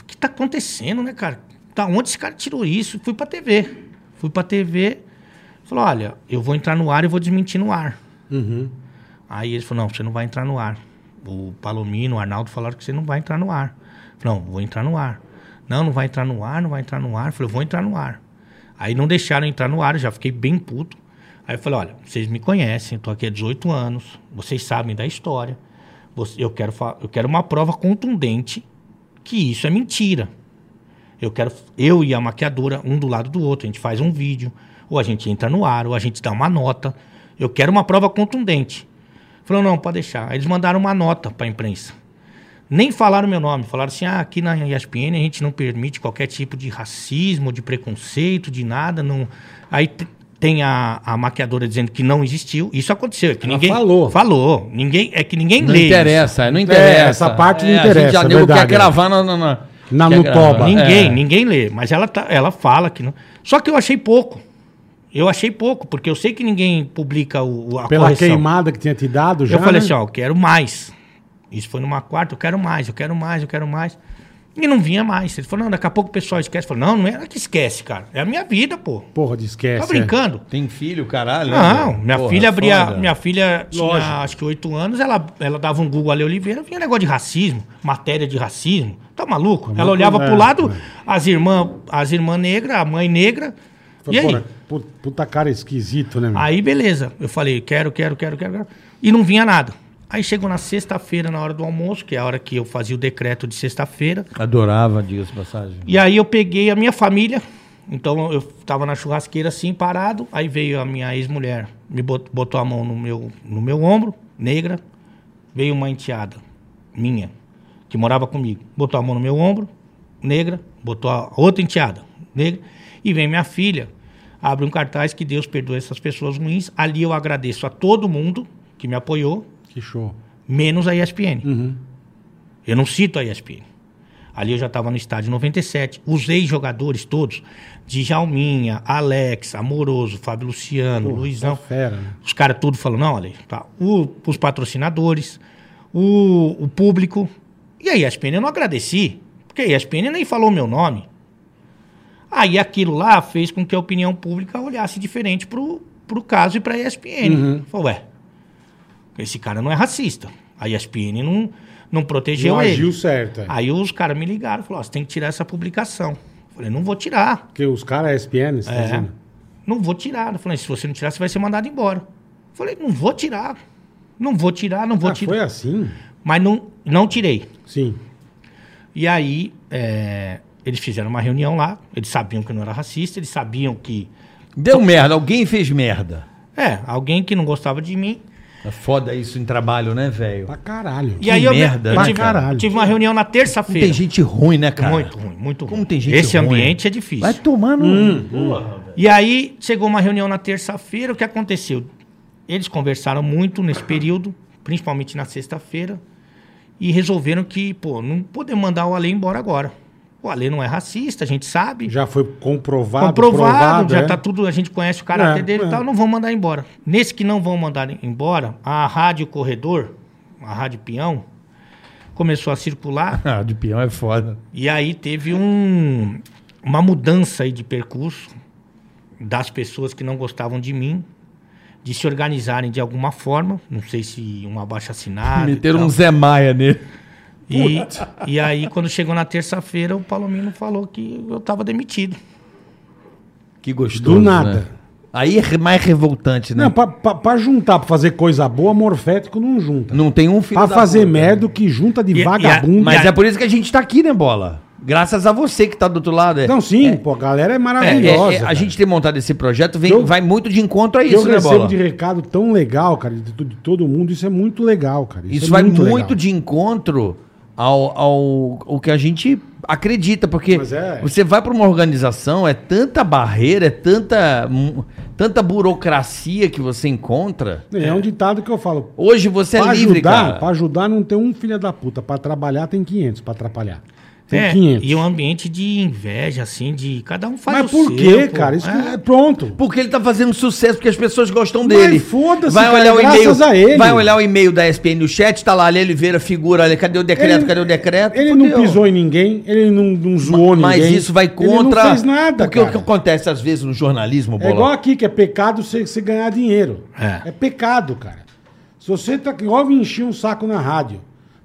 S4: O que tá acontecendo, né, cara? Da onde esse cara tirou isso? Fui pra TV. Fui pra TV. Falou, olha, eu vou entrar no ar e vou desmentir no ar. Aí ele falou, não, você não vai entrar no ar. O Palomino, o Arnaldo falaram que você não vai entrar no ar. Eu falei, não, vou entrar no ar. Não, não vai entrar no ar, não vai entrar no ar. Eu falei, eu vou entrar no ar. Aí não deixaram eu entrar no ar, eu já fiquei bem puto. Aí eu falei, olha, vocês me conhecem, eu tô aqui há 18 anos, vocês sabem da história. Você- Eu quero, fa- eu quero uma prova contundente que isso é mentira. Eu quero eu e a maquiadora um do lado do outro, a gente faz um vídeo, ou a gente entra no ar, ou a gente dá uma nota. Eu quero uma prova contundente. Falou, não, pode deixar. Aí eles mandaram uma nota para a imprensa. Nem falaram meu nome, falaram assim: ah, aqui na ESPN a gente não permite qualquer tipo de racismo, de preconceito, de nada. Não... Aí te- tem a, a maquiadora dizendo que não existiu. Isso aconteceu. É que
S3: Ela
S4: ninguém
S3: falou.
S4: Falou. Ninguém, é que ninguém
S2: Não
S4: lê. isso.
S2: interessa, não interessa.
S3: É, essa parte não
S2: A
S3: interessa,
S2: gente já
S3: é
S2: nego quer
S3: verdade.
S2: gravar na... na, na,
S3: Na
S2: quer
S3: Nutoba.
S2: gravar.
S4: Ninguém,
S2: É.
S4: ninguém lê. Mas ela, tá, ela fala que não. Só que eu achei pouco. Eu achei pouco, porque eu sei que ninguém publica o, o- a
S3: Pela
S4: correção.
S3: queimada que tinha te dado já.
S4: Eu falei
S3: né?
S4: assim, ó, eu quero mais. Isso foi numa quarta, eu quero mais, eu quero mais, eu quero mais. E não vinha mais. Ele falou, não, daqui a pouco o pessoal esquece. Eu falei, não, não é que esquece, cara. É a minha vida, pô.
S3: Porra, de esquece.
S4: Tá
S3: é.
S4: brincando?
S2: Tem filho, caralho. né,
S4: Não,
S2: velho?
S4: minha
S2: Porra,
S4: filha abria.
S2: foda.
S4: Minha filha tinha
S3: Lógico.
S4: acho que oito anos, ela, ela dava um Google ali Oliveira, vinha negócio de racismo, matéria de racismo. Tá maluco? ela olhava
S3: é,
S4: pro lado,
S3: é.
S4: as irmãs, as irmãs negras, a mãe negra.
S3: Falei,
S4: e aí?
S3: é. porra, pu- Puta cara esquisito, né, meu?
S4: Aí beleza. Eu falei, quero, quero, quero, quero, quero. E não vinha nada. Aí chegou na sexta-feira, na hora do almoço, que é a hora que eu fazia o decreto de sexta-feira.
S2: Adorava, diga-se de passagem.
S4: E aí eu peguei a minha família. Então eu tava na churrasqueira assim, parado. Aí veio a minha ex-mulher, me bot- botou a mão no meu, no meu ombro, negra. Veio uma enteada minha, que morava comigo. Botou a mão no meu ombro, negra. Botou a outra enteada, negra. E vem minha filha, abre um cartaz que Deus perdoe essas pessoas ruins. Ali eu agradeço a todo mundo que me apoiou,
S3: Que show.
S4: menos a ESPN. Eu não cito a ESPN. Ali eu já estava no estádio 97. Os ex-jogadores todos, Djalminha, Alex, Amoroso, Fábio Luciano, Luizão.
S3: Tá fera. né?
S4: Os caras tudo falando, não, olha, aí, tá, o- os patrocinadores, o, o público. E a ESPN eu não agradeci, porque a ESPN nem falou meu nome. Aí aquilo lá fez com que a opinião pública olhasse diferente pro, pro caso e pra ESPN.
S3: Uhum.
S4: Falou, ué, esse cara não é racista. A ESPN não, não protegeu
S3: Não
S4: ele.
S3: agiu certo. é.
S4: Aí os caras me ligaram, falaram, ó, você tem que tirar essa publicação. Eu falei, não vou tirar.
S3: Porque os caras ESPN, você tá
S4: É.
S3: dizendo?
S4: Não vou tirar. Eu falei, se você não tirar, você vai ser mandado embora. Eu falei, não vou tirar. Não vou tirar, não vou
S3: Ah,
S4: tirar.
S3: foi assim?
S4: Mas não, não tirei.
S3: Sim.
S4: E aí, é, eles fizeram uma reunião lá. Eles sabiam que eu não era racista, eles sabiam que.
S2: Deu merda, alguém fez merda.
S4: É, alguém que não gostava de mim.
S2: É foda isso em trabalho, né, velho?
S3: Pra caralho.
S4: e aí eu,
S2: merda,
S4: eu
S2: né,
S4: tive,
S3: cara?
S4: eu tive uma reunião na
S2: Como
S4: terça-feira.
S2: tem gente ruim, né, cara?
S4: Muito ruim, muito ruim.
S2: Como tem gente
S4: Esse
S2: ruim.
S4: ambiente é difícil.
S2: Vai tomar no.
S3: Hum.
S4: E aí chegou uma reunião na terça-feira, o que aconteceu? Eles conversaram muito nesse período, principalmente na sexta-feira, e resolveram que, pô, não podemos mandar o Ale embora agora. O Ale não é racista, a gente sabe.
S3: Já foi comprovado.
S4: comprovado,
S3: provado,
S4: já
S3: é.
S4: tá tudo, a gente conhece o caráter
S3: É,
S4: dele
S3: é.
S4: e tal, não vão mandar embora. Nesse que não vão mandar embora, a Rádio Corredor, a Rádio Peão, começou a circular
S2: Ah, de peão é foda.
S4: e aí teve um- uma mudança aí de percurso das pessoas que não gostavam de mim, de se organizarem de alguma forma, não sei se um abaixo assinado.
S2: Meteram um Zé Maia nele.
S4: e, e aí, quando chegou na terça-feira, o Palomino falou que eu estava demitido.
S2: Que gostoso.
S3: Do nada.
S2: né? Aí é mais revoltante, né?
S3: Não,
S2: Não,
S3: pra, pra- pra juntar, pra fazer coisa boa, morfético não junta.
S2: tem um filho.
S3: pra
S2: da
S3: fazer
S2: puta.
S3: merda, o que junta de
S4: E- e a-
S3: vagabundo.
S2: Mas
S4: E
S2: é
S4: aí-
S2: por isso que a gente tá aqui, né, bola? Graças a você que tá do outro lado. É,
S3: Então, sim, pô, a galera é
S2: É, é,
S3: maravilhosa.
S2: é, a
S3: cara.
S2: gente ter montado esse projeto vem,
S3: Eu-
S2: vai muito de encontro a
S3: que eu
S2: isso, né,
S3: recebo
S2: bola?
S3: de recado tão legal, cara, de, to- de todo mundo, isso é muito legal, cara. é
S2: Isso vai muito,
S3: legal.
S2: de encontro ao, ao, ao que a gente acredita, porque
S3: Pois é.
S2: você vai para uma organização, é tanta barreira, é tanta, hum, tanta burocracia que você encontra.
S3: É um ditado que eu falo.
S2: Hoje você
S3: pra
S2: é livre,
S3: ajudar,
S2: cara.
S3: pra ajudar não tem um filho da puta. Pra trabalhar tem 500, pra atrapalhar. Tem
S4: É,
S3: 500.
S4: e um ambiente de inveja, assim, de cada um faz
S3: Mas
S4: o
S3: por
S4: seu.
S3: quê,
S4: pô.
S3: cara? Isso
S4: É.
S3: que- é pronto.
S2: Porque ele tá fazendo sucesso, porque as pessoas gostam
S3: Mas
S2: dele.
S3: foda-se,
S2: vai
S3: cara,
S2: olhar o
S3: graças
S2: e-mail,
S3: a ele.
S2: Vai olhar o e-mail da SPN no chat, tá lá, Ale Oliveira, figura, olha, cadê o decreto, cadê o decreto?
S3: Ele não
S2: Fudeu.
S3: pisou em ninguém, ele não, não zoou ninguém.
S2: Mas isso vai contra...
S3: Ele não fez nada,
S2: Porque o que
S3: cara.
S2: acontece às vezes no jornalismo,
S3: É
S2: Bola?
S3: igual aqui, que é pecado você, você ganhar dinheiro.
S4: É.
S3: É. pecado, cara. Se você tá aqui, ó, me encher um saco na rádio.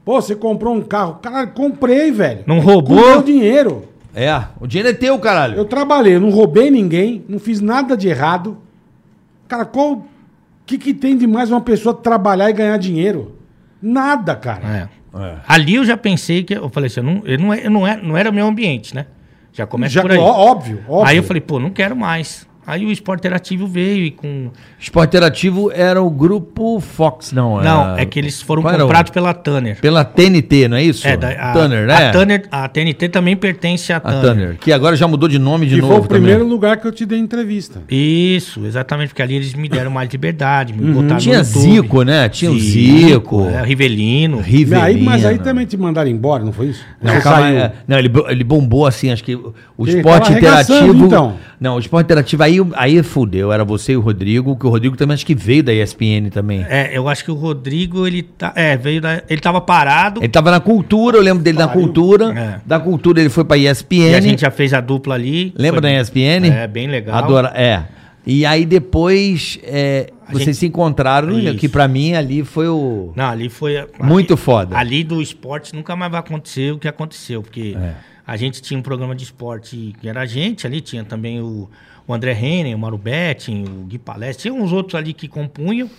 S3: Pô, você comprou um carro. Caralho, comprei, velho.
S4: Não
S3: Com
S4: roubou?
S3: meu dinheiro.
S2: É, o dinheiro é teu, caralho.
S3: Eu trabalhei, eu não roubei ninguém, não fiz nada de errado. Cara, qual. O que, que tem de mais uma pessoa trabalhar e ganhar dinheiro? Nada, cara.
S4: É. Ali eu já pensei que. Eu falei assim, eu não, eu não, é- eu não, é- não era meu ambiente, né? Já começa
S3: Já,
S4: por aí.
S3: ó- óbvio, óbvio.
S4: Aí eu falei, pô, não quero mais. Aí o Esporte Interativo veio e com.
S2: Esporte Interativo era o grupo Fox, não?
S4: Não,
S2: era-
S4: é que eles foram
S2: Ah, Qual era o-
S4: comprados pela Tanner.
S2: Pela TNT, não é isso?
S4: É, da- a,
S2: Tanner, né?
S4: A, Tanner, a TNT também pertence à
S2: A
S4: Tanner.
S2: Tanner, que agora já mudou de nome de
S3: que
S2: novo
S3: foi o primeiro
S2: também.
S3: lugar que eu te dei entrevista.
S4: Isso, exatamente, porque ali eles me deram mais liberdade, me botaram
S2: Uhum. Tinha
S4: no YouTube.
S2: Zico, né? Tinha o
S4: Zico,
S2: Zico,
S4: é, Rivelino.
S2: Rivelino.
S3: Aí, mas aí também te mandaram embora, não foi isso?
S2: Não,
S3: Você
S2: calma,
S3: saiu.
S2: é, não ele, bo- ele bombou assim, acho que o o
S3: Ele
S2: esporte
S3: tava arregaçando,
S2: interativo.
S3: então.
S2: Não, o esporte interativo aí, aí fudeu. Era você e o Rodrigo, que o Rodrigo também acho que veio da ESPN também.
S4: É, eu acho que o Rodrigo, ele tá. É, veio da. Ele tava parado.
S2: Ele tava na cultura, eu lembro dele na cultura.
S4: É.
S2: Da cultura ele foi pra ESPN.
S4: E a gente já fez a dupla ali.
S2: Lembra
S4: Foi-
S2: da ESPN?
S4: É, bem legal.
S2: Adora, é. E aí depois é,
S4: A
S2: vocês
S4: gente-
S2: se encontraram, né,
S4: Isso.
S2: que pra mim ali foi o.
S4: Não, ali foi. ali-
S2: Muito foda.
S4: Ali do esporte nunca mais vai acontecer o que aconteceu, porque
S2: É.
S4: a gente tinha um programa de esporte que era a gente, ali tinha também o, o André Henning, o Mauro Betting, o Gui Palestra, tinha uns outros ali que compunham,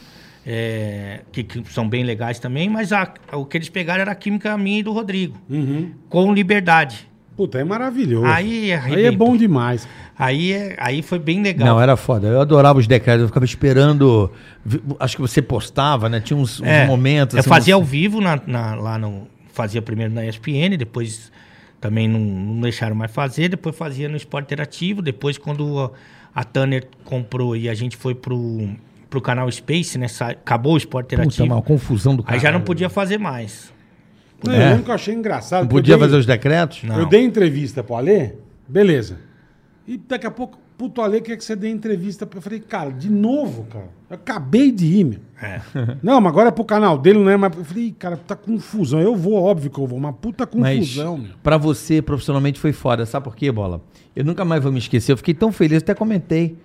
S4: é, que, que são bem legais também, mas a- o que eles pegaram era a química minha e do Rodrigo,
S3: Uhum.
S4: com liberdade.
S3: Puta, é maravilhoso.
S4: Aí
S3: Aí é
S4: arrebentou.
S3: bom demais.
S4: Aí, é- aí foi bem legal.
S2: Não, era foda. Eu adorava os decretos, eu ficava esperando. vi- Acho que você postava, né? Tinha uns, uns
S4: É,
S2: momentos.
S4: Eu
S2: assim,
S4: fazia
S2: uns-
S4: ao vivo na- na- lá no. Fazia primeiro na ESPN, depois também não, não deixaram mais fazer, depois fazia no Esporte Interativo, depois quando a, a Tanner comprou e a gente foi pro, pro canal Space, né? Sa- Acabou o esporte
S2: Puta,
S4: interativo.
S2: uma confusão do cara.
S4: aí já não podia fazer mais.
S3: Não,
S2: É.
S3: Eu lembro que eu achei engraçado.
S2: Não
S3: porque
S2: podia
S3: eu dei-
S2: fazer os decretos?
S4: Não.
S3: Eu dei entrevista pro Alê, beleza. E daqui a pouco, puto Alê, quer que você dê entrevista? pra- Eu falei, cara, de novo, cara. Eu acabei de ir, meu.
S4: É.
S3: Não, mas agora é pro canal dele, não é mais. Eu falei, "Ih, cara, tá confusão. Eu vou, óbvio que eu vou. Uma puta
S2: Mas é
S3: confusão, meu.
S2: pra você, profissionalmente, foi foda. Sabe por quê, Bola? Eu nunca mais vou me esquecer. Eu fiquei tão feliz, até comentei.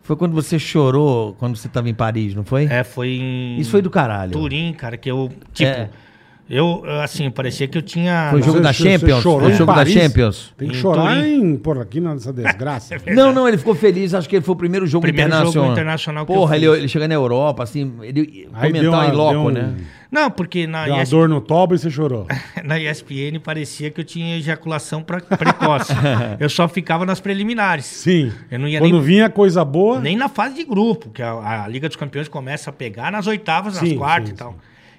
S2: Foi quando você chorou, quando você tava em Paris, não foi?
S4: É, foi em.
S2: Isso foi do caralho.
S4: Turim, cara, que eu. Tipo,
S2: É.
S4: eu, assim, parecia que eu tinha.
S2: Foi o jogo
S3: Você-
S2: da
S3: você
S2: Champions?
S3: chorou
S2: Foi o
S3: em
S2: jogo da
S3: Paris?
S2: Champions?
S3: Tem que
S4: Em
S3: chorar
S4: Turim.
S3: em. Porra, aqui nessa desgraça.
S2: Não, não, ele ficou feliz, acho que ele foi o primeiro jogo
S4: é, Primeiro jogo
S2: internacional.
S4: internacional que eu
S2: Porra, ele,
S4: fiz.
S2: ele chega na Europa, assim, ele
S3: Aí deu
S2: comentar
S3: uma-
S2: em loco,
S3: deu um-
S2: né?
S4: Não, porque na,
S3: Deu uma
S4: ES
S3: dor no toba e você chorou.
S4: na ESPN parecia que eu tinha ejaculação pra- precoce. eu só ficava nas preliminares.
S3: Sim.
S4: Eu não ia
S3: Quando
S4: nem-
S3: vinha coisa boa.
S4: Nem na fase de grupo, que a, a Liga dos Campeões começa a pegar nas oitavas,
S3: Sim,
S4: nas quartas
S3: sim,
S4: e tal.
S3: sim.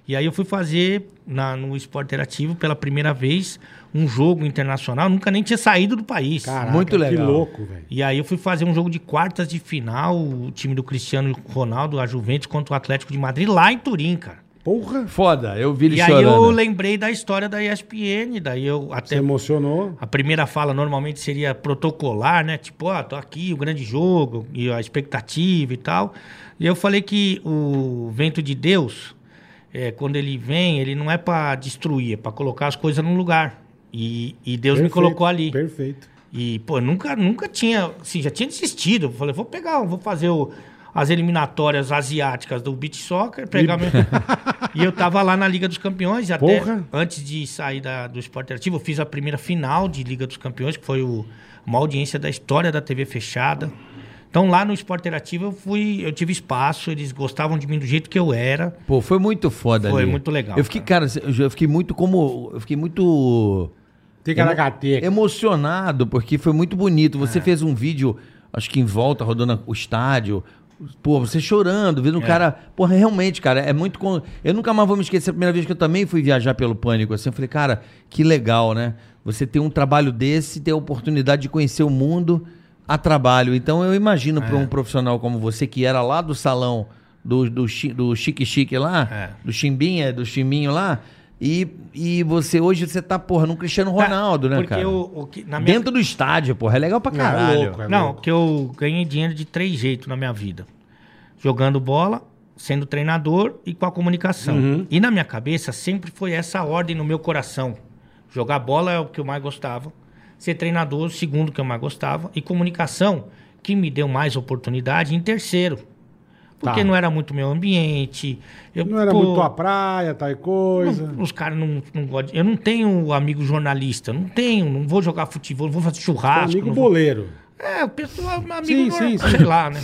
S4: E aí eu fui fazer na- no Esporte Interativo pela primeira vez um jogo internacional, nunca nem tinha saído do país.
S3: Caraca,
S2: Muito
S3: Que
S2: legal.
S3: louco, velho.
S4: E aí eu fui fazer um jogo de quartas de final, o time do Cristiano Ronaldo, a Juventus contra o Atlético de Madrid lá em Turim, cara.
S3: Porra.
S2: Foda, eu vi ele
S4: E aí
S2: chorando.
S4: eu lembrei da história da ESPN, daí eu
S3: né? Você
S4: até
S3: emocionou.
S4: a primeira fala normalmente seria protocolar, né? Tipo, ó, tô aqui, o grande jogo, e a expectativa e tal. E eu falei que o vento de Deus, é, quando ele vem, ele não é pra destruir, é pra colocar as coisas no lugar. E, e Deus me
S3: Perfeito,
S4: colocou ali.
S3: Perfeito.
S4: E, pô, nunca, nunca tinha, assim, já tinha desistido. Eu falei, vou pegar, vou fazer o- as eliminatórias asiáticas do beach soccer, pegar meu... E eu tava lá na Liga dos Campeões, e até
S3: Porra.
S4: antes de sair da- do esporte ativo, eu fiz a primeira final de Liga dos Campeões, que foi o, uma audiência da história da TV fechada. Então lá no Esporte Interativo eu fui, eu tive espaço, eles gostavam de mim do jeito que eu era.
S2: Pô, foi muito foda
S4: Foi
S2: ali.
S4: muito legal,
S2: Eu fiquei, cara, eu fiquei muito como... Eu fiquei muito...
S3: Ticaracateca.
S2: emocionado, porque foi muito bonito. Você fez um vídeo, acho que em volta, rodando o estádio. Pô, você chorando, vendo o cara. Porra, realmente, cara, é muito. con- Eu nunca mais vou me esquecer. A primeira vez que eu também fui viajar pelo pânico, assim, eu falei, cara, que legal, né? Você ter um trabalho desse, ter a oportunidade de conhecer o mundo a trabalho. Então eu imagino pra para um profissional como você, que era lá do salão do, do, chi- do Chique Chique lá,
S4: É.
S2: do Chimbinha, do Chimbinho lá, e, e você hoje você tá, porra, num Cristiano Ronaldo, né,
S4: Porque
S2: cara?
S4: o- o que- na minha
S2: Dentro do estádio, porra, é legal pra caralho.
S3: É louco, é
S4: Não,
S3: louco.
S4: que eu ganhei dinheiro de três jeitos na minha vida: jogando bola, sendo treinador e com a comunicação.
S3: Uhum.
S4: E na minha cabeça sempre foi essa ordem no meu coração: jogar bola é o que eu mais gostava, ser treinador, o segundo que eu mais gostava, e comunicação, que me deu mais oportunidade, em terceiro. Porque
S3: Tá.
S4: não era muito meu ambiente. Eu,
S3: Não era
S4: pô,
S3: muito tua praia, tal coisa.
S4: os caras não, não gostam. de- Eu não tenho amigo jornalista, não tenho, não vou jogar futebol, não vou fazer churrasco.
S3: amigo
S4: não vou-
S3: boleiro.
S4: é, o pessoal, amigo
S3: Sim,
S4: normal,
S3: sim, sim.
S4: sei lá, né?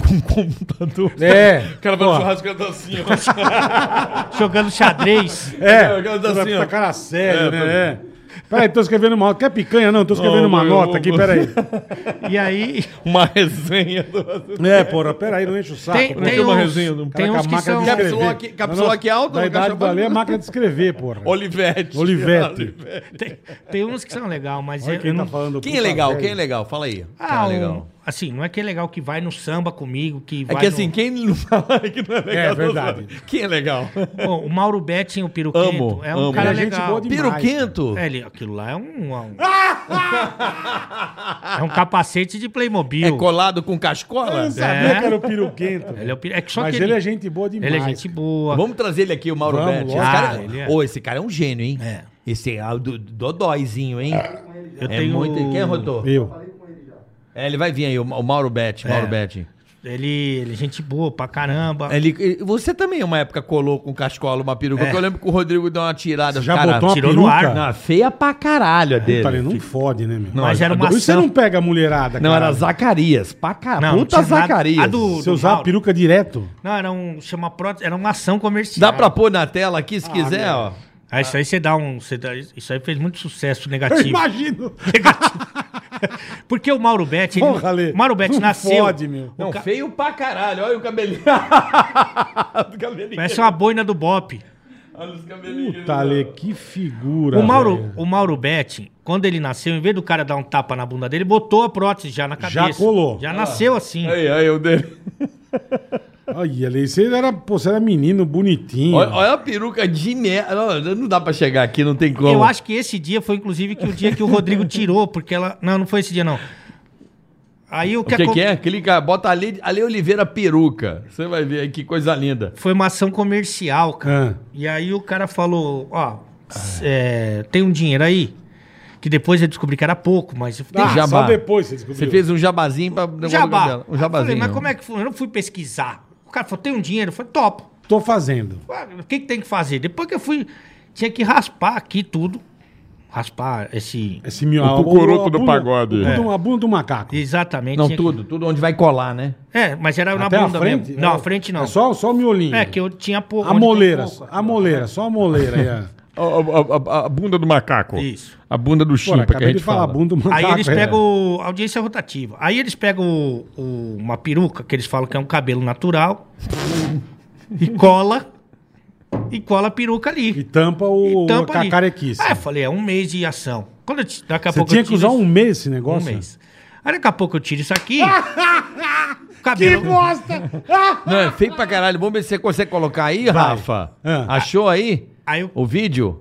S3: É.
S5: cara vai no churrasco e assim, ó.
S4: Jogando xadrez.
S3: É.
S4: assim,
S5: aquela dancinha.
S3: Tá cara sério,
S5: É,
S3: né? É. Peraí, tô escrevendo uma nota. Quer picanha? Não, tô escrevendo
S5: Não,
S3: uma
S5: eu-
S3: nota aqui,
S5: eu-
S3: peraí.
S4: E aí,
S5: Uma resenha do.
S3: É, porra, peraí, não enche o saco.
S4: tem,
S3: né?
S4: tem
S5: uma
S4: uns,
S5: resenha do-
S4: tem
S3: Cara,
S4: uns
S3: com a
S4: que
S3: máquina
S4: são...
S3: de
S5: Capsula
S3: escrever.
S5: aqui- capsula
S3: Na-
S5: aqui alta,
S3: Na
S5: no
S3: idade
S5: cachorro-
S3: do Alê é máquina de escrever, porra.
S5: Olivete.
S3: Olivete.
S4: Tem, tem uns que são legal, mas
S3: Olha
S4: eu,
S3: quem
S4: eu
S3: tá
S4: não...
S3: falando.
S2: Quem é
S3: puta
S2: legal?
S3: velho.
S2: Quem é legal? Fala aí. Quem
S4: Ah,
S2: é
S4: um-
S2: legal.
S4: assim, não é que é legal que vai no samba comigo, que
S2: É
S4: vai
S2: que
S4: no-
S2: assim, quem não fala que não é legal.
S3: É verdade.
S2: não sabe. Quem é legal?
S4: Bom, o Mauro Betting, o Piruquento,
S2: Amo,
S4: é um
S2: amo.
S4: cara
S3: Ele é gente
S4: legal.
S3: boa demais.
S2: Piro Quinto?
S4: É, ele- aquilo lá é um... um- é um capacete de
S2: É
S4: Playmobil.
S2: colado com
S3: Eu
S2: cascola?
S3: não sabia
S4: É.
S3: que era o piruquento.
S4: Ele é o Piro- é que só
S3: Mas
S4: que
S3: ele é gente boa demais.
S4: Ele é gente boa.
S2: Vamos trazer ele aqui, o Mauro
S3: Vamos,
S2: Betti. Esse
S3: lógico.
S2: cara,
S4: Ah, ele é.
S2: Ô, esse cara é um gênio, hein?
S4: É.
S2: Esse é o do, Dodóizinho, hein?
S4: Eu
S2: é
S4: tenho-
S2: muito. Quem rotou?
S3: Eu.
S2: É, ele vai vir aí, o, o Mauro Betti. Mauro
S4: É.
S2: Betti.
S4: Ele, ele é gente boa pra caramba.
S2: Ele, ele- É você também, uma época, colou com cascola uma
S4: É.
S2: peruca. que Eu lembro que o Rodrigo deu uma tirada.
S3: Já
S2: cara,
S3: botou uma
S4: tirou
S3: peruca?
S4: no ar, né?
S2: Não, feia pra caralho a dele.
S4: tá
S3: Puta, ele não fode, né, meu?
S2: Não, é
S4: Mas era uma
S3: Por isso você
S4: ação.
S3: não pega a mulherada,
S2: Não,
S3: cara.
S2: era Zacarias. Pra caralho.
S4: Não,
S2: Puta
S4: não tinha nada.
S2: Zacarias.
S4: A do-
S3: Você usava
S4: Mauro.
S3: peruca direto.
S4: Não, era um. Chama pro- era uma ação comercial.
S2: Dá pra pôr na tela aqui se quiser, ó.
S4: Ah, isso aí você dá um. você dá- isso aí fez muito sucesso
S3: Eu
S4: negativo.
S3: imagino.
S4: Porque o Mauro Betti. ele-
S3: Porra, Lê.
S4: o Mauro Betti
S3: Não
S4: nasceu.
S3: fode, meu.
S2: Não,
S4: ca-
S2: feio pra caralho. Olha o cabelinho. do cabelinho.
S4: Parece uma boina do Bop.
S2: Olha os cabelinhos.
S3: Puta, Alê, que figura.
S4: O Mauro,
S3: velho.
S4: o Mauro Betti, quando ele nasceu, em vez do cara dar um tapa na bunda dele, botou a prótese já na cabeça.
S3: Já colou.
S4: Já nasceu assim.
S5: Aí, aí, o dele.
S3: Olha, ali, você era, pô, você era menino, bonitinho.
S2: Olha, olha a peruca de merda. Não, não dá pra chegar aqui, não tem como.
S4: Eu acho que esse dia foi, inclusive, que o dia que o Rodrigo tirou, porque ela. Não, não foi esse dia, não. Aí o
S2: O
S4: que,
S2: que,
S4: acon-
S2: que é? Clica, bota Ale, Ale Oliveira peruca. Você vai ver aí que coisa linda.
S4: Foi uma ação comercial, cara.
S3: Ah,
S4: E aí o cara falou, ó, é, tem um dinheiro aí? Que depois eu descobri que era pouco, mas eu falei,
S3: Ah,
S4: "Tem
S2: jabá.
S3: só depois você descobriu.
S2: Você fez um jabazinho pra. negócio do
S4: jabá.
S2: cabelo. Um jabazinho.
S4: Eu falei, mas como é que foi? Eu não fui pesquisar. O cara falou, tem um dinheiro? Eu falei, top.
S3: Tô fazendo.
S4: O que, que tem que fazer? Depois que eu fui, tinha que raspar aqui tudo. Raspar esse...
S3: Esse meu,
S6: O cucuruto do pagode.
S3: o-
S4: É.
S3: o- A bunda de um macaco.
S4: Exatamente.
S2: Não,
S4: tinha que-
S2: tudo, tudo onde vai colar, né?
S4: É, mas era
S3: Até
S4: na
S3: a
S4: bunda
S3: frente?
S4: mesmo. Não, a frente não.
S3: É só, só o miolinho.
S4: É, que eu tinha... Por...
S3: A moleira, a moleira, só a moleira. é. aí, ó.
S6: A, a- a- a bunda do macaco.
S4: Isso.
S6: A bunda do
S3: Pô,
S6: chimpa que a
S3: acabei
S6: gente
S3: de falar,
S6: fala.
S3: bunda do macaco.
S4: Aí eles
S3: é.
S4: pegam o- audiência rotativa. Aí eles pegam o- o- uma peruca, que eles falam que é um cabelo natural, e cola, e cola a peruca
S3: E
S4: ali.
S3: tampa o
S4: E tampa
S3: a
S4: ali.
S3: cacarequice.
S4: Ah, eu falei, é um mês de ação. Quando eu, ti- daqui a
S3: Você
S4: pouco
S3: tinha
S4: eu
S3: que
S4: tiro
S3: usar
S4: isso-
S3: um mês esse
S4: um
S3: negócio?
S4: mês. Aí daqui a pouco eu tiro isso aqui. o cabelo.
S2: Não, é feio pra caralho. Vamos ver se você consegue colocar aí, Rafa.
S3: Ah.
S2: Achou aí?
S4: Aí eu-
S2: O vídeo?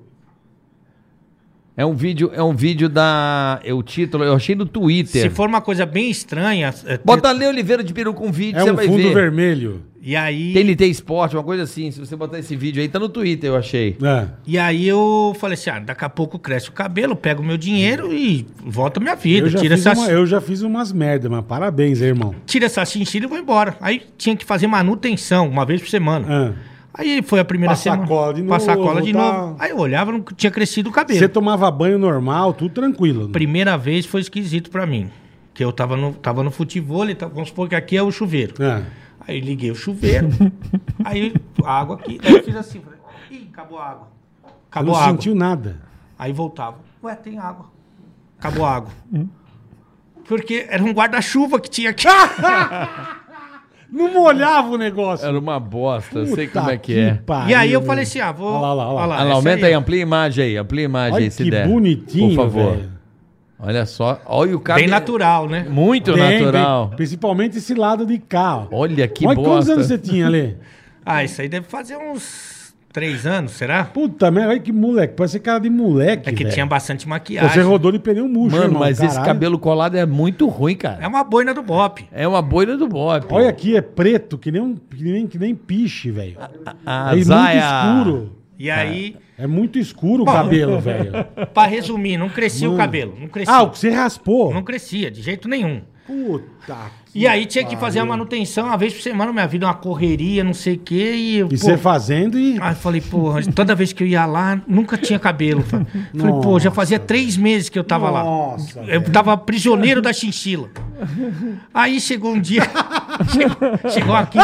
S2: É um vídeo, é um vídeo da. É o título, eu achei no Twitter.
S4: se for uma coisa bem estranha. é,
S2: Bota Ale Oliveira de peruca um vídeo,
S3: É
S2: você
S3: um
S2: vai
S3: fundo
S2: ver.
S3: vermelho.
S4: E aí.
S2: TNT Esporte, uma coisa assim. Se você botar esse vídeo aí, tá no Twitter, eu achei.
S3: É.
S4: E aí eu falei assim, ah, daqui a pouco cresce o cabelo, pego o meu dinheiro e volto a minha vida.
S3: Eu, já
S4: Tira
S3: fiz
S4: essa,
S3: uma- eu já fiz umas merda, mas parabéns, hein, irmão.
S4: tira essa chinchila e vou embora. Aí tinha que fazer manutenção uma vez por semana.
S3: Ah.
S4: Aí foi a primeira
S3: Passar
S4: semana.
S3: cola de novo,
S4: passar cola de
S3: voltar.
S4: novo. Aí eu olhava, não tinha crescido o cabelo.
S3: Você tomava banho normal, tudo tranquilo. né?
S4: Uhum. Primeira vez foi esquisito pra mim. Que eu tava no, tava no futebol, e tá- vamos supor que aqui é o chuveiro.
S3: É.
S4: Aí liguei o chuveiro, aí a água aqui, aí eu fiz assim, falei, ih, acabou a água.
S3: Eu
S4: Acabou
S3: não
S4: a água.
S3: sentiu nada.
S4: Aí voltava. Ué, tem água. Acabou a água.
S3: Hum.
S4: Porque era um guarda-chuva que tinha aqui.
S3: Ah! Não molhava o negócio.
S2: Era uma bosta, eu sei
S3: Puta
S2: como é que é.
S3: pariu,
S4: e aí eu
S3: meu.
S4: falei assim, ah, vou...
S3: Olha lá, olha lá, olha lá.
S2: Ah, lá,
S4: essa
S2: aumenta aí,
S4: ó.
S2: amplia a imagem aí, amplia a imagem
S3: Olha
S2: aí, se
S3: que
S2: der.
S3: bonitinho,
S2: Por favor.
S3: velho.
S2: Olha só, olha o cabelo.
S4: Bem natural, né?
S2: Muito
S3: Tem,
S2: natural.
S3: tem. principalmente esse lado de cá. ó.
S2: Olha que
S3: Olha quantos
S2: bosta.
S3: anos você tinha, Lê?
S4: Ah, isso aí deve fazer uns três anos, será?
S3: Puta merda, olha que moleque. Parece cara de moleque,
S4: É que
S3: velho.
S4: tinha bastante maquiagem.
S3: Você rodou de pneu murcho,
S2: Mano,
S3: irmão,
S2: mas esse
S3: caralho.
S2: cabelo colado é muito ruim,
S4: É
S2: cara.
S4: uma boina do Bop.
S2: É uma bolha do Bob.
S3: Olha aqui, é preto, que nem, um, que nem, que nem piche, velho.
S2: a
S3: É
S2: zaia.
S3: muito escuro.
S4: E aí,
S3: É muito escuro o cabelo, velho.
S4: pra resumir, não crescia o cabelo. Não crescia.
S3: Ah, o que você raspou.
S4: Não crescia, de jeito nenhum.
S3: Puta que
S4: E aí tinha que fazer a manutenção uma vez por semana, minha vida, é uma correria, não sei o quê. E, pô, Ah,
S3: E você fazendo e...
S4: Aí eu falei, porra, toda vez que eu ia lá, nunca tinha cabelo. Falei, pô, já fazia três meses que eu tava
S3: Nossa,
S4: lá. Eu
S3: velho.
S4: tava prisioneiro da chinchila. Aí chegou um dia. chegou, chegou aqui.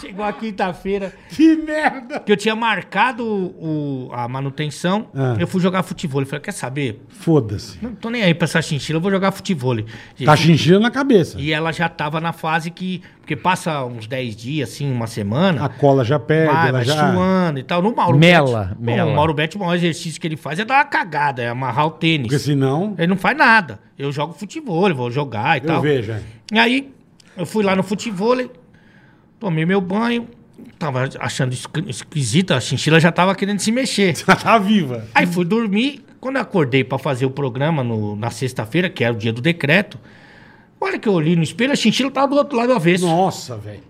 S4: Chegou a quinta-feira,
S3: Que merda!
S4: que eu tinha marcado o- o- a manutenção.
S3: Ah.
S4: Eu fui jogar futebol. Eu falei, quer saber?
S3: Foda-se.
S4: Não tô nem aí pra essa chinchila, eu vou jogar futebol.
S3: Tá xingindo na cabeça.
S4: E ela já tava na fase que. Porque passa uns 10 dias, assim, uma semana.
S3: A cola já perde,
S4: Vai,
S3: ela
S4: vai
S3: já...
S4: suando e tal. No Mauro
S2: Mela,
S4: Betti-
S2: mela.
S4: O Mauro Betti, o maior exercício que ele faz é dar uma cagada, é amarrar o tênis.
S3: Porque senão...
S4: Ele não faz nada. Eu jogo futebol, eu vou jogar e
S3: Eu
S4: tal.
S3: vejo. é.
S4: E aí, eu fui lá no futebol, tomei meu banho, tava achando esqui- esquisito, a chinchila já tava querendo se mexer.
S3: Ela tá viva.
S4: Aí fui dormir. Quando eu acordei pra fazer o programa no- na sexta-feira, que era o dia do decreto, olha que eu olhei no espelho, a chinchila tava do outro lado do avesso.
S3: Nossa, velho.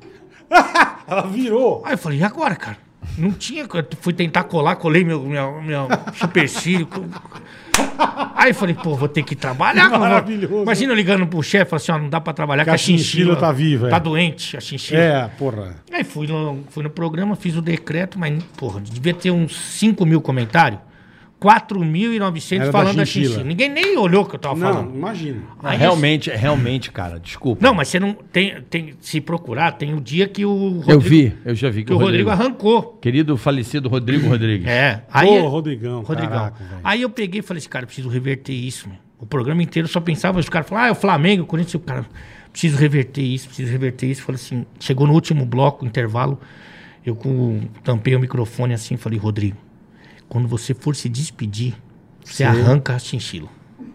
S3: ela virou.
S4: Aí eu falei, e agora, cara? Não tinha. Eu fui tentar colar, colei meu, meu, meu supercílio. co- Aí eu falei, pô, vou ter que trabalhar. mano.
S3: Maravilhoso.
S4: Imagina eu ligando pro chefe, falando assim, ó, não dá pra trabalhar,
S3: Que
S4: que a
S3: a chinchila
S4: chinchila
S3: tá viva,
S4: Tá
S3: é.
S4: doente, a chinchila.
S3: É, porra.
S4: Aí fui no, fui no programa, fiz o decreto, mas, porra, devia ter uns 5 mil comentários. 4.900
S3: Era da
S4: falando da
S3: chinchila.
S4: chinchila. Ninguém nem olhou o que eu tava
S3: Não,
S4: tá falando.
S3: imagina.
S2: Ah, realmente, realmente, cara, desculpa.
S4: Não, mas você não. Tem, tem, se procurar, tem o dia que o Rodrigo,
S2: eu vi, eu já vi
S4: que o Rodrigo arrancou.
S2: Querido falecido Rodrigo Rodrigues.
S4: É.
S3: Aí,
S4: Aí,
S3: Ô, Rodrigão,
S4: Rodrigão.
S3: caraca, velho.
S4: aí eu peguei e falei assim, cara, eu preciso reverter isso, meu. O programa inteiro eu só pensava, os caras falavam, ah, é o Flamengo, o Corinthians, o cara, preciso reverter isso, preciso reverter isso. Falei assim, chegou no último bloco, intervalo, eu com, tampei o microfone assim, falei, Rodrigo, quando você for se despedir, você arranca a chinchila.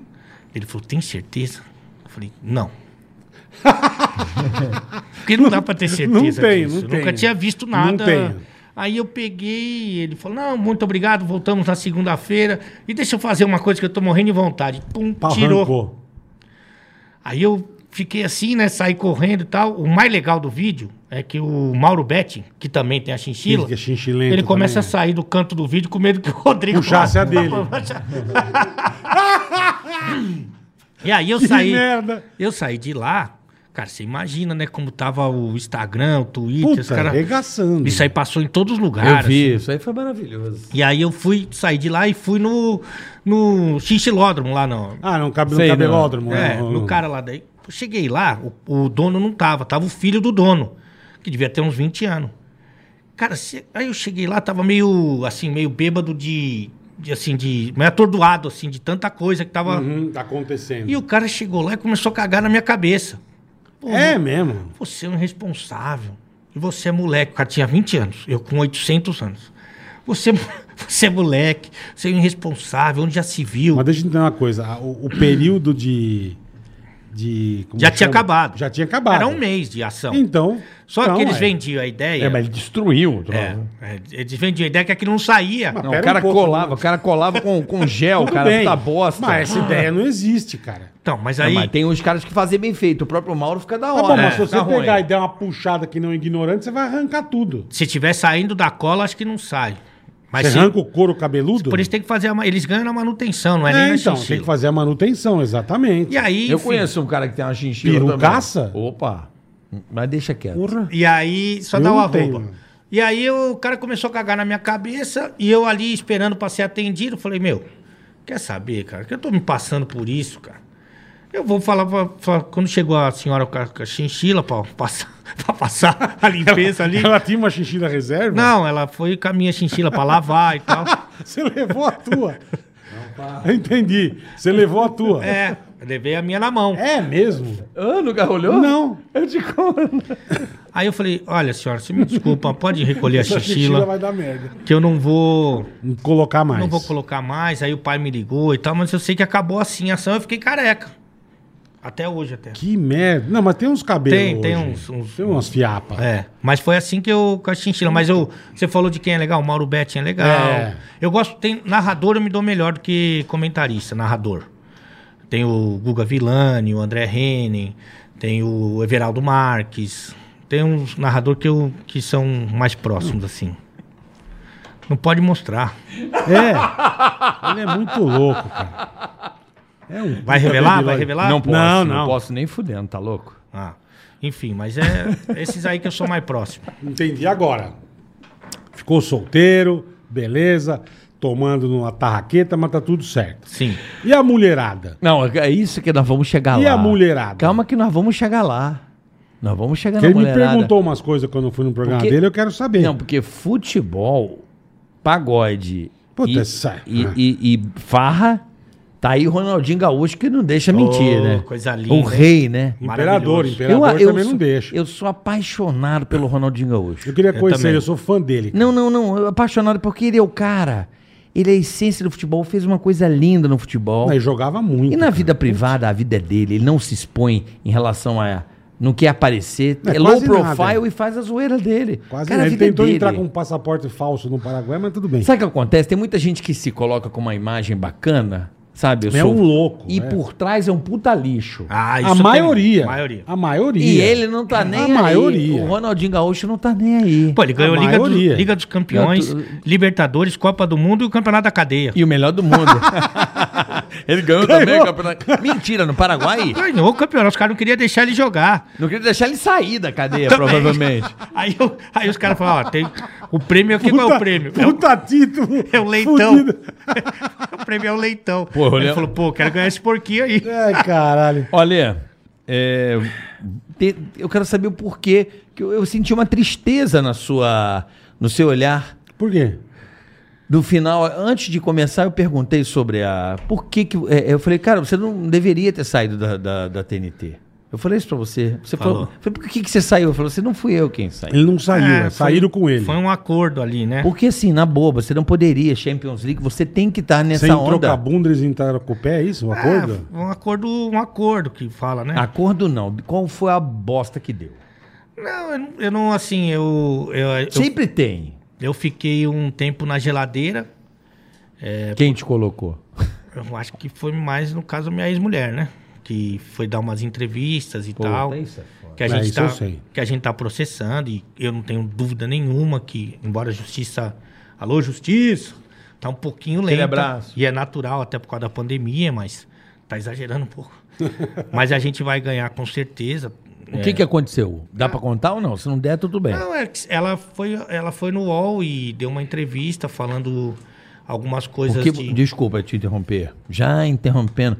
S4: Ele falou, tem certeza? Eu falei, não. Porque não dá pra ter certeza
S3: Não tenho,
S4: disso.
S3: não
S4: Eu Nunca
S3: tenho.
S4: tinha visto
S3: Não
S4: nada.
S3: tenho.
S4: Aí eu peguei, ele falou: Não, muito obrigado, voltamos na segunda-feira. E deixa eu fazer uma coisa que eu tô morrendo de vontade. Pum, tirou.
S3: Arrancou.
S4: Aí eu fiquei assim, né? Saí correndo e tal. O mais legal do vídeo é que o Mauro Betting, que também tem a chinchila,
S3: Ele que é chinchilento
S4: ele começa
S3: também.
S4: a sair do canto do vídeo com medo que o Rodrigo
S3: Puxasse a é dele.
S4: e aí eu
S3: Que
S4: saí.
S3: merda.
S4: Eu saí de lá. Cara, você imagina, né? Como tava o Instagram, o Twitter,
S3: Puta,
S4: os caras.
S3: arregaçando.
S4: Isso aí passou em todos os
S2: Eu
S4: lugares.
S2: vi, isso aí foi maravilhoso.
S4: E aí eu fui, saí de lá e fui no, no xixilódromo lá no,
S3: Ah, não cabe no
S2: Sei, não.
S3: cabelódromo.
S4: é,
S3: não,
S4: no
S3: não.
S4: cara lá daí. Eu cheguei lá, o, o dono não tava, tava o filho do dono, que devia ter uns 20 anos. Cara, cê- aí eu cheguei lá, tava meio, assim, meio bêbado de, de, assim, de, meio atordoado, assim, de tanta coisa que tava...
S3: Uhum, tá acontecendo.
S4: E o cara chegou lá e começou a cagar na minha cabeça. Pô,
S3: É mesmo.
S4: Você é um irresponsável. E você é moleque. O cara tinha 20 anos. Eu com 800 anos. Você, é mo- você é moleque. Você é um irresponsável. Onde já se viu?
S3: Mas deixa eu entender uma coisa. a- O, o período de. de como
S4: Já tinha
S3: chama?
S4: acabado.
S3: Já tinha acabado.
S4: Era um mês de ação.
S3: Então.
S4: Só
S3: então,
S4: que eles
S3: é.
S4: vendiam a ideia.
S6: É, mas ele destruiu.
S4: É, é, eles vendiam a ideia que aquilo não saía.
S3: Mas
S2: Não,
S3: pera
S2: o cara
S3: um pouco,
S2: colava, o cara colava com, com gel,
S3: é. Tudo
S2: cara,
S3: bem.
S2: puta bosta.
S3: Mas essa ideia não existe, cara.
S4: Então, mas
S2: Não,
S4: aí.
S2: mas tem uns caras que fazem bem feito. O próprio Mauro fica da
S3: Tá
S2: hora.
S3: bom, mas se
S2: né?
S3: você
S2: Tá ruim.
S3: pegar e der uma puxada que não é ignorante, você vai arrancar tudo.
S4: Se tiver saindo da cola, acho que não sai. Mas
S3: você
S4: se-
S3: arranca o couro cabeludo?
S4: por isso tem que fazer. A, ma- eles ganham na manutenção, não é, nem
S3: é,
S4: na
S3: então,
S4: chinchila.
S3: tem que fazer a manutenção, exatamente.
S4: E aí.
S2: Eu
S4: enfim,
S2: conheço um cara que tem uma chinchila
S3: Perucaça?
S2: também. Opa. Mas deixa quieto.
S3: Porra.
S4: E aí, só
S3: Eu
S4: dá
S3: não
S4: uma roupa.
S3: tenho.
S4: E aí o cara começou a cagar na minha cabeça e eu ali esperando pra ser atendido, falei, meu, quer saber, cara, que eu tô me passando por isso, cara. Eu vou falar, pra, falar- quando chegou a senhora com a, com a chinchila pra passar, pra passar a limpeza ali.
S3: Ela tinha uma xixila reserva?
S4: Não, ela foi com a minha chinchila pra lavar e tal.
S3: Você levou a tua. Entendi. Você levou a tua. É,
S4: É, eu levei a minha na mão.
S3: mesmo?
S2: Ah, nunca rolou?
S3: Não.
S4: É
S2: Eu te conto.
S4: Aí eu falei, olha senhora, você me desculpa, pode recolher a
S3: Essa xixila
S4: chinchila
S3: vai dar merda.
S4: que eu não vou
S3: Não colocar mais.
S4: Não vou colocar mais. Aí o pai me ligou e tal, mas eu sei que acabou assim a ação. Eu fiquei careca. Até hoje, até.
S3: Que merda. Não, mas tem uns cabelos.
S4: Tem- tem
S3: hoje.
S4: uns- uns-
S3: Tem umas fiapas.
S4: É. Mas foi assim que eu com a chinchila. Mas eu, você falou de quem é legal? O Mauro Betting é legal.
S3: É.
S4: Eu gosto, tem narrador, eu me dou melhor do que comentarista, narrador. Tem o Guga Villani, o André Henning, tem o Everaldo Marques. Tem uns narrador que, eu, que são mais próximos, assim. Não pode mostrar.
S3: É. Ele é muito louco, cara. É um puta
S4: Vai revelar?
S3: bebelóide.
S4: Vai revelar?
S2: Não posso,
S3: Não,
S2: não,
S3: não.
S2: posso nem fudendo, tá louco?
S4: Ah, enfim, mas é esses aí que eu sou mais próximo.
S3: Entendi agora. Ficou solteiro, beleza, tomando numa tarraqueta, mas tá tudo certo.
S4: Sim.
S3: E a mulherada?
S2: Não, é isso que nós vamos chegar
S3: E
S2: lá.
S3: a mulherada?
S2: Calma que nós vamos chegar lá. Nós vamos chegar
S3: Porque
S2: na
S3: ele me
S2: mulherada.
S3: perguntou umas coisas quando eu fui no programa
S2: Porque-
S3: dele, eu quero saber.
S2: Não, porque futebol, pagode
S3: Puta,
S2: e,
S3: essa-
S2: e, e- e farra, tá aí Ronaldinho Gaúcho que não deixa mentir,
S4: Oh,
S2: né?
S4: coisa linda,
S2: O rei, né?
S3: imperador,
S4: maravilhoso.
S3: imperador também
S2: sou,
S3: não deixa. Eu,
S2: Eu sou apaixonado pelo Ronaldinho Gaúcho.
S3: queria
S4: Eu
S3: conhecer,
S4: também.
S3: ele, eu sou fã dele.
S2: Não, não, não. eu apaixonado porque ele é o cara. Ele é a essência do futebol, fez uma coisa linda no futebol.
S3: Ele jogava muito.
S2: E na
S3: cara.
S2: vida privada, a vida é dele, ele não se expõe em relação a. Não quer aparecer,
S3: É,
S2: é low
S3: quase nada.
S2: profile e faz a zoeira dele.
S3: Quase
S2: Cara, a
S3: não. Ele
S2: vida é
S3: tentou
S2: dele.
S3: entrar com um passaporte falso no Paraguai, mas tudo bem.
S2: Sabe o que acontece? Tem muita gente que se coloca com uma imagem bacana, sabe? Eu
S3: É um louco,
S2: E
S3: é.
S2: por trás é um puta lixo.
S4: Ah,
S3: a
S4: tem-
S3: maioria,
S4: maioria.
S3: A maioria.
S2: e ele não tá nem
S3: a
S2: aí.
S3: maioria.
S2: O Ronaldinho Gaúcho não tá nem aí.
S4: Pô, ele ganhou
S3: A
S4: Liga, do-
S3: maioria.
S4: Liga dos Campeões,
S2: Eu
S4: Libertadores, Copa do Mundo e o Campeonato da Cadeia.
S2: E o melhor do mundo. ele ganhou, também o campeonato. Mentira, no Paraguai.
S4: Ganhou o campeonato, os caras não queriam deixar ele jogar.
S2: Não queria deixar ele sair da cadeia,
S4: Também.
S2: provavelmente.
S4: Aí, eu- aí os caras falaram, ó, tem o prêmio aqui, qual é o prêmio?
S2: um
S4: É o-
S3: Puta título.
S4: É o leitão.
S3: fudido.
S4: o prêmio é o leitão.
S2: Pô, eu
S4: ele
S2: lembro-
S4: falou, pô, quero ganhar esse porquinho aí.
S3: Ai, É, caralho.
S2: Olha, é, te- eu quero saber o porquê que eu, eu senti uma tristeza na sua, no seu olhar.
S3: Por quê?
S2: No final, antes de começar, eu perguntei sobre a. Por que que. é, eu falei, cara, você não deveria ter saído da, da, da TNT. Eu falei isso pra você. Você falou.
S4: Falou.
S2: eu Falei, por que, que você saiu? Eu falei, você não fui eu quem saiu.
S3: Ele não saiu,
S4: É,
S3: é, saíram
S4: foi-
S3: com ele. Um
S4: Foi um acordo ali, né?
S2: Porque assim, na boba, você não poderia, Champions League, você tem que estar nessa
S3: Sem trocar
S2: onda.
S3: bunda, eles entraram com o pé, é isso? O acordo? Ah,
S4: É, um acordo, um acordo que fala, né?
S2: Acordo não. Qual foi a bosta que deu?
S4: Não, eu não- eu não, assim, eu. Eu, eu,
S2: Sempre tem.
S4: eu fiquei um tempo na geladeira.
S2: Quem te colocou?
S4: Eu acho que foi mais, no caso, a minha ex-mulher, né? Que foi dar umas entrevistas e tal.
S2: isso é foda.
S4: que a,
S3: É,
S4: gente
S3: isso
S4: tá,
S3: eu sei.
S4: que a gente tá processando e eu não tenho dúvida nenhuma que, embora a justiça... Alô, justiça! Tá um pouquinho lenta.
S2: abraço.
S4: E é natural, até por causa da pandemia, mas tá exagerando um pouco. mas a gente vai ganhar com certeza.
S2: O
S3: É.
S2: que, que aconteceu? Dá pra contar ou não? Se não der, tudo bem.
S4: Não, é que ela foi, ela foi no UOL e deu uma entrevista falando algumas coisas
S2: Porque,
S4: de...
S2: Desculpa te interromper. Já interrompendo.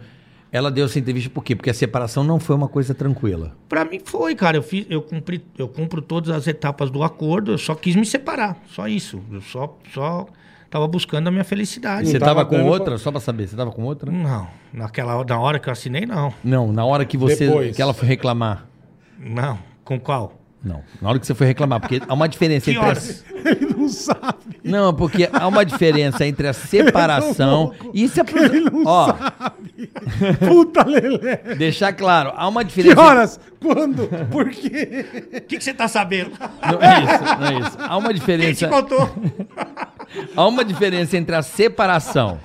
S2: Ela deu essa entrevista por quê? Porque a separação não foi uma coisa tranquila.
S4: Pra mim foi, cara. Eu, fiz, eu, cumpri, eu cumpro todas as etapas do acordo, eu só quis me separar. Só isso. Eu só, só tava buscando a minha felicidade.
S2: Você
S3: tava
S2: tava, com
S3: dando
S2: outra?
S3: pra-
S2: Só pra saber, você tava com outra?
S4: Não, naquela hora- na hora que eu assinei, não.
S2: Não, na hora que você.
S3: Depois.
S2: Que ela foi reclamar.
S4: Não. Com qual?
S2: Não. Na hora que você foi reclamar, porque há uma diferença
S4: Que
S2: entre. a-
S3: tá
S4: horas?
S3: Ele
S4: um
S3: não sabe.
S2: Não, porque há uma diferença entre a separação. Isso é. Pro... Ó,
S3: Puta lelé.
S2: deixar claro, há uma
S3: Que
S2: diferença.
S3: horas? Quando? Por quê?
S4: O que, que você tá sabendo?
S2: Não é isso, não é isso. Há uma
S4: Quem te
S3: tá-
S2: diferença.
S4: contou?
S2: Há uma diferença entre a separação.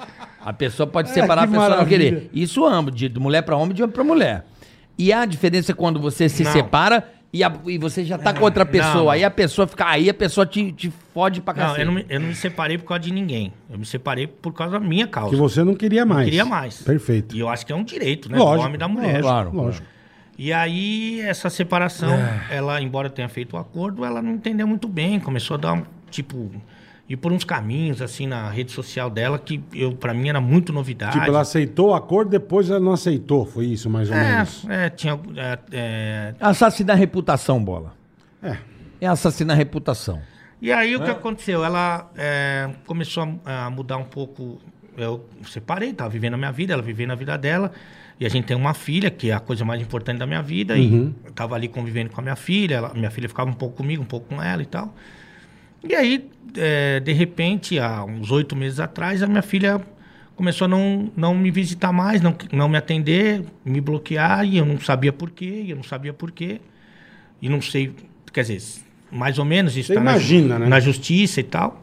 S2: A pessoa pode separar, a
S3: É, que
S2: pessoa
S3: maravilha.
S2: não querer. Isso ambos, de de mulher pra homem, de homem pra mulher. E há a diferença quando você se
S4: Não.
S2: separa e, a- e você já tá com outra pessoa.
S4: não.
S2: Aí a pessoa fica. Aí a pessoa te, te fode pra
S4: Não,
S2: cacete.
S4: eu
S3: Assim.
S4: não, me, eu não me separei por causa de ninguém. Eu me separei por causa da minha causa.
S3: Que você não queria mais.
S4: Queria mais.
S3: Perfeito.
S4: E eu acho que é um direito, né?
S3: Lógico,
S4: do homem e da mulher.
S2: Claro.
S3: Lógico.
S4: E aí, essa separação,
S3: É.
S4: ela, embora tenha feito o acordo, ela não entendeu muito bem. Começou a dar, um, tipo, ir por uns caminhos, assim, na rede social dela, que eu para mim era muito novidade.
S3: Tipo, ela aceitou o acordo, depois ela não aceitou. Foi isso, mais ou menos.
S4: É, é, tinha. é, é.
S2: Assassinar a reputação, bola.
S3: É.
S2: É assassinar a reputação.
S4: E aí, o que aconteceu? Ela é, começou a, a mudar um pouco. Eu separei, tava vivendo a minha vida, ela vivendo a vida dela. E a gente tem uma filha, que é a coisa mais importante da minha vida.
S3: Uhum.
S4: E eu tava ali convivendo com a minha filha. Ela, minha filha ficava um pouco comigo, um pouco com ela e tal. E aí, é, de repente, há uns oito meses atrás, a minha filha começou a não, não me visitar mais, não, não me atender, me bloquear, e eu não sabia porquê, e eu não sabia porquê. E não sei, quer dizer, mais ou menos isso tá
S3: Você
S4: na ju-
S3: imagina, né?
S4: na justiça e tal.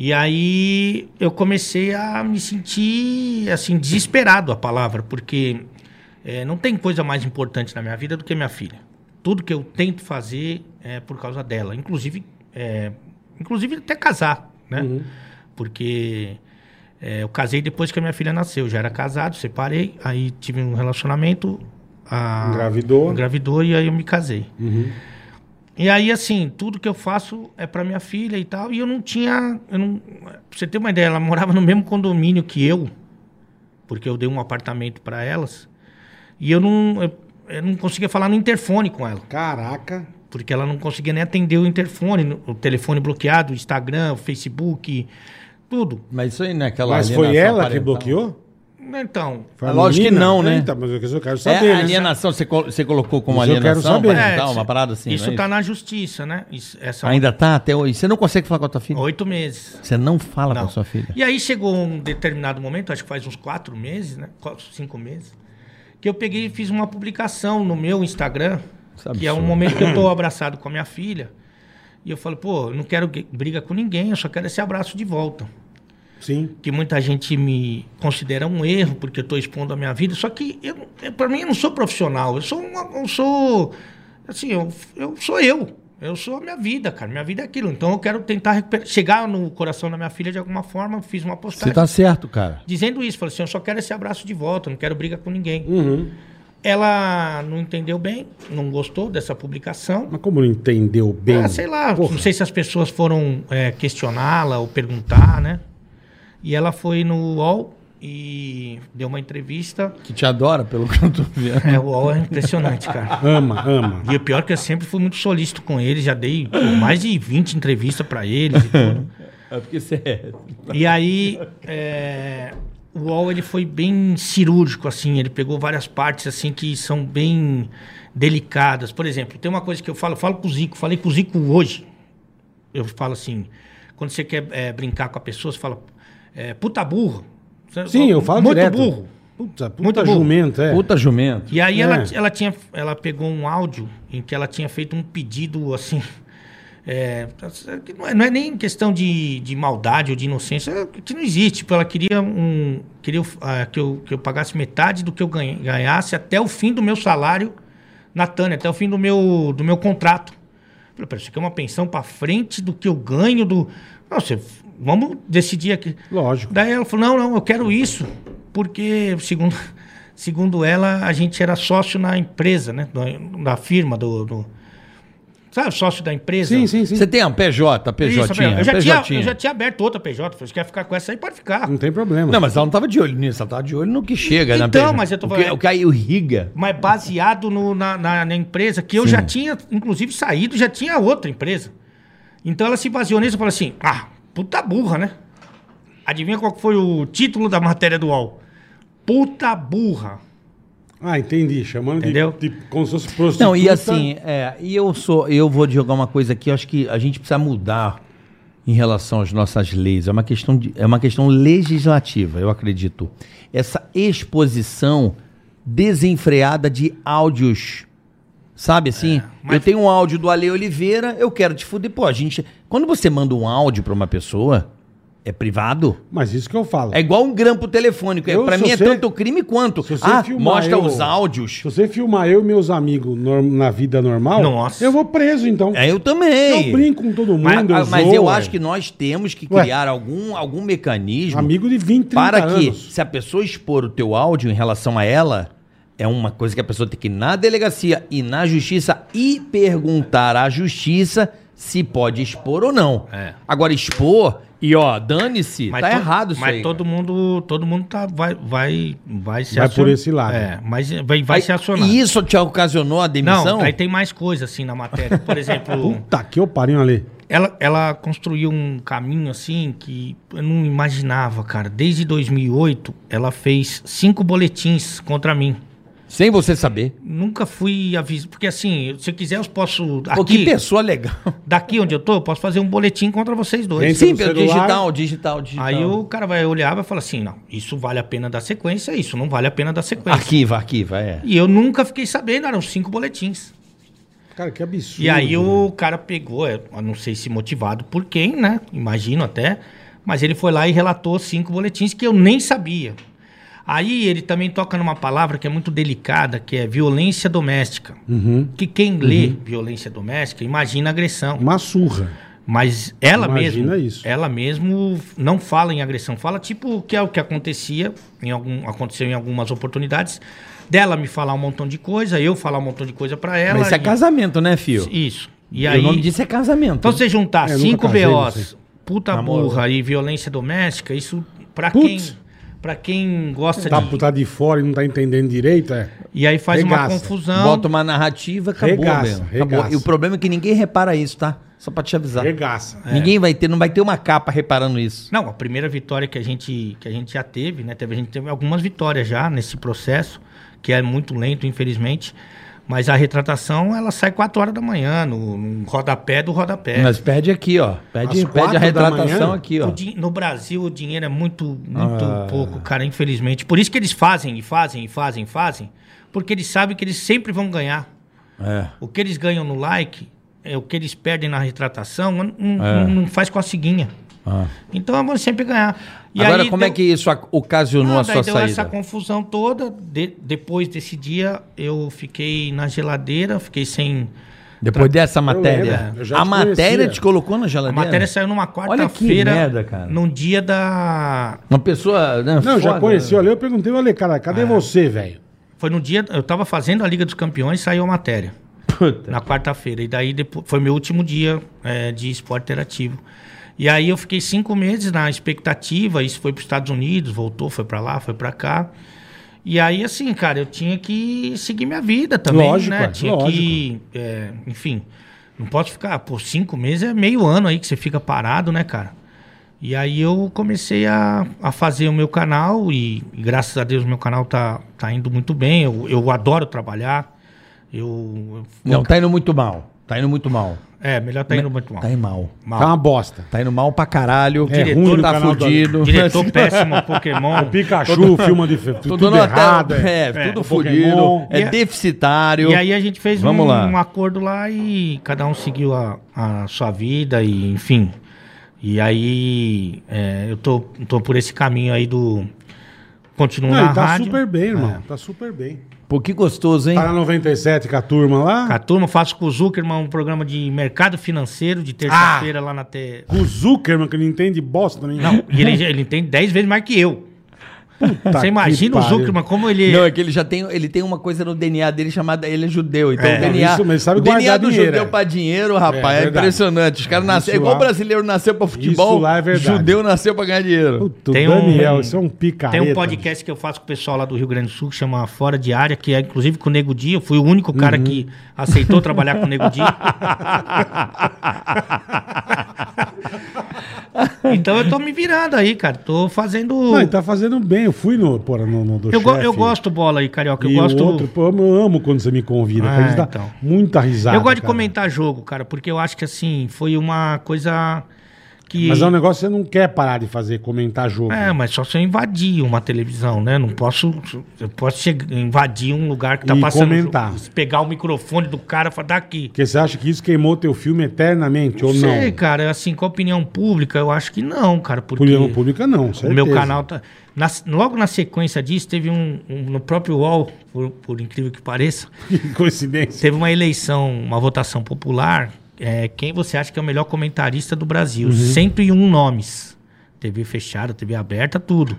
S4: E aí eu comecei a me sentir, assim, desesperado a palavra, porque eh, não tem coisa mais importante na minha vida do que minha filha. Tudo que eu tento fazer é por causa dela, inclusive, eh, inclusive até casar, né? Porque eh, eu casei depois que a minha filha nasceu, eu já era casado, separei, aí tive um relacionamento... a-
S3: Engravidou.
S4: Engravidou e aí eu me casei. E aí, assim, tudo que eu faço é pra minha filha e tal. E eu não tinha. Eu não, pra você ter uma ideia, ela morava no mesmo condomínio que eu, porque eu dei um apartamento pra elas. E eu não, eu, eu não conseguia falar no interfone com ela,
S3: Caraca.
S4: porque ela não conseguia nem atender o interfone, no- o telefone bloqueado, o Instagram, o Facebook, tudo.
S2: Mas isso aí não é aquela.
S3: Mas foi
S2: alienação
S3: ela que
S2: parental.
S3: bloqueou?
S4: Então,
S3: Foi
S2: Ah, um- lógico que
S3: menina?
S2: não, né?
S3: Eita, mas eu quero
S2: É
S3: saber, né?
S2: alienação, você, col- você colocou como
S3: Isso eu quero
S2: alienação
S3: saber.
S2: parental,
S4: isso-
S2: uma parada assim,
S4: Isso
S2: não é
S4: tá na justiça, né? Isso- essa
S2: Ainda tá até hoje. Você não consegue falar com a tua filha?
S4: oito meses.
S2: Você não fala
S4: Não.
S2: com a sua filha.
S4: E aí chegou um determinado momento, acho que faz uns quatro meses, né? Quatro, cinco meses, que eu peguei e fiz uma publicação no meu Instagram,
S2: Isso é
S4: que é um
S2: absurdo.
S4: momento que eu tô abraçado com a minha filha. E eu falo, pô, eu não quero gue- briga com ninguém, eu só quero esse abraço de volta.
S3: Sim.
S4: Que muita gente me considera um erro, porque eu tô expondo a minha vida. Só que, eu, eu, pra mim, eu não sou profissional. Eu sou uma, eu sou. Assim, eu, eu sou eu. Eu sou a minha vida, cara. Minha vida é aquilo. Então eu quero tentar recuperar- chegar no coração da minha filha de alguma forma. Fiz uma postagem
S2: Você tá certo, cara.
S4: dizendo isso, falou assim, eu só quero esse abraço de volta, eu não quero briga com ninguém.
S2: Uhum.
S4: Ela não entendeu bem, não gostou dessa publicação.
S3: Mas como não entendeu bem?
S4: Ah, sei lá,
S3: Porra.
S4: não sei se as pessoas foram é, questioná-la ou perguntar, né? E ela foi no UOL e deu uma entrevista.
S2: Que te adora, pelo que eu tô vendo.
S4: É, o UOL é impressionante, cara.
S3: Ama, ama.
S4: E o pior é que eu sempre fui muito solícito com eles, já dei pô, mais de 20 entrevistas pra eles e tudo.
S2: É porque você é.
S4: E aí, é, o UOL ele foi bem cirúrgico, assim. Ele pegou várias partes, assim, que são bem delicadas. Por exemplo, tem uma coisa que eu falo, eu falo com o Zico, falei com o Zico hoje. Eu falo assim, quando você quer é, brincar com a pessoa, você fala, é, puta burro. Você
S3: Sim, eu falo
S4: Muito
S3: direto.
S4: burro.
S3: Puta, puta
S4: Muito bom.
S3: jumento, é.
S2: Puta jumento.
S4: E aí
S3: É.
S4: ela, ela, tinha, ela pegou um áudio em que ela tinha feito um pedido assim. é, que não, é, não é nem questão de, de maldade ou de inocência, é que não existe. Tipo, ela queria, um, queria ah, que, eu, que eu pagasse metade do que eu ganha- ganhasse até o fim do meu salário na Tânia, até o fim do meu, do meu contrato. Eu Falei, pera, isso aqui é uma pensão para frente do que eu ganho do. Não, você, vamos decidir aqui.
S3: Lógico.
S4: Daí ela falou: não, não, eu quero isso, porque, segundo, segundo ela, a gente era sócio na empresa, né? Da, da firma, do, do- Sabe, sócio da empresa?
S3: Sim, sim, sim.
S2: Você tem um a PJ, PJ.
S4: Isso, eu, já
S2: PJ.
S4: tinha, eu já tinha aberto outra PJ. Falei, você quer ficar com essa aí? Pode ficar.
S3: Não tem problema.
S2: Não, mas ela não tava de olho nisso, ela tava de olho no que chega na
S4: Então,
S2: PJ.
S4: mas eu tô
S2: o que, é,
S4: falando-
S2: o que aí o Riga.
S4: Mas baseado no- na, na- na empresa, que eu já tinha, inclusive, saído, já tinha outra empresa. Então ela se baseou nisso e falou assim: ah, puta burra, né? Adivinha qual que foi o título da matéria do UOL? Puta burra.
S3: Ah, entendi. Chamando de-
S4: Entendeu?
S3: De, como se fosse prostituta.
S2: Não, e assim, é, e eu sou, eu vou jogar uma coisa aqui, eu acho que a gente precisa mudar em relação às nossas leis. É uma questão, de, é uma questão legislativa, eu acredito. Essa exposição desenfreada de áudios. Sabe
S3: É,
S2: assim? Eu tenho um áudio do Ale Oliveira, eu quero te fuder. Pô, a gente. Quando você manda um áudio pra uma pessoa, é privado?
S3: Mas isso que eu falo.
S2: É igual um grampo telefônico. É,
S3: Eu,
S2: pra
S3: se
S2: mim é
S3: você-
S2: tanto crime quanto.
S3: se você
S2: Ah,
S3: filmar
S2: mostra
S3: eu-
S2: os áudios.
S3: Se você filmar eu e meus amigos norm- na vida normal,
S4: Nossa.
S3: eu vou preso, então.
S2: É, eu também.
S3: Eu brinco com todo mundo,
S2: Mas, ah,
S3: eu
S2: mas
S3: zoo,
S2: eu
S3: ué.
S2: acho que nós temos que
S3: Ué.
S2: criar algum, algum mecanismo
S3: é. Amigo de 20, 30
S2: para que,
S3: anos.
S2: se a pessoa expor o teu áudio em relação a ela, é uma coisa que a pessoa tem que ir na delegacia e na justiça e perguntar à justiça se pode expor ou não.
S4: É.
S2: Agora, expor e ó, dane-se, tá
S4: to-
S2: errado isso
S4: mas
S2: aí.
S4: todo mundo, todo mundo tá, vai, vai, vai se
S3: Vai
S4: acion-
S3: por esse lado.
S4: É, mas vai, vai
S2: Aí-
S4: se acionar.
S2: E isso te ocasionou a demissão?
S4: Não, aí tem mais coisa assim na matéria. Por exemplo,
S3: Puta que eu pariu ali.
S4: ela, ela construiu um caminho assim que eu não imaginava, cara. Desde 2008, ela fez cinco boletins contra mim.
S2: Sem você saber.
S4: Nunca fui avisado. Porque assim, se eu quiser, eu posso.
S2: Pô, que
S4: Aqui,
S2: pessoa legal.
S4: daqui onde eu tô, eu posso fazer um boletim contra vocês dois.
S3: Entra
S2: Sim,
S3: no
S2: pelo
S3: celular.
S2: digital, digital, digital.
S4: Aí o cara vai olhar e vai falar assim: não, isso vale a pena da sequência, isso não vale a pena da sequência.
S2: Arquiva, arquiva, é.
S4: E eu nunca fiquei sabendo, eram cinco boletins.
S3: Cara, que absurdo.
S4: E aí o cara pegou, é, eu não sei se motivado por quem, né? Imagino até. Mas ele foi lá e relatou cinco boletins que eu nem sabia. Aí ele também toca numa palavra que é muito delicada, que é violência doméstica.
S2: Uhum.
S4: Que quem lê violência doméstica imagina agressão.
S3: Uma surra.
S4: Mas ela
S3: Imagina
S4: mesma,
S3: isso.
S4: ela mesmo não fala em agressão, fala tipo que é o que acontecia em algum aconteceu em algumas oportunidades dela me falar um montão de coisa, eu falar um montão de coisa pra ela.
S2: Mas isso é
S4: e-
S2: casamento, né, filho?
S4: Isso. E,
S2: E
S4: aí
S2: o nome disso é casamento.
S4: então você juntar
S3: É, eu
S4: cinco
S3: nunca casei, não
S4: BOs,
S3: sei.
S4: puta
S2: Namoro.
S4: burra e violência doméstica, isso pra quem
S3: Putz.
S4: para quem gosta
S3: Tá,
S4: de
S3: tá de fora e não tá entendendo direito, é.
S4: e aí faz uma
S3: Regaça.
S4: confusão.
S2: Bota uma narrativa, acabou,
S3: Regaça,
S2: mesmo. Acabou.
S3: regaça.
S2: E o problema é que ninguém repara isso, tá? Só pra te avisar.
S3: Regaça.
S2: Ninguém vai ter, não vai ter uma capa reparando isso.
S4: Não, a primeira vitória que a gente, que a gente já teve, né? Teve, a gente teve algumas vitórias já nesse processo, que é muito lento, infelizmente. Mas a retratação, ela sai 4 horas da manhã, no, no rodapé do rodapé.
S2: Mas pede aqui, ó.
S3: Às
S2: Pede, pede
S3: quatro
S2: a
S3: da
S2: retratação
S3: manhã?
S2: aqui,
S4: É. O
S2: ó.
S4: din- no Brasil, o dinheiro é muito, muito
S3: Ah.
S4: pouco, cara, infelizmente. Por isso que eles fazem, e fazem, e fazem, e fazem. Porque eles sabem que eles sempre vão ganhar.
S2: É.
S4: O que eles ganham no like, é o que eles perdem na retratação, não,
S2: É.
S4: não- não faz coceguinha. Então, vão sempre ganhar. E
S2: Ah. Agora,
S4: aí
S2: como é
S4: deu-
S2: que isso ac- ocasionou
S4: Ah,
S2: a
S4: daí
S2: sua
S4: deu
S2: saída?
S4: essa confusão toda. De- depois desse dia, eu fiquei na geladeira, fiquei sem.
S2: Depois dessa matéria.
S3: lembro, né? eu já te
S2: a matéria
S3: conhecia.
S2: te colocou na
S4: A
S2: geladeira?
S4: matéria saiu numa
S2: merda,
S4: quarta-feira,
S2: cara.
S4: num dia da.
S2: Uma pessoa. Né,
S3: Não, eu já
S2: foda, Ah.
S3: conheci,
S2: né?
S3: olha, eu perguntei, olha, cara, cadê você, velho?
S4: Foi no dia. Eu tava fazendo a Liga dos Campeões, saiu a matéria.
S2: Puta.
S4: Na quarta-feira. E daí depois, foi meu último dia é, de esporte interativo. E aí eu fiquei cinco meses na expectativa. Isso foi para os Estados Unidos, voltou, foi para lá, foi para cá. E aí, assim, cara, eu tinha que seguir minha vida também,
S3: Lógico,
S4: né?
S3: é,
S4: Tinha que, é, enfim, não posso ficar, por cinco meses é meio ano aí que você fica parado, né, cara? E aí eu comecei a, a fazer o meu canal e, graças a Deus, meu canal tá, tá indo muito bem. Eu, eu adoro trabalhar. Eu, eu
S2: Não, tá indo muito mal. Tá indo muito mal.
S4: É, melhor tá indo muito mal.
S2: Tá indo mal.
S4: Mal.
S3: Tá uma bosta.
S2: Tá indo mal pra caralho.
S3: É
S2: Diretor
S3: ruim no
S2: tá
S3: canal do-
S2: fudido.
S4: Diretor péssimo,
S2: Ah.
S4: Pokémon.
S3: Pikachu, filma de fe- tudo,
S2: Tudo, na
S3: errado.
S2: tela,
S3: é.
S2: é,
S4: É,
S2: tudo
S4: o
S2: fudido,
S3: Pokémon.
S2: é
S4: E a-
S2: deficitário.
S4: E aí a gente fez
S2: Vamos
S4: um,
S2: lá.
S4: um acordo lá e cada um seguiu a, a sua vida e enfim. E aí é, eu tô, tô por esse caminho aí do... Continuo
S3: Não,
S4: na
S3: ele tá
S4: rádio.
S3: super bem, irmão.
S2: É.
S3: Tá super bem.
S2: Pô, que gostoso, hein?
S3: Tá na 97 com a turma
S4: Com a
S3: lá.
S4: turma, faço com o Zuckerman um programa de mercado financeiro de
S3: Ah!
S4: terça-feira lá na T.
S3: Com o Zuckerman, que não entende bosta nenhuma.
S4: Não, e ele, ele tem 10 vezes mais que eu.
S3: Puta
S4: Você imagina
S3: Tá que
S4: o
S3: pariu.
S4: Zuckerman, como ele.
S2: Não, é que ele já tem, ele tem uma coisa no DNA dele chamada ele é judeu. Então
S4: É.
S2: o DNA,
S3: Isso, mas ele sabe
S2: o DNA
S3: guardar
S2: do
S3: dinheiro,
S2: judeu
S3: é.
S2: pra dinheiro, rapaz,
S3: É,
S2: é,
S3: é
S2: impressionante. Os caras nasceram,
S3: Isso
S2: igual
S3: lá-
S2: brasileiro nasceu pra futebol,
S3: lá é verdade.
S2: judeu nasceu pra ganhar dinheiro.
S3: Puta, o
S4: Tem um-
S3: Daniel, isso é um picareta.
S4: Tem um podcast que eu faço com o pessoal lá do Rio Grande do Sul que chama Fora de Área, que é inclusive com o Nego Dia. Eu fui o único cara
S3: Uhum.
S4: que aceitou trabalhar com o Nego Dia. então eu tô me virando aí, cara. Tô fazendo.
S3: Não, ele tá fazendo bem. Eu fui no, porra, no, no do
S4: eu, go-
S3: chefe.
S4: eu gosto bola aí, carioca. Eu
S3: e
S4: gosto.
S3: o outro, pô, eu amo quando você me convida.
S4: Ah,
S3: cara, isso dá
S4: então.
S3: muita risada.
S4: eu gosto de
S3: cara.
S4: comentar jogo, cara, porque eu acho que assim, foi uma coisa que.
S3: Mas é um negócio que você não quer parar de fazer, comentar jogo.
S4: É, mas só se eu invadir uma televisão, né? Não posso. Eu posso chegar- invadir um lugar que tá
S3: E
S4: passando.
S3: comentar.
S4: jogo, Pegar o microfone do cara e falar "Tá daqui.
S3: Porque você acha que isso queimou teu filme eternamente ou não?
S4: sei, cara. Assim, com a opinião pública, eu acho que não, cara. Porque
S3: Opinião pública não,
S4: o
S3: certeza.
S4: meu canal tá. na- logo na sequência disso, teve um. um- no próprio UOL, por, por incrível que pareça,
S3: Que coincidência.
S4: teve uma eleição, uma votação popular. é, quem você acha que é o melhor comentarista do
S3: Uhum.
S4: Brasil? 101 nomes. TV fechada, TV aberta, tudo.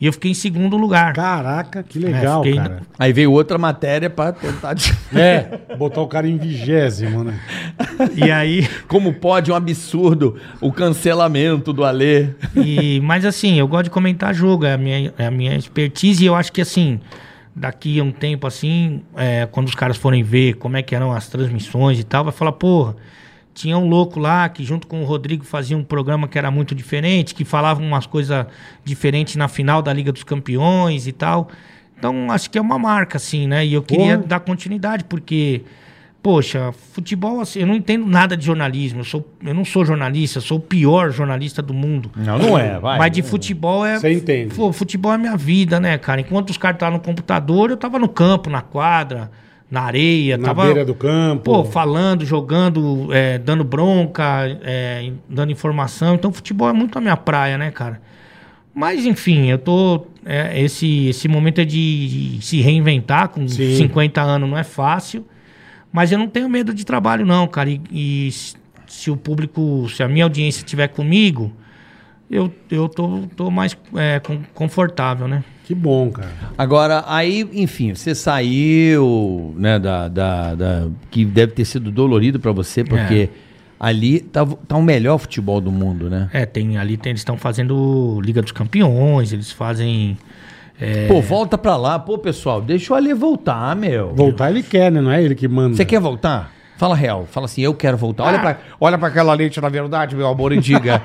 S4: E eu fiquei em segundo lugar.
S3: Caraca, que legal,
S4: É, fiquei-
S3: cara.
S2: Aí veio outra matéria pra tentar. de-
S3: É, botar o cara em vigésimo, né?
S4: E aí.
S2: Como pode um absurdo o cancelamento do Alê?
S4: E, mas assim, eu gosto de comentar jogo, é a minha, é a minha expertise, e eu acho que assim, daqui a um tempo assim, é, quando os caras forem ver como é que eram as transmissões e tal, vai falar, porra, tinha um louco lá que junto com o Rodrigo fazia um programa que era muito diferente, que falava umas coisas diferentes na final da Liga dos Campeões e tal. Então, acho que é uma marca, assim, né? E eu queria
S3: Porra.
S4: dar continuidade, porque Poxa, futebol assim, eu não entendo nada de jornalismo. Eu, sou, eu não sou jornalista, eu sou o pior jornalista do mundo.
S2: Não, não é, vai.
S4: Mas de futebol é.
S3: né? Você entende.
S4: Pô, futebol é minha vida, né, cara? Enquanto os caras estavam no computador, eu tava no campo, na quadra, na areia,
S3: Na
S4: tava.
S3: beira do campo.
S4: Pô, falando, jogando, é, dando bronca, é, dando informação. Então, futebol é muito a minha praia, né, cara? Mas, enfim, eu tô. é, esse, esse momento é de, de se reinventar com
S3: Sim.
S4: 50 anos, não é fácil. Mas eu não tenho medo de trabalho, não, cara. E, e s- se o público, se a minha audiência estiver comigo, eu, eu tô, tô mais é, com- confortável, né?
S3: Que bom, cara.
S2: Agora, aí, enfim, você saiu, né, da. da, da- que deve ter sido dolorido pra você, porque ali tá, tá o melhor futebol do mundo, né?
S4: É, tem ali, tem, eles estão fazendo Liga dos Campeões, eles fazem.
S2: Pô, volta pra lá. Pô, pessoal, deixa o Alê voltar, meu.
S3: Voltar ele quer, né? Não é ele que manda.
S2: Você quer voltar? Fala real. Fala assim, eu quero voltar. Olha, pra, olha pra aquela leite na verdade, meu amor, e diga.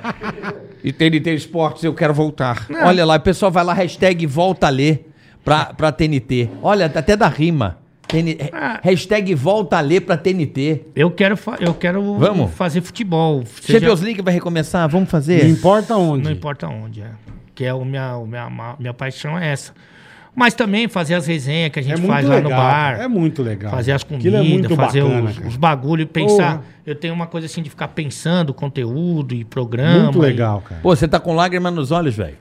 S2: e TNT Esportes, eu quero voltar. Olha lá, o pessoal vai lá, hashtag volta Alê pra, pra TNT. Olha, até da rima. TN
S4: Ah.
S2: Hashtag volta Alê pra TNT.
S4: Eu quero, fa- eu quero
S2: Vamos.
S4: fazer futebol. seja-
S2: Champions League vai recomeçar? Vamos fazer?
S3: Não importa onde.
S4: Não importa onde, é. Que é o minha, o minha, ma- minha paixão é essa. Mas também fazer as resenhas que a gente faz lá no bar.
S3: É muito legal.
S4: Fazer as
S3: Aquilo é
S4: comidas, fazer os,
S3: cara.
S4: os bagulho, pensar.
S3: Porra.
S4: Eu tenho uma coisa assim de ficar pensando conteúdo e programa.
S3: Muito
S4: e-
S3: legal, cara.
S2: Pô, você tá com lágrima nos olhos, velho.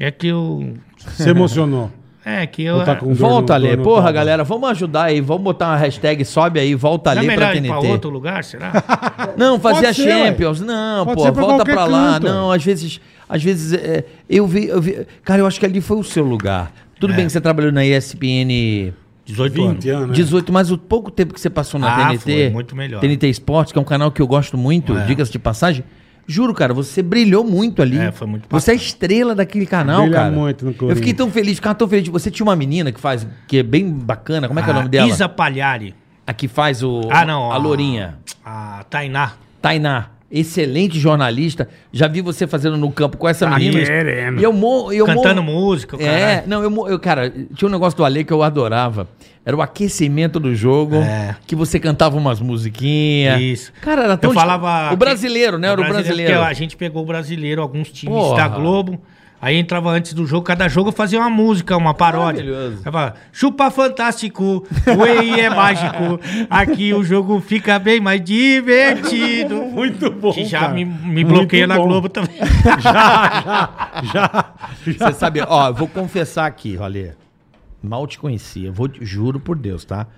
S4: é que eu.
S3: Você emocionou.
S4: É que eu.
S3: Ou tá com- Um
S2: Volta
S3: dor no-
S2: Alê.
S3: dor no
S2: Porra,
S3: talo.
S2: galera, vamos ajudar aí. Vamos botar uma hashtag, sobe aí, volta
S4: Não é
S2: Alê pra
S4: melhor ir
S2: TNT.
S4: pra outro lugar, será?
S2: Não, fazer a
S3: Pode ser, ué.
S2: Champions. Não,
S3: Pode
S2: pô,
S3: ser pra
S2: volta
S3: qualquer
S2: pra lá.
S3: canto,
S2: Não, às vezes. Às vezes. é, eu, vi, eu vi- Cara, eu acho que ali foi o seu lugar.
S3: É.
S2: Tudo bem que você trabalhou na ESPN
S4: 18 anos.
S3: 20 anos. né?
S2: 18, mas o pouco tempo que você passou na
S4: Ah,
S2: TNT.
S4: foi muito melhor. É.
S2: TNT Esporte, que é um canal que eu gosto muito, diga-se de passagem. Juro, cara, você brilhou muito ali.
S4: É, foi muito
S2: Você é a estrela daquele canal,
S3: Brilha
S2: cara.
S3: muito no
S2: eu
S3: Corinthians.
S2: fiquei tão feliz, ficava tão feliz. Você tinha uma menina que faz, que é bem bacana, como é que é o
S4: A
S2: nome dela?
S4: Isa Ah, Palhari.
S2: A que faz o.
S4: Ah, não.
S2: A Lourinha.
S4: A Tainá.
S2: Tainá. excelente jornalista. Já vi você fazendo no campo com essa menina.
S3: querendo.
S2: E eu morro. Eu
S4: Tá Cantando
S2: morro-
S4: música, o
S2: É,
S4: caralho.
S2: não, eu, mo- eu, cara, tinha um negócio do Ale que eu adorava. Era o aquecimento do jogo,
S4: É.
S2: que você cantava umas musiquinhas.
S4: Isso.
S2: É. Cara, era tão.
S4: Eu falava.
S2: O brasileiro, né? Era o brasileiro.
S4: porque A gente pegou o brasileiro, alguns times
S2: Porra.
S4: da Globo. Aí entrava antes do jogo, cada jogo eu fazia uma música, uma paródia.
S2: Maravilhoso.
S4: Eu falava, chupa fantástico, o EI é mágico. Aqui o jogo fica bem mais divertido.
S3: Muito bom.
S4: Que já
S3: cara.
S4: me, me
S3: Muito
S4: bloqueia na
S3: bom.
S4: Globo também.
S3: Já, já, já.
S2: Você sabe, ó, eu vou confessar aqui, Rolê. Mal te conhecia, vou, te- juro por Deus, tá?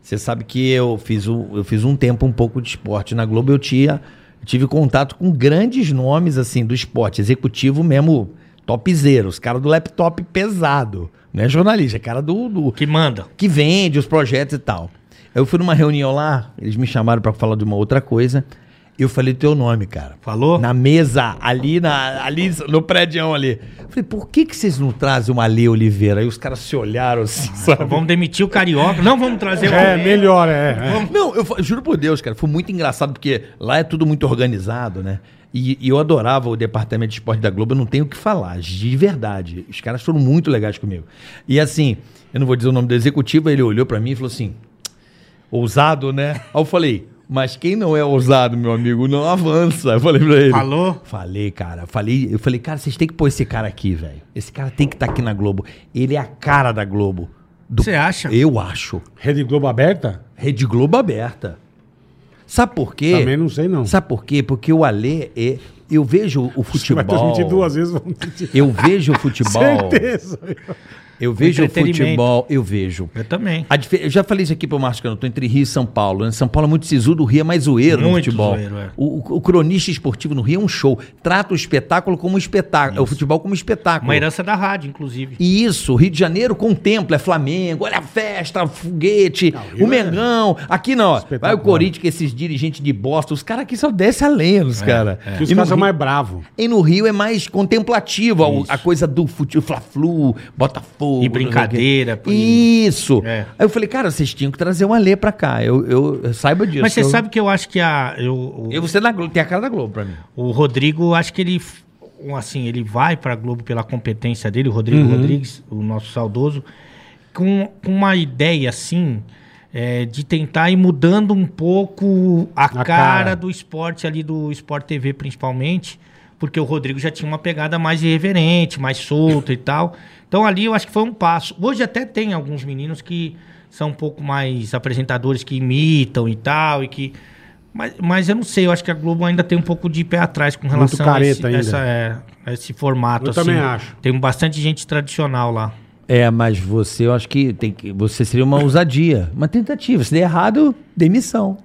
S2: Você sabe que eu fiz, o, eu fiz um tempo um pouco de esporte na Globo, eu tinha, tive contato com grandes nomes, assim, do esporte, executivo mesmo, topzeiros, os caras do laptop pesado, não é jornalista, é cara do- do,
S4: Que manda.
S2: que vende os projetos e tal. Eu fui numa reunião lá, eles me chamaram pra falar de uma outra coisa. Eu falei teu nome, cara.
S4: Falou?
S2: Na mesa, ali, na, ali no prédio ali. Eu Falei, por que, que vocês não trazem uma Lê Oliveira? Aí os caras se olharam assim, sabe?
S4: Vamos demitir o Carioca. Não vamos trazer o
S3: É,
S4: Romero.
S3: melhor, é. é.
S2: Não, eu fa- juro por Deus, cara, foi muito engraçado, porque lá é tudo muito organizado, né? E, e eu adorava o departamento de esporte da Globo, eu não tenho o que falar, de verdade. Os caras foram muito legais comigo. E assim, eu não vou dizer o nome do executivo, ele olhou pra mim e falou assim: ousado, né? Aí eu falei. Mas quem não é ousado, meu amigo, não avança. Eu falei pra ele.
S4: Falou?
S2: Falei, cara. Falei, eu falei, cara, vocês têm que pôr esse cara aqui, velho. Esse cara tem que estar aqui na Globo. Ele é a cara da Globo. Do-
S4: Você acha?
S2: Eu acho.
S3: Rede Globo aberta?
S2: Rede Globo aberta. Sabe por quê?
S3: Também não sei, não.
S2: Sabe por quê? Porque o Alê é. Eu vejo o
S3: Vai
S2: futebol.
S3: transmitir duas vezes. vamos transmitir.
S2: Eu vejo o futebol.
S3: Certeza.
S2: eu vejo o
S4: Entretenimento.
S2: futebol. Eu vejo.
S4: Eu também.
S2: A dife- Eu já falei isso aqui pro Márcio Cano, tô entre Rio e São Paulo. né? São Paulo é muito sisudo, o Rio é mais zoeiro no
S4: Muito
S2: futebol.
S4: zoeiro, é.
S2: o, o- o cronista esportivo no Rio é um show. Trata o espetáculo como um espetáculo. O futebol como um espetáculo.
S4: Uma herança da rádio, inclusive.
S2: E isso, Rio de Janeiro contempla, é Flamengo, olha a festa, foguete, o Mengão. Aqui não, ó, vai o Corinthians, que esses dirigentes de bosta, os caras aqui só descem a lenha, os caras.
S3: Que
S2: É. E,
S3: os
S2: no
S3: caras são
S2: Rio-
S3: mais bravos.
S2: e no Rio é mais contemplativa a coisa do futebol, Fla-Flu, Botafogo.
S4: E brincadeira,
S2: não sei o quê. Isso.
S4: É.
S2: Aí eu falei, cara, vocês tinham que trazer um Alê pra cá, eu, eu, eu saiba disso.
S4: Mas você
S2: eu, um
S4: sabe que eu acho que a. Eu, o,
S2: Eu, você na Globo, tem a cara da Globo pra mim.
S4: o Rodrigo, acho que ele. f- um, Assim, ele vai pra Globo pela competência dele, o Rodrigo Rodrigues, o nosso saudoso, com, com uma ideia assim. é, de tentar ir mudando um pouco a, cara,
S3: cara.
S4: do esporte ali, do Sport TV principalmente, porque o Rodrigo já tinha uma pegada mais irreverente, mais solta e tal. Então ali eu acho que foi um passo. Hoje até tem alguns meninos que são um pouco mais apresentadores que imitam e tal, e que. Mas, mas eu não sei, eu acho que a Globo ainda tem um pouco de pé atrás com relação a
S3: careta
S4: esse,
S3: ainda.
S4: essa- é, a esse formato. assim.
S3: Eu também acho.
S4: Tem bastante gente tradicional lá.
S2: É, mas você, eu acho que, tem que você seria uma ousadia, uma tentativa. Se der errado, demissão.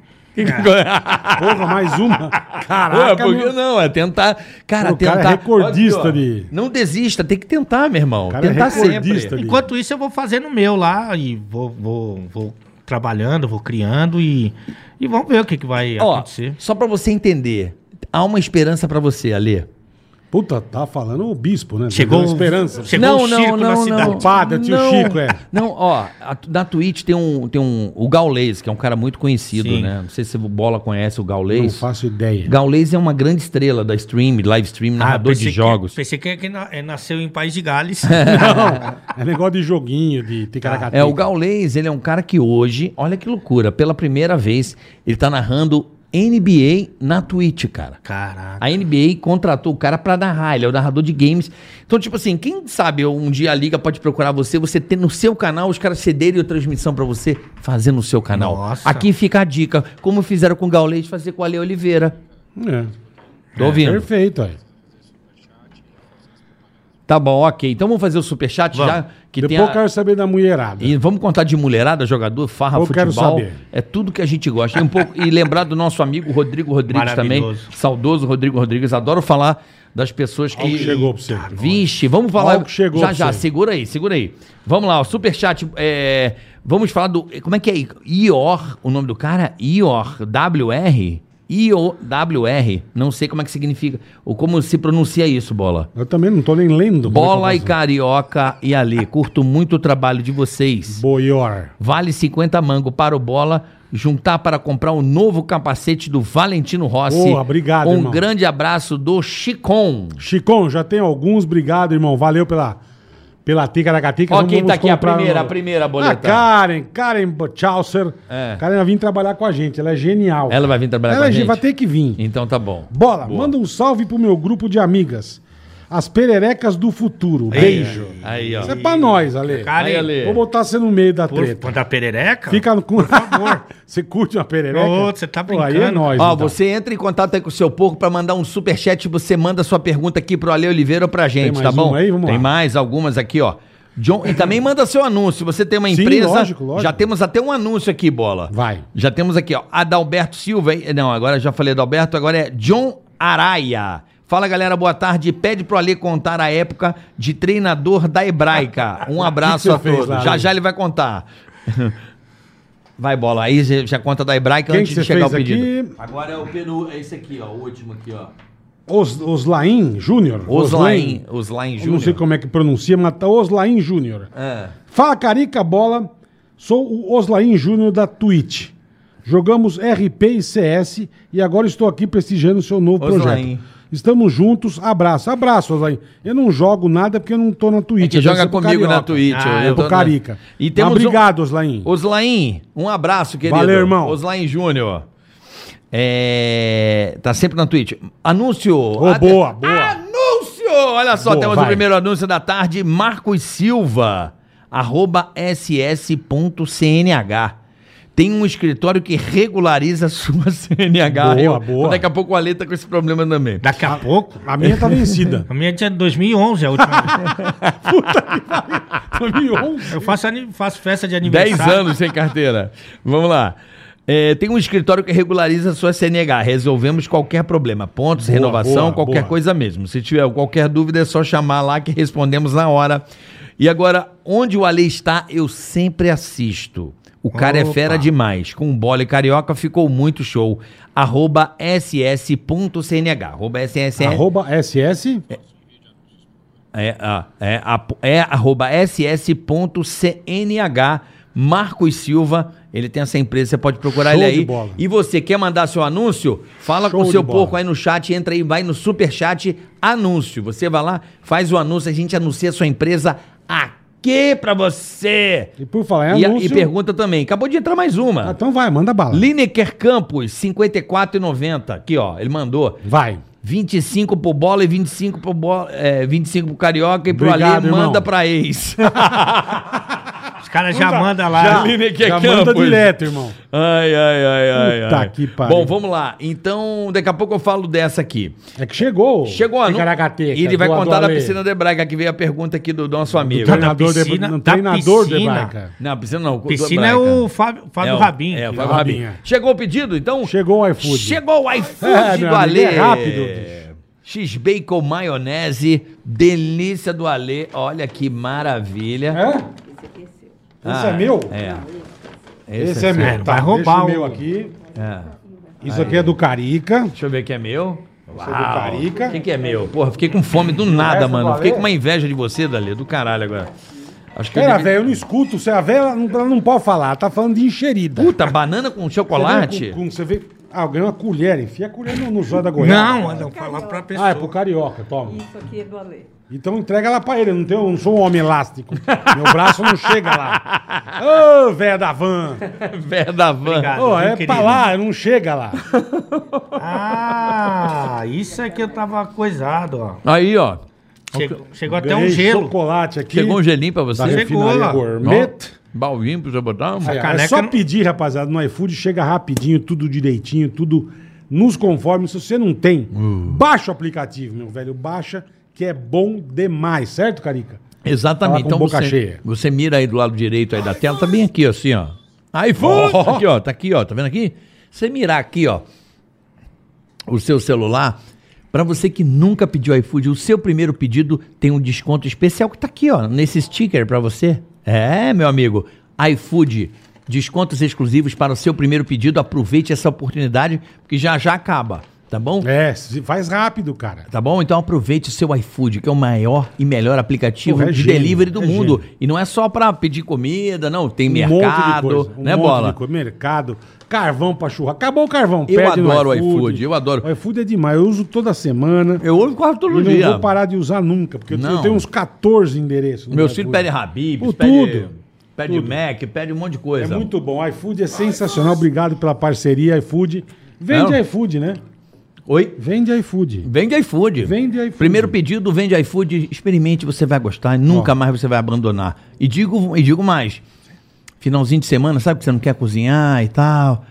S3: Porra, mais uma.
S2: Ué,
S3: Caraca,
S2: por que
S3: meu.
S2: não? É tentar. Cara,
S3: O
S2: tentar.
S3: cara é recordista
S2: Olha aqui, ó,
S3: de-
S2: Não desista, tem que tentar, meu irmão.
S3: cara é
S2: tentar
S3: recordista
S2: sempre.
S3: de-
S4: Enquanto isso, eu vou fazendo o meu lá e vou, vou, vou trabalhando, vou criando e, e vamos ver o que, que vai
S2: Ó,
S4: acontecer.
S2: só pra você entender, há uma esperança pra você, Alê.
S3: Puta, tá falando o bispo, né?
S4: Chegou
S3: Deu
S4: um-
S3: esperança.
S4: chegou- um circo na cidade.
S3: O padre, o tio
S2: Não,
S3: Chico, é.
S2: Não, ó, a- na Twitch tem um, tem um. O Gaulês, que é um cara muito conhecido,
S4: Sim.
S2: né? Não sei se o Bola conhece o
S3: Não
S2: Gaulês.
S3: faço ideia.
S2: Gaulês é uma grande estrela da stream, live stream, narrador
S4: Ah, pensei
S2: de jogos.
S4: Que, pensei que é que na- é, nasceu em País de Gales. Ah,
S3: Não, é negócio de joguinho, de ticaracateca.
S2: É, o Gaulês, ele é um cara que hoje, olha que loucura, pela primeira vez, ele tá narrando NBA na Twitch, cara.
S4: Caraca.
S2: A NBA contratou o cara pra narrar, ele é o narrador de games. Então, tipo assim, quem sabe um dia a liga pode procurar você, você ter no seu canal, os caras cederem a transmissão pra você fazer no seu canal.
S4: Nossa.
S2: Aqui fica a dica, como fizeram com o Gaulês, fazer com a Ale Oliveira.
S3: É,
S2: Tô ouvindo?
S3: perfeito, aí.
S2: Tá bom, ok. Então vamos fazer o superchat
S4: Vamos.
S2: já? Que
S3: Depois
S2: a-
S3: eu quero saber da mulherada.
S2: E vamos contar de mulherada, jogador, farra,
S3: Eu quero
S2: futebol.
S3: saber.
S2: É tudo que a gente gosta. E, um pouco- e lembrar do nosso amigo Rodrigo Rodrigues também.
S4: Maravilhoso.
S2: Saudoso Rodrigo Rodrigues. Adoro falar das pessoas que.
S3: Olha o que chegou pra você.
S2: Vixe, vamos falar.
S3: Olha o que chegou
S2: já,
S3: pra
S2: já,
S3: você.
S2: segura aí, segura aí. Vamos lá, o superchat. é, vamos falar do. Como é que é? Ior, o nome do cara? Ior, W-R? I-O-W-R. Não sei como é que significa. Ou como se pronuncia isso, bola.
S3: Eu também não tô nem lendo. é
S2: Bola e carioca e ali. Curto muito o trabalho de vocês.
S3: Boior.
S2: Vale 50 mango para o Bola juntar para comprar o novo capacete do Valentino Rossi.
S3: Porra, obrigado,
S2: Um
S3: irmão.
S2: grande abraço do Chicon.
S3: Chicon, já tem alguns. Obrigado, irmão. Valeu pela, pela ticaracatica.
S2: Ó
S3: Vamos-
S2: quem tá
S3: vamos
S2: aqui, a
S3: comprar
S2: primeira,
S3: no-
S2: a primeira,
S3: A
S2: Boleta.
S3: Karen, Karen Bochalser.
S2: É.
S3: Karen vai vir trabalhar com a gente. Ela é genial.
S2: Ela vai vir trabalhar
S3: Ela
S2: com a
S3: é gen-
S2: gente?
S3: Vai ter que vir.
S2: Então tá bom.
S3: Bola, manda um salve pro meu grupo de amigas. As pererecas do futuro. Beijo.
S2: Aí, ó.
S3: Isso é pra nós, Ale.
S4: Cara,
S2: Aí, Ale.
S3: Vou botar você no meio da
S4: por
S3: treta.
S4: conta da perereca?
S3: Fica no... Por favor. você curte uma perereca?
S4: Ô, você tá
S3: Pô, aí é
S4: brincando.
S3: nóis.
S2: Ó,
S3: então.
S2: você entra em contato aí com o seu porco pra mandar um superchat. Você manda sua pergunta aqui pro Ale Oliveira ou pra gente,
S3: mais
S2: tá bom?
S3: uma aí? Vamos
S2: tem
S3: lá.
S2: mais algumas aqui, ó. John, e também manda seu anúncio. Você tem uma
S3: Sim,
S2: empresa.
S3: lógico, lógico.
S2: Já temos até um anúncio aqui, bola.
S3: Vai.
S2: Já temos aqui, ó. Adalberto Silva. hein? Não, agora já falei Adalberto, agora é John Araia. Fala galera, boa tarde. Pede pro Ale contar a época de treinador da hebraica. Um abraço
S3: você
S2: a
S3: fez
S2: todos.
S3: lá,
S2: já
S3: Ale?
S2: já ele vai contar. Vai bola, aí já já conta da hebraica
S3: Quem
S2: antes
S3: que
S2: de
S3: você
S2: chegar
S3: fez
S2: o pedido.
S3: aqui?
S2: Agora é o Peru, é esse aqui, ó, o último aqui, ó.
S3: Os, Oslaim Júnior.
S2: Oslain, Oslain
S3: Eu Não
S2: Júnior.
S3: sei como é que pronuncia, mas tá Oslaim Júnior.
S2: É.
S3: Fala, Carica Bola. Sou o Oslaim Júnior da Twitch. Jogamos RP e CS e agora estou aqui prestigiando o seu novo
S2: Oslaim.
S3: projeto. Estamos juntos. Abraço. Abraço, Oslaim. Eu não jogo nada porque eu não tô na Twitch.
S2: É que
S3: Eu
S2: joga
S3: torço pro
S2: comigo na
S3: Carioca. é
S2: Twitch.
S4: Ah,
S2: eu
S3: pro
S2: tô na-
S3: Carica.
S2: E
S3: Mas
S2: temos um-
S3: obrigado, Oslaim.
S2: Oslaim, um abraço, querido.
S3: Valeu, irmão.
S2: Oslaim Júnior. É, tá sempre na Twitch. Anúncio.
S3: Ô,
S2: Ade-
S3: boa, boa.
S2: Anúncio! Olha só,
S3: Boa,
S2: temos o
S3: vai.
S2: primeiro anúncio da tarde. Marcos Silva, arroba ss.cnh. Tem um escritório que regulariza sua CNH.
S3: Boa, boa.
S2: Daqui a pouco o Ale tá com esse problema também.
S4: Daqui
S3: Ah,
S4: a pouco?
S3: A minha tá vencida.
S4: A minha é de 2011, a última vez.
S3: 2011.
S4: Eu faço, ani- faço festa de
S2: 10
S4: aniversário.
S2: anos sem carteira. Vamos lá. É, tem um escritório que regulariza a sua CNH. Resolvemos qualquer problema. Pontos,
S3: Boa,
S2: renovação,
S3: boa,
S2: qualquer
S3: boa.
S2: coisa mesmo. Se tiver qualquer dúvida, é só chamar lá que respondemos na hora. E agora, onde o Ale está, eu sempre assisto. O cara é
S4: Opa.
S2: fera demais. Com o Bole Carioca ficou muito show. Arroba ss.cnh. Arroba ss.
S3: Arroba SS.
S2: É, ah, é, apo- é arroba ss.cnh Marcos Silva. Ele tem essa empresa, você pode procurar
S3: Show
S2: ele
S3: de
S2: aí.
S3: bola.
S2: E você quer mandar seu anúncio? Fala
S3: Show
S2: com o
S3: de
S2: seu
S3: bola.
S2: porco aí no chat, entra aí, vai no super chat anúncio. Você vai lá, faz o anúncio, a gente anuncia a sua empresa aqui pra você.
S3: E por falar em
S2: E, a- e
S3: É anúncio-
S2: pergunta também. Acabou de entrar mais
S3: Ah,
S2: uma.
S3: então vai, manda bala.
S2: Lineker Campos, 54,90. Aqui, ó, ele mandou.
S3: Vai.
S2: 25 pro bola e 25 pro, bola, é, 25 pro carioca e pro
S3: Obrigado,
S2: Ale
S3: irmão.
S2: manda pra ex.
S4: Os caras já mandam lá.
S2: já li, né? Lineker
S3: já
S2: Campos.
S3: manda direto, irmão.
S2: Ai, ai, ai, ai.
S3: Puta
S2: ai.
S3: que pariu.
S2: Bom, vamos lá. Então, daqui a pouco eu falo dessa aqui.
S3: É que chegou.
S2: Chegou a
S3: no...
S2: E ele vai contar da piscina de Braga, que veio a pergunta aqui do nosso amigo.
S4: cara da
S3: treinador de,
S4: piscina,
S3: não,
S4: da
S3: treinador de
S4: piscina.
S3: Braga.
S2: Não, piscina não. do
S4: Piscina
S2: Braga.
S4: é o Fábio, Fábio
S2: é, o-
S4: Rabin.
S2: É, o
S4: que-
S2: Fábio Rabin.
S3: Rabinha.
S2: Chegou o pedido, então?
S3: né? Chegou o iFood.
S2: Chegou o iFood
S3: É, meu
S2: do
S3: amigo,
S2: Ale.
S3: é rápido, bicho.
S2: X-Bacon maionese, delícia do Ale. Olha que maravilha.
S3: É? Esse é meu?
S2: É.
S3: Esse, é,
S2: seu.
S3: meu.
S4: É,
S3: Tá,
S4: vai
S3: deixa
S4: roubar
S3: o meu
S4: o-
S3: aqui.
S2: É.
S3: Isso aqui é do Carica.
S2: Deixa eu ver o que é meu.
S3: é do Carica.
S2: O que, que é meu? Porra, fiquei com fome do nada,
S3: Essa do
S2: mano.
S3: Ale?
S2: Fiquei com uma inveja de você, Dali, do caralho agora. Acho que eu
S3: Pera,
S2: devia-
S3: velho, eu não escuto. Você, é a velha ela não, ela não pode falar. ela Tá falando de enxerida.
S2: Puta, banana com chocolate?
S3: Você vê, com- com- você vê... Ah, eu ganhei uma colher. Enfia a colher no, no zóio da goiaba.
S4: Não, não, falar pra pessoa.
S3: Ah, é pro Carioca. Toma.
S7: Isso aqui é do Ale.
S3: Então entrega ela pra ele. Eu não, tenho, eu não sou um homem elástico. Meu braço não chega lá. Ô, velha da van.
S2: Vé da van.
S4: Obrigado.
S3: Ô,
S4: viu,
S3: é
S4: querido?
S3: pra lá, não chega lá.
S4: Ah, isso é que eu tava coisado,
S3: É
S4: ó.
S2: Aí, ó.
S4: Chegou, chegou até um
S3: Ganhei
S4: gelo.
S3: chocolate aqui.
S2: Chegou um gelinho pra
S3: da
S2: você.
S4: Chegou
S3: refinaria
S4: lá.
S3: gourmet.
S2: Balvinho pra você botar?
S3: Aí, ó,
S4: caneca
S3: é só
S4: não-
S3: pedir, rapaziada, no iFood, chega rapidinho, tudo direitinho, tudo nos conformes. Se você não tem,
S4: Uh.
S3: baixa o aplicativo, meu velho, baixa, que é bom demais, certo, Carica? Fala
S2: Exatamente.
S3: com
S2: Então
S3: boca
S2: você,
S3: cheia.
S2: você mira aí do lado direito aí da tela, tá bem aqui, ó, assim, ó. iPhone!
S3: Ó.
S2: Aqui, ó, tá aqui, ó, tá vendo aqui? Você mirar aqui, ó, o seu celular, pra você que nunca pediu iFood, o seu primeiro pedido tem um desconto especial que tá aqui, ó, nesse sticker pra você. É, meu amigo, iFood, descontos exclusivos para o seu primeiro pedido. Aproveite essa oportunidade, porque já já acaba. Tá bom?
S3: É, se- faz rápido, cara.
S2: Tá bom? Então aproveite o seu iFood, que é o maior e melhor aplicativo
S3: Porra, é
S2: de
S3: gênio,
S2: delivery do
S3: é
S2: mundo.
S3: gênio.
S2: E não é só pra pedir comida, não. Tem
S3: Um
S2: mercado,
S3: monte de coisa. Um
S2: né,
S3: monte
S2: Bola?
S3: de coisa. Mercado, carvão pra churrasco. Acabou o carvão.
S2: Eu
S3: pede no
S2: adoro o iFood, eu adoro.
S3: O iFood é demais. Eu uso toda semana.
S2: Eu uso quase
S3: Eu
S2: todo
S3: não
S2: dia.
S3: vou parar de usar nunca, porque eu tenho-
S2: Não.
S3: eu tenho uns 14 endereços. no
S2: Meu filho
S3: iFood.
S2: pede Habib,
S3: Por
S2: pede,
S3: tudo.
S2: pede
S3: Tudo.
S2: Mac, pede um monte de
S3: É
S2: coisa.
S3: muito bom. O iFood é sensacional. Obrigado pela parceria, iFood. Vende
S2: Não.
S3: iFood, né?
S2: Oi?
S3: Vende iFood.
S2: Vende iFood.
S3: Vende iFood.
S2: Primeiro pedido, vende iFood, experimente, você vai gostar e nunca mais você vai abandonar. E digo, e digo mais, finalzinho de semana, sabe que você não quer cozinhar e tal,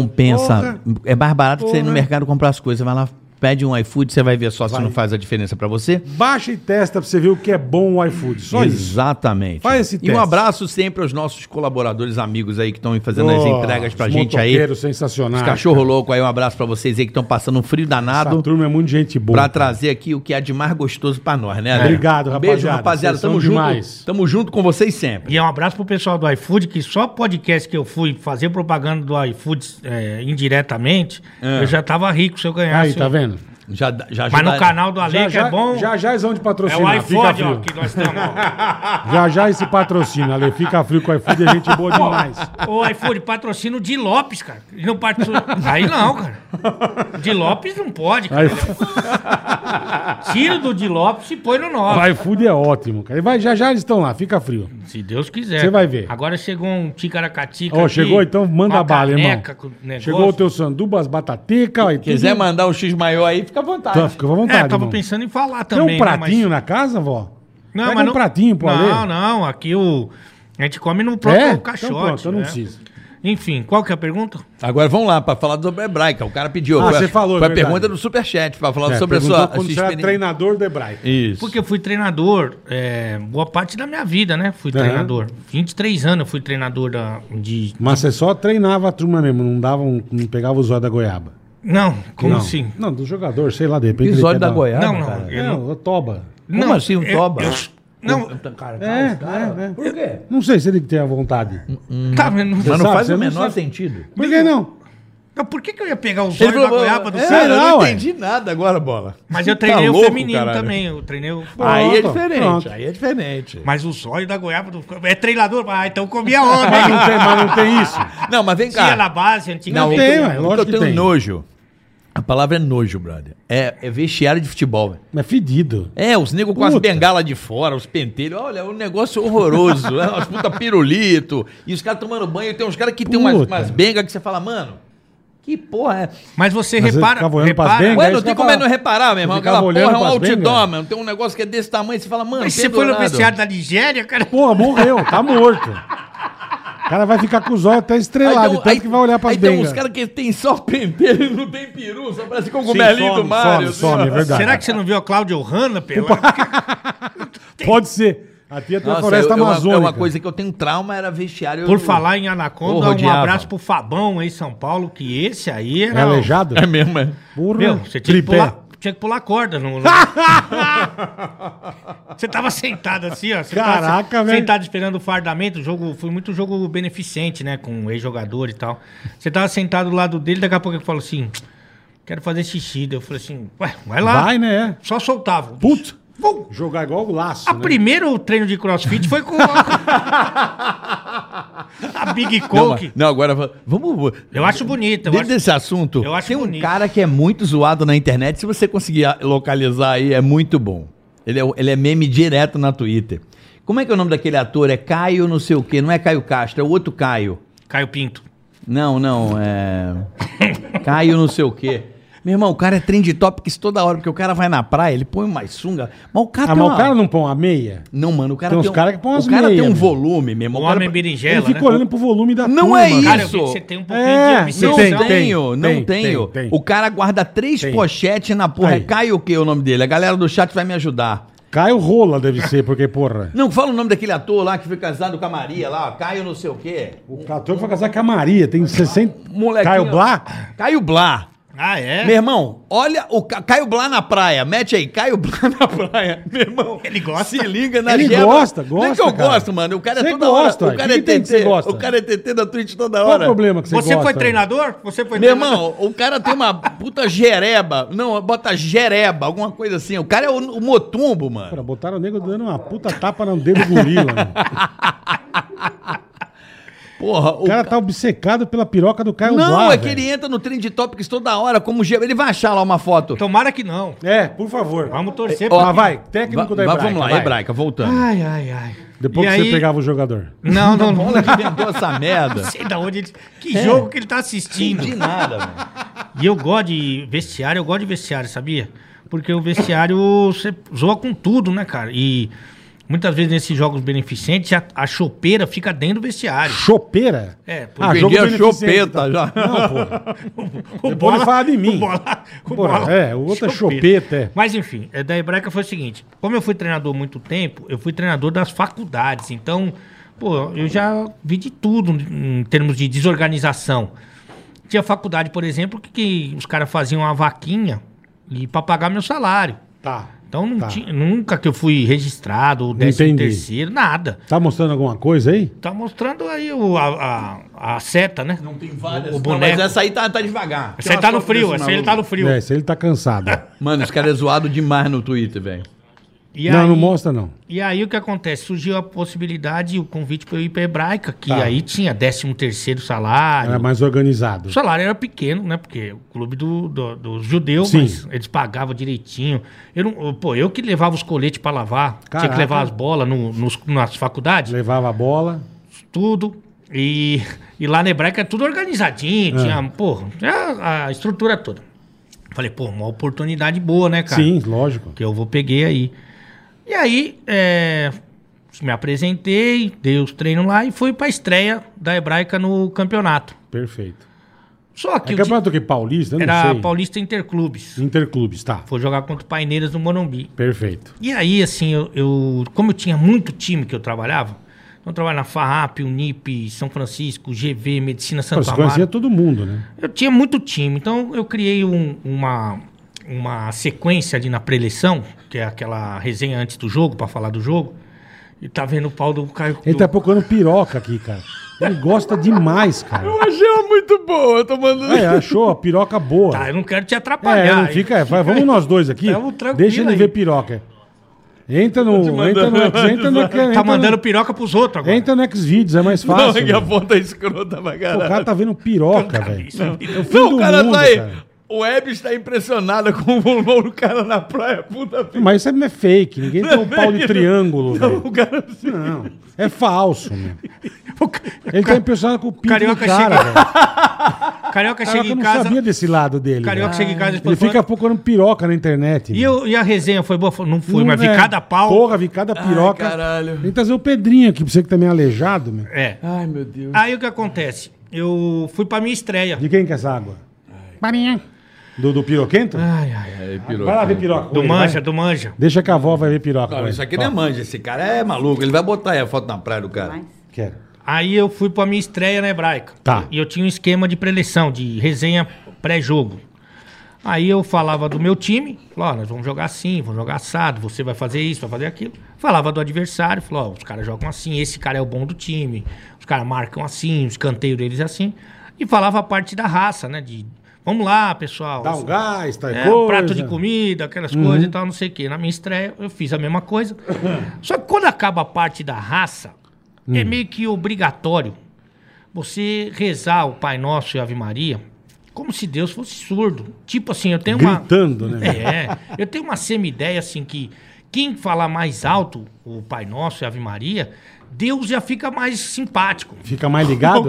S2: compensa. É mais barato que você ir no
S3: Porra.
S2: mercado comprar as coisas, vai lá, pede um iFood, você vai ver só se não faz a diferença pra você.
S3: Baixa e testa pra você ver o que é bom o iFood. Só isso.
S2: Exatamente.
S3: Faz esse
S2: e
S3: teste.
S2: um abraço sempre aos nossos colaboradores, amigos aí que estão fazendo né, as
S3: Ó,
S2: entregas pra
S3: os
S2: gente aí.
S3: motoqueiros sensacionais.
S2: Os cachorro louco aí, um abraço pra vocês aí que estão passando um frio
S3: cara. Essa
S2: danado
S3: turma é muito gente boa.
S2: pra trazer aqui o que há de mais gostoso pra nós, né? Adriano?
S3: Obrigado,
S2: Um Beijo,
S3: rapaziada.
S2: rapaziada.
S3: Vocês são
S2: Tamo junto,
S3: demais.
S2: tamo junto com vocês sempre.
S4: E é um abraço pro pessoal do iFood, que só podcast que eu fui fazer propaganda do iFood é, indiretamente, eu já tava rico se eu ganhasse.
S3: Aí, tá vendo?
S2: Já, dá- já
S4: Mas no
S2: ajudaram-
S4: canal do Ale,
S3: Já,
S4: que
S3: já,
S4: é bom,
S3: já já eles vão te
S4: é
S3: patrocinar.
S4: o
S3: fica
S4: iFood, ó,
S3: frio.
S4: que nós temos.
S3: Já já esse patrocínio, Ale. Fica frio com o iFood, é gente boa demais.
S4: O iFood patrocina o Di Lopes, cara. Ele não patrocina. Aí não, cara. Di Lopes não pode, cara.
S3: Aí,
S4: Tira do Di Lopes e põe no nosso.
S3: o iFood é ótimo, cara. E Vai, já já eles estão lá, fica frio.
S4: Se Deus quiser.
S3: Você vai ver.
S4: Agora chegou um ticaracatica.
S3: Ó, chegou, então manda bala, irmão. Chegou o
S4: teu.
S3: teu sanduba, as batatecas. aí,
S2: Quiser
S3: tudo-
S2: mandar um X maior aí, fica à vontade.
S3: Tá, fica à
S4: É,
S3: vontade,
S4: eu tava
S3: irmão.
S4: pensando em falar
S3: Tem
S4: também.
S3: um
S4: né,
S3: pratinho
S4: mas-
S3: na casa, vó?
S4: Não,
S3: Pega
S4: mas
S3: um
S4: não-
S3: pratinho pro
S4: Não,
S3: Ale.
S4: não, aqui o... A gente come no próprio
S3: É?
S4: caixote.
S3: Então pronto, eu não
S4: né?
S3: preciso.
S4: Enfim, qual que é a pergunta?
S2: Agora vamos lá, pra falar sobre a Hebraica. O cara pediu.
S3: Ah,
S2: Foi a-
S3: você falou, é
S2: Foi a
S3: verdade.
S2: pergunta do Superchat, pra falar
S3: É,
S2: sobre a
S3: perguntou
S2: sua, a sua
S3: quando você era
S2: experiência.
S3: treinador do hebraico.
S2: Isso.
S4: Porque eu fui treinador, é, boa parte da minha vida, né? Fui
S3: Aham.
S4: treinador. 23 anos eu fui treinador da, de...
S3: Mas você só treinava a turma mesmo, não dava um, não pegava o zóio da goiaba.
S4: Não, como
S3: não. É, né,
S4: assim?
S3: Não, do jogador, sei lá, de repente. ele
S2: Episódio
S3: quer
S2: da
S3: dar-
S2: Goiás.
S4: não, não. eu não-
S3: Não, o toba.
S2: Como
S4: não,
S2: assim, um
S4: eu-
S2: toba?
S4: eu- não,
S3: É, é, é. Por quê? Não sei se ele tem a vontade.
S4: tá, mas não,
S2: Mas não
S3: sabe,
S2: faz
S3: você
S2: o
S3: não
S2: menor
S3: sabe.
S2: sentido.
S3: Por que não?
S4: não, por que, que eu ia pegar o
S2: Ele
S4: zóio da
S2: falou,
S4: goiaba do
S2: é,
S4: cara?
S3: Sei
S2: eu
S3: lá,
S2: não
S3: ué.
S2: entendi nada agora, bola.
S4: Mas eu
S2: Tá
S4: treinei o
S2: louco,
S4: feminino
S2: caralho.
S4: também, eu treinei o...
S2: Aí é
S3: Pronto,
S2: diferente,
S3: pronto.
S2: aí é diferente.
S4: Mas o zóio da goiaba do... É treinador? Ah, então comia homem.
S3: Mas não tem, mas não tem isso.
S2: Não, mas vem cá.
S4: Tinha na base,
S2: Não,
S4: antigamente.
S2: tem,
S3: tem,
S2: eu,
S3: ué,
S2: eu
S3: lógico que
S2: tenho
S3: tem.
S2: nojo. A palavra é nojo, brother. É, é vestiário de futebol, velho.
S3: É fedido.
S2: É, os negros com as
S3: Puta.
S2: bengalas de fora, os pentelhos. Olha, é um negócio horroroso. é umas puta pirulito. E os caras tomando banho. Tem uns caras que tem umas,
S3: Puta.
S2: umas bengas que você fala, mano, que porra é?
S4: Mas você
S3: Mas eu
S4: repara.
S3: ficava olhando pras
S4: repara-
S3: bengas.
S2: Ué,
S3: isso
S2: não
S3: que eu
S2: tem
S3: ia
S2: como é
S3: falar.
S2: não reparar, meu irmão.
S3: Você
S2: Aquela
S3: ficava
S2: porra
S3: olhando
S2: é um
S3: pras
S2: outdoor,
S3: bengas?
S2: mano. Tem um negócio que é desse tamanho. Você fala, mano,
S4: Mas você foi no
S2: pendurado.
S4: vestiário da Nigéria, cara.
S3: Porra, morreu, tá morto. O cara vai ficar com os olhos até estrelado,
S2: tem um-
S3: tanto que vai olhar pras
S2: aí tem
S3: bengas.
S2: uns caras que tem só pentelho e não tem peru. Só parece um
S3: Sim,
S2: cogumelinho
S3: some,
S2: do assim, Mario.
S3: some, some, é verdade.
S4: Será que você não viu a Cláudia Ohana, Pé?
S3: Pode ser. A tia tem a
S2: Nossa,
S3: floresta
S2: eu- eu-
S3: amazônica.
S2: É uma coisa que eu tenho trauma, era vestiário.
S4: Por
S2: eu-
S4: falar em Anaconda,
S2: Porra,
S4: um
S2: odiava.
S4: abraço pro Fabão aí, São Paulo, que esse aí
S3: É
S4: era.
S3: aleijado?
S2: É mesmo, é.
S3: Porra.
S4: Meu, você tinha que,
S3: Tripé.
S4: pular, tinha que pular corda no. no- você tava sentado assim, ó. Você tava
S3: Caraca,
S4: se-
S3: velho.
S4: Sentado esperando o fardamento. O jogo foi muito jogo beneficente, né? Com ex-jogador e tal. Você tava sentado do lado dele, daqui a pouco ele falou assim: quero fazer xixi. Daí Eu falei assim, ué, vai lá.
S3: Vai, né?
S4: Só soltava.
S3: Puto.
S4: Vum.
S3: Jogar igual o laço,
S4: A
S3: né?
S4: primeiro treino de crossfit foi com a, a
S2: Não,
S4: Big
S2: mas-
S4: Coke.
S2: não, agora va- vamos.
S4: Eu acho bonita. Eu
S2: Dentro
S4: acho...
S2: desse assunto,
S4: eu acho
S2: tem um
S4: bonito.
S2: cara que é muito zoado na internet. Se você conseguir a- localizar aí, é muito bom. Ele é, o- ele é meme direto na Twitter. Como é que é o nome daquele ator? É Caio não sei o quê. Não é Caio Castro, é o outro Caio.
S4: Caio Pinto.
S2: Não, não, é... Caio não sei o quê. Meu irmão, o cara é trend topics toda hora, porque o cara vai na praia, ele põe uma sunga, mas o cara
S3: Ah,
S2: tem
S3: mas
S2: uma-
S3: o cara não põe a meia?
S2: Não, mano, o cara
S3: Tem uns
S2: um-
S3: cara que põe umas
S2: O cara
S3: meia,
S2: tem um
S3: mano.
S2: volume, meu irmão.
S4: O
S2: o cara-
S4: homem
S3: Ele
S4: berinjela, né?
S3: fica olhando pro volume da
S2: Não
S3: turma.
S2: é
S3: cara.
S4: Cara, eu vi
S2: isso.
S4: que você tem um pouquinho
S3: É,
S4: de
S2: Não
S4: obsessão.
S3: Tem, tem,
S2: tenho, não
S3: tem,
S2: tenho.
S3: tem, tem.
S2: O cara guarda três
S3: Tem.
S2: pochetes na porra. É
S3: Aí.
S2: Caio o que o nome dele? A galera do chat vai me ajudar.
S3: Caio Rola deve ser, porque, porra.
S2: Não, fala o nome daquele ator lá que foi casado com a Maria lá, ó, Caio não sei o quê.
S3: O Cator foi casar com a Maria, tem 60.
S2: Molequinho.
S3: Caio Blá?
S2: Caio Blá.
S4: Ah, é?
S2: Meu irmão, olha o Ca- Caio Blá na praia. Mete aí, Caio Blá na praia. Meu irmão,
S4: Ele gosta.
S2: Se liga na
S3: Ele
S2: jeba.
S3: gosta,
S2: Não é que
S3: gosta,
S2: eu
S3: cara.
S2: gosto, mano. O cara é
S3: Você
S2: toda
S3: gosta,
S2: hora. O
S3: ué.
S2: cara
S3: O
S2: é
S3: que tem que você
S2: TT.
S3: gosta?
S2: O cara é TT da Twitch toda
S3: Qual o
S2: hora.
S3: problema que você,
S4: Você
S3: gosta? né?
S4: foi treinador? Você foi
S2: Meu
S4: treinador?
S2: irmão, o cara tem uma puta jereba. Não, bota jereba, alguma coisa assim. O cara é o, o motumbo, mano.
S3: Cara, botaram o nego dando uma puta tapa no dedo do gorila. né? mano.
S2: Porra,
S3: O cara tá obcecado pela piroca do Caio
S2: Não,
S3: Blá,
S2: é que
S3: velho.
S2: ele entra no Trend Topics toda hora como geba. Ele vai achar lá uma
S3: Então,
S2: foto.
S4: Tomara que não.
S3: É, por favor.
S4: Vamos torcer
S3: Ó,
S4: pra...
S3: mas vai, técnico da
S2: Va-
S3: Hebraica.
S2: Vamos lá,
S3: vai. Ah.
S2: hebraica, voltando.
S4: Ai, ai, ai.
S3: Depois
S4: E
S3: que
S4: aí-
S3: você Tá pegava o jogador.
S4: Não, não, não.
S3: né?
S2: Bola que inventou essa merda.
S4: Não sei da onde ele...
S3: É.
S4: Que jogo que ele tá assistindo.
S2: Entendi nada, mano.
S4: E eu gosto de vestiário, eu gosto de vestiário, sabia? Porque o vestiário você zoa com tudo, né, cara? E muitas vezes nesses jogos beneficentes a, a chopeira fica dentro do vestiário.
S3: Chopeira?
S4: É, por
S3: Ah, jogo
S2: Peguei a
S3: beneficente,
S2: chupeta já.
S3: Não, pô.
S4: O
S3: Depois ele fala de mim.
S4: O bola, o
S3: Porra,
S4: bola-
S3: é, o outro é chupeta, é.
S4: Mas enfim, é, da Hebraica foi o seguinte: como eu fui treinador há muito tempo, eu fui treinador das faculdades. Então, pô, eu já vi de tudo em termos de desorganização. Tinha faculdade, por exemplo, que, que os caras faziam uma vaquinha e para pagar meu salário.
S3: Tá.
S4: Então não
S3: Tá.
S4: tinha- nunca que eu fui registrado, ou décimo
S3: Entendi.
S4: terceiro, nada.
S3: Tá mostrando alguma coisa aí?
S4: Tá mostrando aí o, a, a- a seta, né? Não tem várias. O, o
S2: Não,
S4: boneco.
S2: mas essa aí tá, tá devagar.
S4: Essa aí tá no frio, essa aí ele tá no frio.
S3: É, se ele tá cansado.
S2: Mano, esse cara é zoado demais no Twitter, velho.
S4: E
S3: não,
S4: aí,
S3: não mostra, não.
S4: E aí o que acontece? Surgiu a possibilidade, o convite para eu ir para Hebraica, que
S3: Tá. É,
S4: aí tinha 13 terceiro salário.
S3: Era mais organizado.
S4: O salário era pequeno, né? Porque o clube do, do, dos judeus,
S3: Sim.
S4: mas eles pagavam direitinho. Eu não, pô, eu que levava os coletes para lavar, tinha
S3: Caraca.
S4: que levar as bolas no, nos, nas faculdades,
S3: Levava a bola.
S4: tudo. E, e lá na Hebraica era tudo
S3: É.
S4: organizadinho, tinha, pô, tinha a estrutura toda. Falei, pô, uma oportunidade boa, né, cara?
S3: Sim, lógico.
S4: que eu vou peguei aí. E aí, é, me apresentei, dei os treinos lá e fui pra estreia da Hebraica no campeonato.
S3: Perfeito.
S4: Só que
S3: É
S4: o time
S3: campeonato que paulista? Eu não
S4: era
S3: sei.
S4: Paulista Interclubes.
S3: Interclubes, tá.
S4: Foi jogar contra o Paineiras no Morumbi.
S3: Perfeito.
S4: E aí, assim, eu, eu- como eu tinha muito time que eu trabalhava, então eu trabalhava na FAAP, Unip, São Francisco, GV, Medicina
S3: Pô,
S4: Santo
S3: Você conhecia
S4: Amaro.
S3: todo mundo, né?
S4: Eu tinha muito time, então eu criei um- uma, uma sequência ali na preleção, que é aquela resenha antes do jogo, pra falar do jogo. E tá vendo o pau do Caio.
S3: Ele
S4: do-
S3: tá procurando piroca aqui, cara. Ele gosta demais, cara.
S6: Achei uma muito boa, eu tô mandando.
S3: É, achou a piroca boa.
S4: Tá, eu não quero te
S3: É,
S4: atrapalhar.
S3: não fica, é, vai, vamos nós dois aqui.
S4: Tamo Tá um tranquilo
S3: Deixa ele
S4: aí.
S3: ver piroca. Entra no. Entra no, entra no, entra no, entra
S4: Tá
S3: no-
S4: mandando piroca pros outros agora.
S3: entra no Xvideos, é mais
S6: Não,
S3: fácil.
S6: que a
S3: velho.
S6: foto é escrota pra
S3: Pô, o
S6: caralho.
S3: cara tá vendo piroca, velho. É o fim
S6: Não,
S3: do
S6: o cara
S3: mundo,
S6: tá aí.
S3: cara.
S6: O Web está impressionado com o volume do cara na praia, puta vida.
S3: Mas isso é fake. Ninguém tem um pau de
S6: velho.
S3: triângulo, velho.
S6: O cara assim,
S3: Não, é falso, meu.
S4: O ca-
S3: Ele tá impressionado com o pinto do
S4: Carioca
S3: cara,
S4: chega-
S3: velho. Caraca,
S4: Carioca chega
S3: eu
S4: em
S3: não
S4: casa.
S3: sabia desse lado dele.
S4: Carioca
S3: velho.
S4: chega em casa e
S3: Ele
S4: fala,
S3: fica procurando piroca na internet.
S4: E,
S3: velho.
S4: eu- e a resenha foi boa? Não foi,
S3: Não,
S4: mas vi
S3: né?
S4: cada pau.
S3: Porra, vi cada piroca.
S2: caralho.
S3: Tem que trazer o Pedrinho aqui pra você que também é aleijado, meu.
S4: É. Ai, meu Deus. Aí o que acontece? Eu fui pra minha estreia.
S3: De quem que é essa água?
S4: Marinha.
S3: Do, do piroquento?
S4: Ai, ai.
S2: É,
S3: vai lá ver piroca.
S4: Do
S3: Vai.
S4: manja, do manja.
S3: Deixa que a avó vai ver piroca.
S2: Não,
S3: vai.
S2: isso aqui não é
S3: Ó,
S2: manja, esse cara é maluco. Ele vai botar aí a foto na praia do cara.
S3: Quero.
S4: Aí eu fui pra minha estreia na Hebraica.
S3: Tá.
S4: E eu tinha um esquema de preleção, de resenha pré-jogo. Aí eu falava do meu time, falou, ó, nós vamos jogar assim, vamos jogar assado, você vai fazer isso, vai fazer aquilo. Falava do adversário, falou, ó, os caras jogam assim, esse cara é o bom do time, os caras marcam assim, os canteiros deles é assim. E falava a parte da raça, né, de vamos lá, pessoal.
S3: Dá um gás, tá
S4: É,
S3: coisa. Uhum.
S4: um prato de comida, aquelas coisas e tal, não sei o quê. Na minha estreia, eu fiz a mesma coisa. Só que quando acaba a parte da raça,
S3: Hum.
S4: é meio que obrigatório você rezar o Pai Nosso e a Ave Maria como se Deus fosse surdo. Tipo assim, eu tenho uma.
S3: Gritando, né? velho?
S4: É, eu tenho uma semi-ideia assim que quem falar mais alto o Pai Nosso e a Ave Maria, Deus já fica mais simpático.
S3: Fica mais ligado?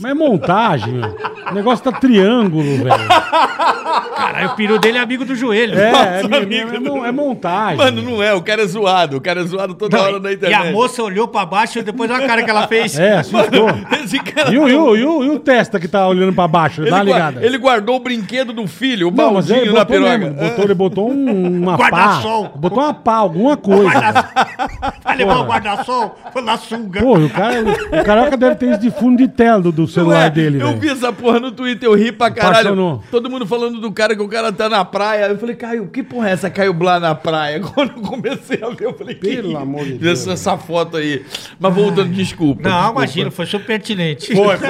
S3: Mas é montagem, meu. O negócio tá triângulo, velho.
S4: Caralho, o peru dele é amigo do joelho.
S3: É, é, meu, é, mon- é montagem.
S2: Mano, não é, o cara é zoado. O cara é zoado toda hora na
S4: e
S2: internet.
S4: a moça olhou pra baixo e depois olha a cara que ela fez.
S3: É, assustou.
S2: Esse cara. é um-
S3: E o, e, o, e, o, e o testa que tá olhando pra baixo? Dá
S2: ele,
S3: uma
S2: gua-
S3: ligada.
S2: ele guardou o brinquedo do filho, o
S6: um
S3: Não, mas é ele
S2: baldinho na
S3: botou,
S2: piroca.
S3: mesmo, botou, ele botou um- uma pá.
S4: Guarda-sol.
S3: Botou uma pá, alguma coisa.
S4: Guarda- vai levar o
S3: porra.
S4: guarda-sol? Foi na sunga.
S3: Porra, o, cara, o Carioca deve ter isso de fundo de tela do, do
S6: Não
S3: celular
S6: é?
S3: dele,
S6: eu
S3: velho.
S6: vi essa porra no Twitter, eu ri pra caralho.
S3: Apaixonou.
S6: Todo mundo falando do cara que o cara tá na praia. Eu falei, Caio, que porra é essa Caio Blá na praia? Quando eu comecei a ver, eu falei, que
S3: Pelo amor de
S6: isso?
S3: Deus,
S6: Essa, essa foto aí. Mas voltando, desculpa.
S4: Não,
S6: desculpa.
S4: imagina, foi super pertinente.
S6: Foi, foi.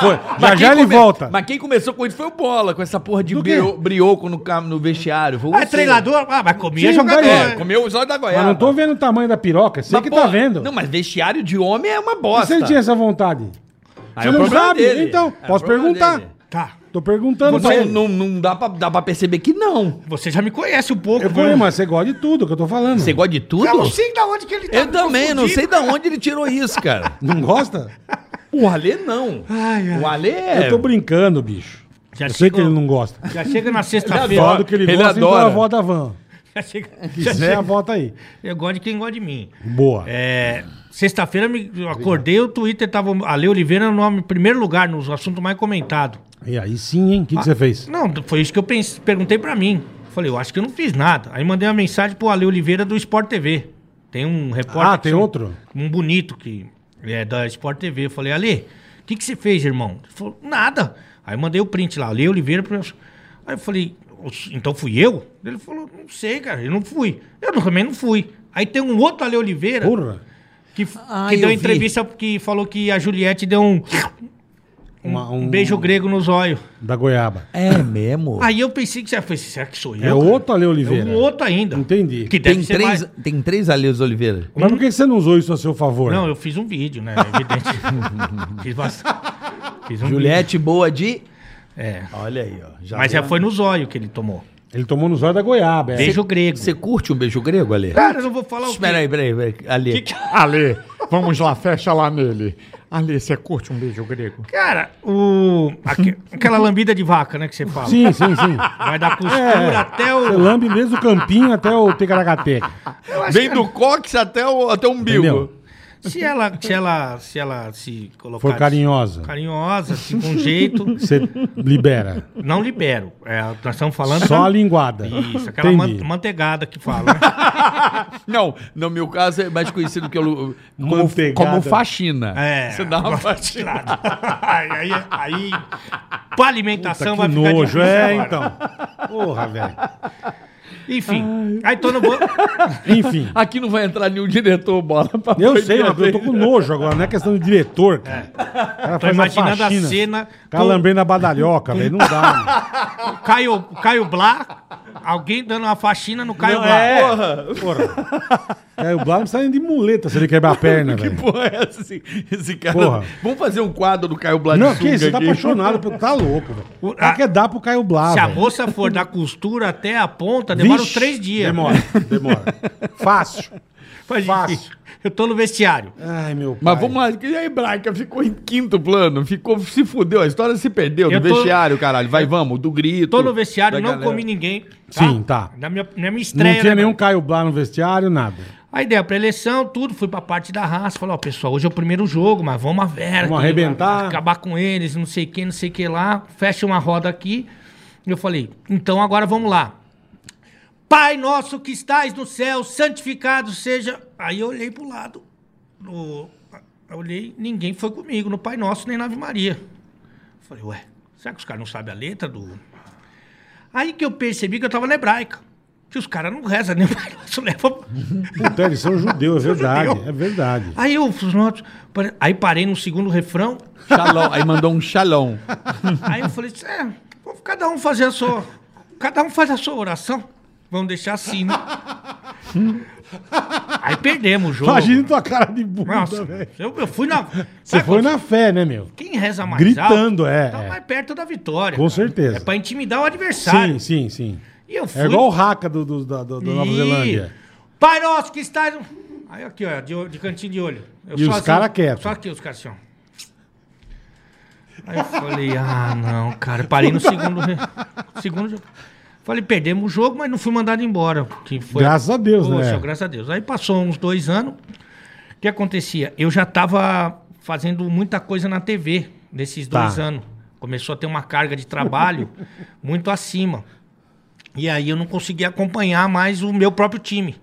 S3: Foi.
S6: Mas
S3: Já
S6: quem
S3: já ele
S6: come-
S3: volta.
S6: Mas quem começou com isso foi o Bola, com essa porra de
S3: Do quê?
S6: brio- brioco no, cam- no vestiário. Foi
S4: Ah, é
S6: você.
S4: treinador? Ah, mas comia
S3: Sim,
S4: jogador.
S3: ganhou.
S6: É, comeu os olhos da goiaba.
S3: né? Mas não tô vendo o tamanho da piroca, sei
S6: Mas,
S3: que tá
S6: porra,
S3: vendo.
S6: Não, mas vestiário de homem é uma
S3: Mas
S6: bosta.
S3: Você tinha essa vontade?
S6: Aí
S3: Você
S6: é o
S3: não
S6: problema
S3: sabe?
S6: dele.
S3: Então,
S6: É o
S3: posso
S6: problema
S3: perguntar.
S6: dele.
S4: Tá.
S3: Tô perguntando pra
S6: Não,
S3: ele.
S6: não, não dá, pra, dá pra perceber que não.
S4: Você já me conhece um pouco,
S3: Eu falei, mas você gosta de tudo que eu tô falando.
S2: Você gosta de tudo?
S4: Eu não sei da onde que ele tá.
S6: Eu também, não sei de onde ele tirou isso, cara.
S3: Não gosta?
S6: O Alê não. O Alê é...
S3: Eu tô brincando, bicho.
S4: Já
S3: eu sei que
S4: chegou.
S3: ele não gosta.
S4: Já chega na
S3: Fala
S4: sexta-feira.
S3: do que ele,
S6: Ele
S3: gosta,
S6: adora.
S3: então a vó da van.
S4: Já chega- já
S3: Quiser, a vota aí.
S4: Eu gosto de quem gosta de mim.
S3: Boa.
S4: É, Sexta-feira me- eu acordei, o Twitter tava. Ale Oliveira no nome, primeiro lugar, nos assuntos mais comentados.
S3: E aí sim, hein? O
S4: Ah.
S3: que, que você fez?
S4: Não, foi isso que eu pense- perguntei pra mim. Falei, eu acho que eu não fiz nada. Aí mandei uma mensagem pro Ale Oliveira do Sport TV. Tem um repórter.
S3: Ah,
S4: que
S3: tem
S4: chama-
S3: outro?
S4: Um bonito que é da Sport TV. Eu falei, Ale, o que, que você fez, irmão? Ele falou, nada. Aí eu mandei o print lá, Ale Oliveira. pro- Aí eu falei, "Oxe, então fui eu? Ele falou, não sei, cara, eu não fui. Eu não- também não fui. Aí tem um outro Ale Oliveira
S3: Porra.
S4: que, f-
S2: Ah,
S4: que
S2: eu
S4: deu
S2: vi.
S4: entrevista que falou que a Juliette deu um,
S3: Uma-
S4: um beijo grego nos olhos.
S3: Da goiaba.
S2: É mesmo.
S4: Aí eu pensei que você foi, será que sou eu?
S3: É
S4: cara?
S3: outro Ale
S4: É
S3: Oliveira.
S4: um outro ainda.
S3: Entendi.
S4: Que deve
S2: Tem
S4: ser
S2: três,
S4: mais-
S2: tem três Alheios Oliveira.
S3: Mas por que você não usou isso a seu favor?
S4: Não, eu fiz um vídeo, né? Evidente. fiz bastante. Fiz um
S2: Juliette Boa de...
S4: vídeo. É.
S2: Olha aí, ó. Já
S6: é-
S4: Mas já foi no zóio que ele tomou.
S3: Ele tomou nos olhos da goiaba. É.
S4: Beijo grego.
S2: Você curte um beijo grego, Alê?
S4: Cara, eu não vou falar o quê?
S2: Espera aí, peraí, peraí. Alê.
S7: Ale, vamos lá, fecha lá nele. Ale, você curte um beijo grego?
S4: Cara, o... aque- aquela lambida de vaca, né, que você fala.
S3: Sim, sim, sim.
S4: Vai da costura
S3: É.
S4: até
S3: Você
S4: o...
S3: lambe desde o campinho até o Tecaracateca.
S6: Vem do cox até o, até o umbigo.
S3: Entendeu?
S4: Se ela, se ela, se ela se colocar...
S3: For carinhosa.
S4: Carinhosa, se com jeito,
S3: Você libera.
S4: não libero. É, nós estamos falando...
S3: Só a linguada.
S4: Isso, aquela man- manteigada que fala, né?
S6: Não, no meu caso é mais conhecido que eu, como,
S3: Manteigada.
S6: como faxina.
S4: É.
S6: Você dá uma faxina.
S4: Tirado. aí, aí, aí pra alimentação
S3: Que
S4: vai ficar
S3: nojo,
S4: difícil
S3: é,
S4: agora.
S3: então. Porra, velho.
S4: Enfim, aí então, tô no bo...
S3: Enfim,
S6: Aqui não vai entrar nenhum diretor bola pra
S3: eu
S6: poder
S3: sei, mas eu tô com nojo agora, não é questão de diretor, cara. O cara
S4: É. Tô
S3: faz uma
S4: imaginando a
S3: faxina.
S4: cena,
S3: O cara
S4: tô-
S3: lambendo a badalhoca, velho, não dá.
S4: Caio, Caio Blá, alguém dando uma faxina no Caio
S3: Não,
S4: Blá.
S3: é.
S4: Porra,
S3: mano. Porra. É, o Blá não sai nem de muleta se ele quebrar a perna, velho.
S6: Porra, é assim, esse cara.
S3: Porra.
S6: Vamos fazer um quadro do Caio Blas de
S3: Não, que
S6: sunga
S3: você tá
S6: aqui.
S3: apaixonado, pelo- tá louco, velho.
S4: O-
S3: O cara
S4: a-
S3: quer dar pro Caio Blá,
S4: Se a
S3: Ah, velho.
S4: moça for da costura até a ponta, demora uns
S3: Vixe,
S4: três dias.
S3: Demora, demora. Fácil.
S4: Mas,
S3: Fácil.
S4: enfim, Eu tô no vestiário.
S3: Ai, meu pai.
S6: Mas vamos lá, e aí, Braca? Ficou em quinto plano, ficou, se fudeu, a história se perdeu.
S4: Eu
S6: no
S4: tô-
S6: vestiário, caralho, vai, vamos, do grito.
S4: Tô no vestiário,
S6: da
S4: não
S6: galera.
S4: comi ninguém. tá?
S3: Sim, tá.
S4: Na minha, na minha
S3: Não
S4: estreia.
S3: tinha
S4: né,
S3: nenhum
S4: mano?
S3: Caio Blá no vestiário, nada.
S4: Aí dei a preleção, tudo, fui pra parte da raça. Falei, ó, pessoal, hoje é o primeiro jogo, mas vamos a vera.
S3: Vamos
S4: que
S3: arrebentar.
S4: vai Acabar com eles, não sei o que, não sei o que lá. Fecha uma roda aqui. Eu falei, então agora vamos lá. Pai nosso que estás no céu, santificado seja. Aí eu olhei pro lado. no- Eu olhei, ninguém foi comigo, no Pai Nosso nem na Ave Maria. Falei, ué, será que os caras não sabem a letra do. Aí que eu percebi que eu tava na hebraica. Que os caras não rezam nem o Pai Nosso, leva
S3: Puta, eles são judeus, é verdade.
S4: judeu.
S3: É verdade.
S4: Aí eu fiz notas, pare- aí parei no segundo refrão,
S6: Shalom, aí mandou um shalom.
S4: aí eu falei assim, é, vamos cada um fazer a sua, cada um faz a sua oração, vamos deixar assim, né? Aí perdemos o jogo.
S3: Imagina tua cara de
S4: Nossa,
S3: bunda, velho.
S4: eu, eu fui na...
S3: Você
S4: sabe
S3: foi
S4: quando-
S3: na fé, né, meu?
S4: Quem reza mais
S3: Gritando,
S4: alto,
S3: é,
S4: tá
S3: é.
S4: mais perto da vitória.
S3: Com
S4: cara.
S3: certeza.
S4: É pra intimidar o adversário.
S3: Sim, sim, sim.
S4: E eu fui...
S3: É igual o Haka do, do- da, do- da Nova
S4: Ih,
S3: Zelândia.
S4: Pai nosso que está... no- Aí aqui, ó, de, de cantinho de olho. Eu
S3: E os
S4: sozinho,
S3: cara quieto.
S4: Só aqui os caras assim, ó. Aí eu falei, ah, não, cara. eu Parei no segundo... re- segundo jogo. Falei, perdemos o jogo, mas não fui mandado embora. Que foi...
S3: Graças a Deus, né?
S4: Poxa, graças a Deus. Aí passou uns dois anos. O que acontecia? Eu já estava fazendo muita coisa na TV nesses dois
S3: Tá.
S4: anos. Começou a ter uma carga de trabalho muito acima. E aí eu não conseguia acompanhar mais o meu próprio time.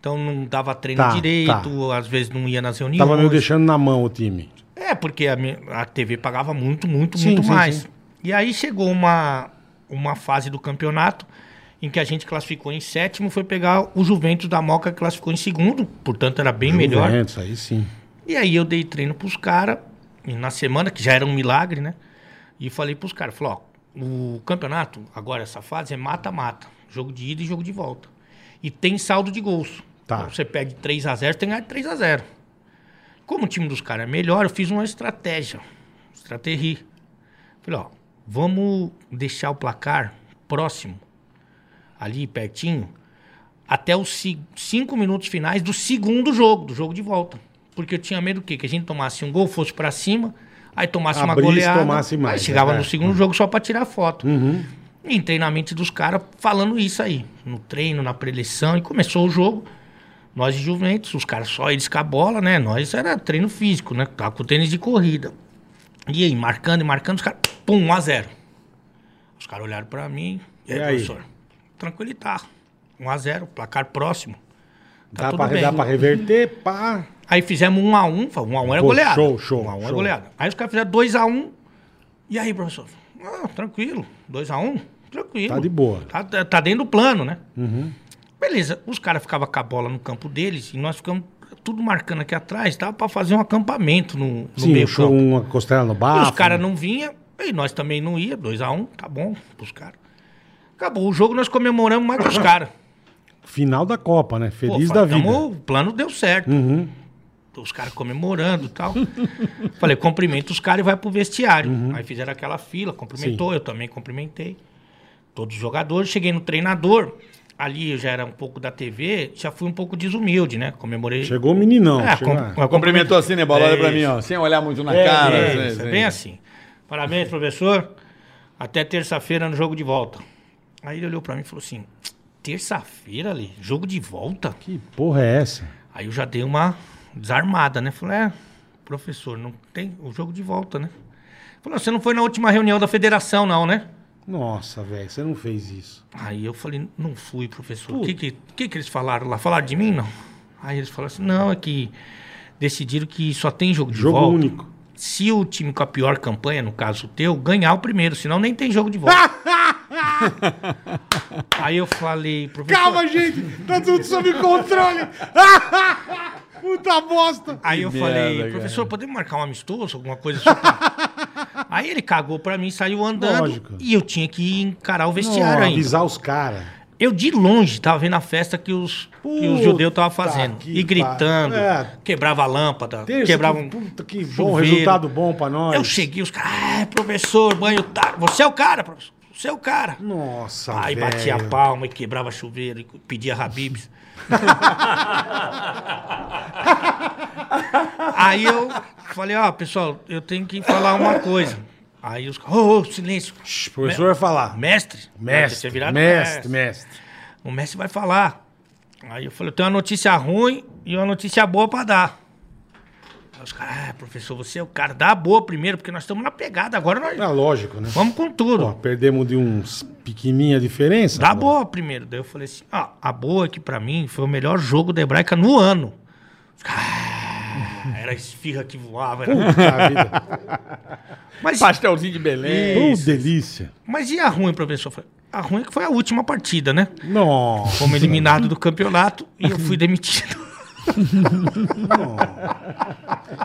S4: Então não dava treino
S3: Tá,
S4: direito, às vezes não ia nas reuniões.
S3: Tava meio deixando na mão o time.
S4: É, porque a, minha- a TV pagava muito, muito,
S3: Sim,
S4: muito
S3: sim,
S4: mais.
S3: sim.
S4: E aí chegou uma, uma fase do campeonato em que a gente classificou em sétimo, foi pegar o Juventus da Moca, que classificou em segundo, portanto era bem Tá melhor.
S3: Juventus, aí sim.
S4: E aí eu dei treino pros caras, na semana, que já era um milagre, né? E falei pros caras, falei, ó, o campeonato, agora essa fase, é mata-mata. Jogo de ida e jogo de volta. E tem saldo de gols.
S3: Tá.
S4: Então, você perde 3x0, tem que ganhar 3x0. Como o time dos caras é melhor, eu fiz uma estratégia. Estratégia. Falei, ó, vamos deixar o placar próximo, ali pertinho, até os ci- cinco minutos finais do segundo jogo, do jogo de volta. Porque eu tinha medo do quê? Que a gente tomasse um gol, fosse pra cima, aí tomasse uma
S3: Abrisse,
S4: goleada.
S3: tomasse mais, Uhum.
S4: aí chegava
S3: né?
S4: no segundo jogo só pra tirar foto. Entrei na mente dos caras falando isso aí. No treino, na preleção, e começou o jogo. Nós de Juventus, os caras só eles com a bola, né? Nós era treino físico, né? Tava com tênis de corrida. E aí, marcando e marcando, os caras, pum, 1 a 0 Os caras olharam pra mim. E aí,
S3: E aí?
S4: professor? Tranquilitar. 1 a 0 placar próximo. Tá
S3: Dá,
S4: tudo
S3: pra,
S4: bem.
S3: dá pra reverter, pá.
S4: Aí fizemos 1 a 1 falou, 1 a 1 era
S3: Pô,
S4: goleada.
S3: show, show,
S4: 1 a 1 era
S3: show.
S4: goleada. Aí os caras fizeram 2 a 1. E aí, professor? Ah, tranquilo. 2 a 1, tranquilo.
S3: Tá de boa. Uhum.
S4: Tá, tá- tá dentro do plano, né? Beleza. Os caras ficavam com a bola no campo deles e nós ficamos tudo marcando aqui atrás, tava pra fazer um acampamento no, no
S3: Sim,
S4: meio
S3: um né? show,
S4: campo.
S3: uma costela no
S4: E
S3: bafo.
S4: os caras não vinham, e nós também não ia, 2x1, tá bom pros caras. Acabou o jogo, nós comemoramos mais com os caras.
S3: Final da Copa, né?
S4: Pô,
S3: Feliz da
S4: falei,
S3: vida.
S4: "Tamo- o plano deu certo.
S6: Uhum.
S4: Os caras comemorando e tal. Falei, cumprimenta os caras e vai pro vestiário.
S6: Uhum.
S4: Aí fizeram aquela fila, cumprimentou, eu também cumprimentei. Todos os jogadores, cheguei no treinador. Ali eu já era um pouco da TV, já fui um pouco desumilde, né? Comemorei.
S3: Chegou o meninão.
S4: É,
S3: chegou-
S4: com- eu
S6: Cumprimentou assim, né, Bola? Olha pra mim, ó. Sem olhar muito na cara.
S4: é,
S6: né,
S4: isso, é
S6: assim.
S4: bem assim. Parabéns, professor. Até terça-feira no jogo de volta. Aí ele olhou pra mim e falou assim: terça-feira ali, jogo de volta?
S3: Que porra é essa?
S4: Aí eu já dei uma desarmada, né? Falei, é, professor, não tem o jogo de volta, né? Falou, você não foi na última reunião da federação, não, né?
S3: Nossa, velho, você não fez isso.
S4: Aí eu falei, não fui, professor. O que que, que que eles falaram lá? Falaram de mim, não? Aí eles falaram assim, não, é que decidiram que só tem jogo de
S3: Jogo
S4: volta.
S3: único.
S4: Se o time com a pior campanha, no caso o teu, ganhar o primeiro, senão nem tem jogo de volta. Aí eu falei, professor.
S3: Calma, gente! Tá tudo sob controle! Puta bosta!
S4: Aí eu falei, professor, podemos marcar um amistoso, alguma coisa assim? tá? Aí ele cagou pra mim, saiu andando.
S3: Lógico.
S4: E eu tinha que encarar o vestiário
S3: Não,
S4: ainda.
S3: avisar os caras.
S4: Eu de longe tava vendo a festa que os, que os judeus estavam
S3: Puta
S4: fazendo.
S3: que
S4: E gritando,
S3: pariu. É.
S4: quebrava a lâmpada,
S3: Terça,
S4: quebrava
S3: que-
S4: um.
S3: Puta, que bom,
S4: chuveiro. É
S3: resultado bom pra nós.
S4: Eu cheguei, os caras, ah, professor, banho tá. Você é o cara, professor. Você é o cara.
S3: Nossa,
S4: Aí
S3: velho.
S4: batia a palma e quebrava chuveiro e pedia rabibs. Aí eu falei, ó, pessoal, eu tenho que falar uma coisa. Aí os caras, ô, ô, silêncio.
S3: Shhh, O professor vai falar.
S4: Mestre?
S3: Mestre,
S4: Tinha virado
S3: mestre, mestre.
S4: O mestre vai falar. Aí eu falei, eu tenho uma notícia ruim e uma notícia boa pra dar. Aí os caras, ah, professor, você é o cara, dá a boa primeiro, porque nós estamos na pegada, agora nós
S3: É lógico, né?
S4: vamos com tudo.
S3: Pô, perdemos de uns pequenininha diferença.
S4: Dá a
S3: pô.
S4: Tá boa primeiro. Daí eu falei assim: ó, a boa que pra mim foi o melhor jogo da hebraica no ano. Ah, era a esfirra que voava. Era...
S3: Puta vida.
S4: Mas,
S6: Pastelzinho de Belém.
S3: Pô, delícia.
S4: mas e a ruim, professor? Eu falei, A ruim é que foi a última partida, né?
S3: Nossa.
S4: Fomos eliminados do campeonato e eu fui demitido.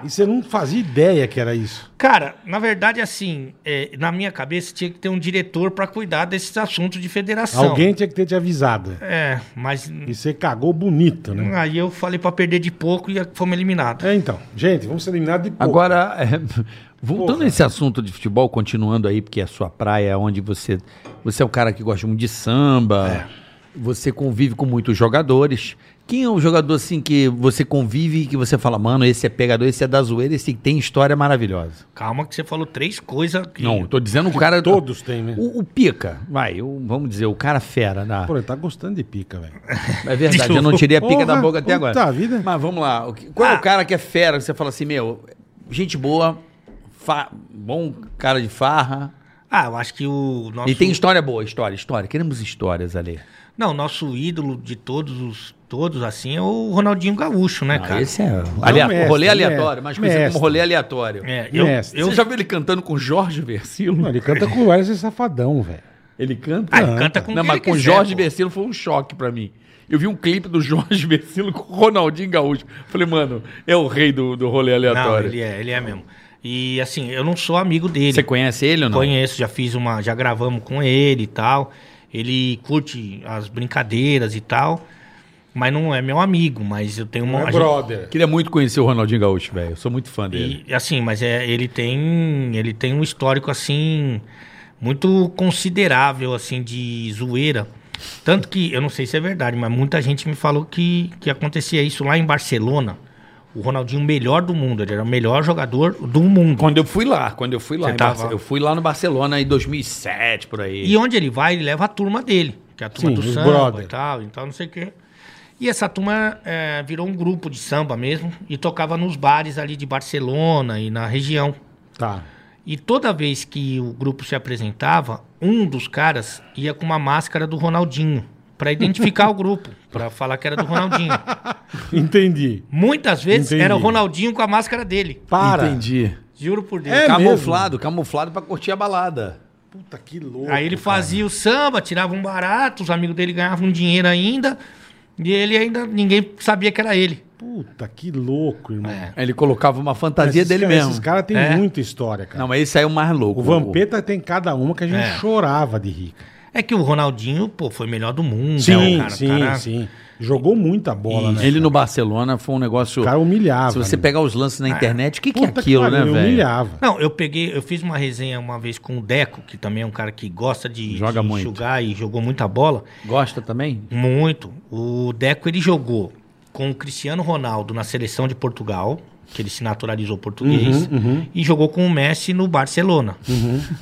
S3: E você não fazia ideia que era isso.
S4: Cara, na verdade, assim, é, na minha cabeça tinha que ter um diretor pra cuidar desses assuntos de federação.
S3: Alguém tinha que ter te avisado.
S4: É, mas
S3: E você cagou bonito, né?
S4: aí eu falei pra perder de pouco e fomos eliminados.
S3: É, então. Gente, vamos ser eliminados de pouco.
S2: Agora, é, voltando a esse assunto de futebol, continuando aí, porque é a sua praia, onde você, você é um cara que gosta muito de samba,
S3: É.
S2: você convive com muitos jogadores. Quem é um jogador assim que você convive e que você fala, mano, esse é pegador, esse é da zoeira, esse tem história maravilhosa?
S4: Calma que você falou três coisas. que-
S2: Não, eu tô dizendo o cara.
S3: Todos têm, né?
S2: O, o pica, vai, o- vamos dizer, o cara fera. Na,
S3: Pô, ele tá gostando de pica, velho.
S2: é verdade, eu não tirei a pica
S3: Porra,
S2: da boca até agora.
S3: puta vida. Ah.
S2: Mas vamos lá. o que- qual é o cara que é fera? que Você fala assim, meu, gente boa, fa- bom cara de farra.
S4: Ah, eu acho que o nosso.
S2: E tem história boa, história, história. Queremos histórias ali.
S4: Não, nosso ídolo de todos os todos assim é o Ronaldinho Gaúcho, né, cara?
S2: Esse é alea-
S3: mestre,
S2: rolê
S3: é
S2: aleatório, mas conhecido
S3: mestre.
S2: como rolê aleatório.
S4: É, eu,
S3: Mestre.
S4: eu
S6: Você já viu ele cantando com Jorge Versilo?
S3: Não, ele canta com o Wesley Safadão, velho.
S6: Ele canta?
S4: Ah, ele canta com
S6: Não,
S4: quem
S6: mas
S4: ele
S6: com
S4: quiser,
S6: Jorge
S4: pô.
S6: Versilo foi um choque pra mim. Eu vi um clipe do Jorge Versilo com o Ronaldinho Gaúcho. Falei, mano, é o rei do, do rolê
S4: Não,
S6: aleatório.
S4: ele é, ele é mesmo. E assim, eu não sou amigo dele.
S2: Você conhece ele ou não?
S4: Conheço, já fiz uma, já gravamos com ele e tal. Ele curte as brincadeiras e tal, mas não é meu amigo, mas eu tenho uma
S3: É
S4: a
S3: brother.
S6: Queria muito conhecer o Ronaldinho Gaúcho, velho. Eu sou muito fã dele.
S4: gente- e, assim, mas é, ele tem, ele tem um histórico assim muito considerável assim de zoeira. Tanto que eu não sei se é verdade, mas muita gente me falou que que acontecia isso lá em Barcelona. O Ronaldinho o melhor do mundo, ele era o melhor jogador do mundo.
S2: Quando eu fui lá, quando eu fui lá,
S4: Você
S2: em
S4: tava-
S2: Barce- tá- eu fui lá no Barcelona em 2007, por aí.
S4: E onde ele vai, ele leva a turma dele, que é a turma
S3: Sim,
S4: do
S3: os
S4: samba
S3: brother.
S4: e tal, então não sei o quê. E essa turma eh, virou um grupo de samba mesmo e tocava nos bares ali de Barcelona e na região.
S3: Tá.
S4: E toda vez que o grupo se apresentava, um dos caras ia com uma máscara do Ronaldinho pra identificar o grupo, pra falar que era do Ronaldinho.
S3: Entendi.
S4: Muitas vezes
S3: Entendi.
S4: era o Ronaldinho com a máscara dele.
S3: Para.
S6: Entendi.
S4: Juro por Deus.
S3: É
S2: camuflado, camuflado pra curtir a balada.
S3: Puta que louco.
S4: Aí ele fazia o samba, tirava um barato, os amigos dele ganhavam um dinheiro ainda, e ele ainda, ninguém sabia que era ele.
S3: Puta que louco, irmão. É.
S2: Ele colocava uma fantasia dele mesmo.
S3: Esses caras têm
S4: É.
S3: muita história, cara.
S2: Não, mas esse aí é o mais louco.
S3: o Vampeta tem cada uma que a gente
S4: É.
S3: chorava de rica.
S4: É que o Ronaldinho, pô, foi melhor do mundo.
S2: Então,
S3: Sim,
S4: né, cara?
S3: sim,
S4: Cara,
S3: sim. Jogou muita bola, né?
S2: Ele no Barcelona foi um negócio.
S3: O cara humilhava.
S2: se você
S3: né?
S2: pegar os lances na internet, o que, que é
S3: Puta
S2: aquilo,
S3: pariu,
S2: né,
S3: ele
S2: velho?
S3: humilhava.
S4: Não, eu peguei, eu fiz uma resenha uma vez com o Deco, que também é um cara que gosta de,
S2: Joga
S4: de
S2: muito.
S4: jogar e jogou muita bola.
S2: Gosta também?
S4: Muito. O Deco ele jogou com o Cristiano Ronaldo na seleção de Portugal, que ele se naturalizou português, e jogou com o Messi no Barcelona.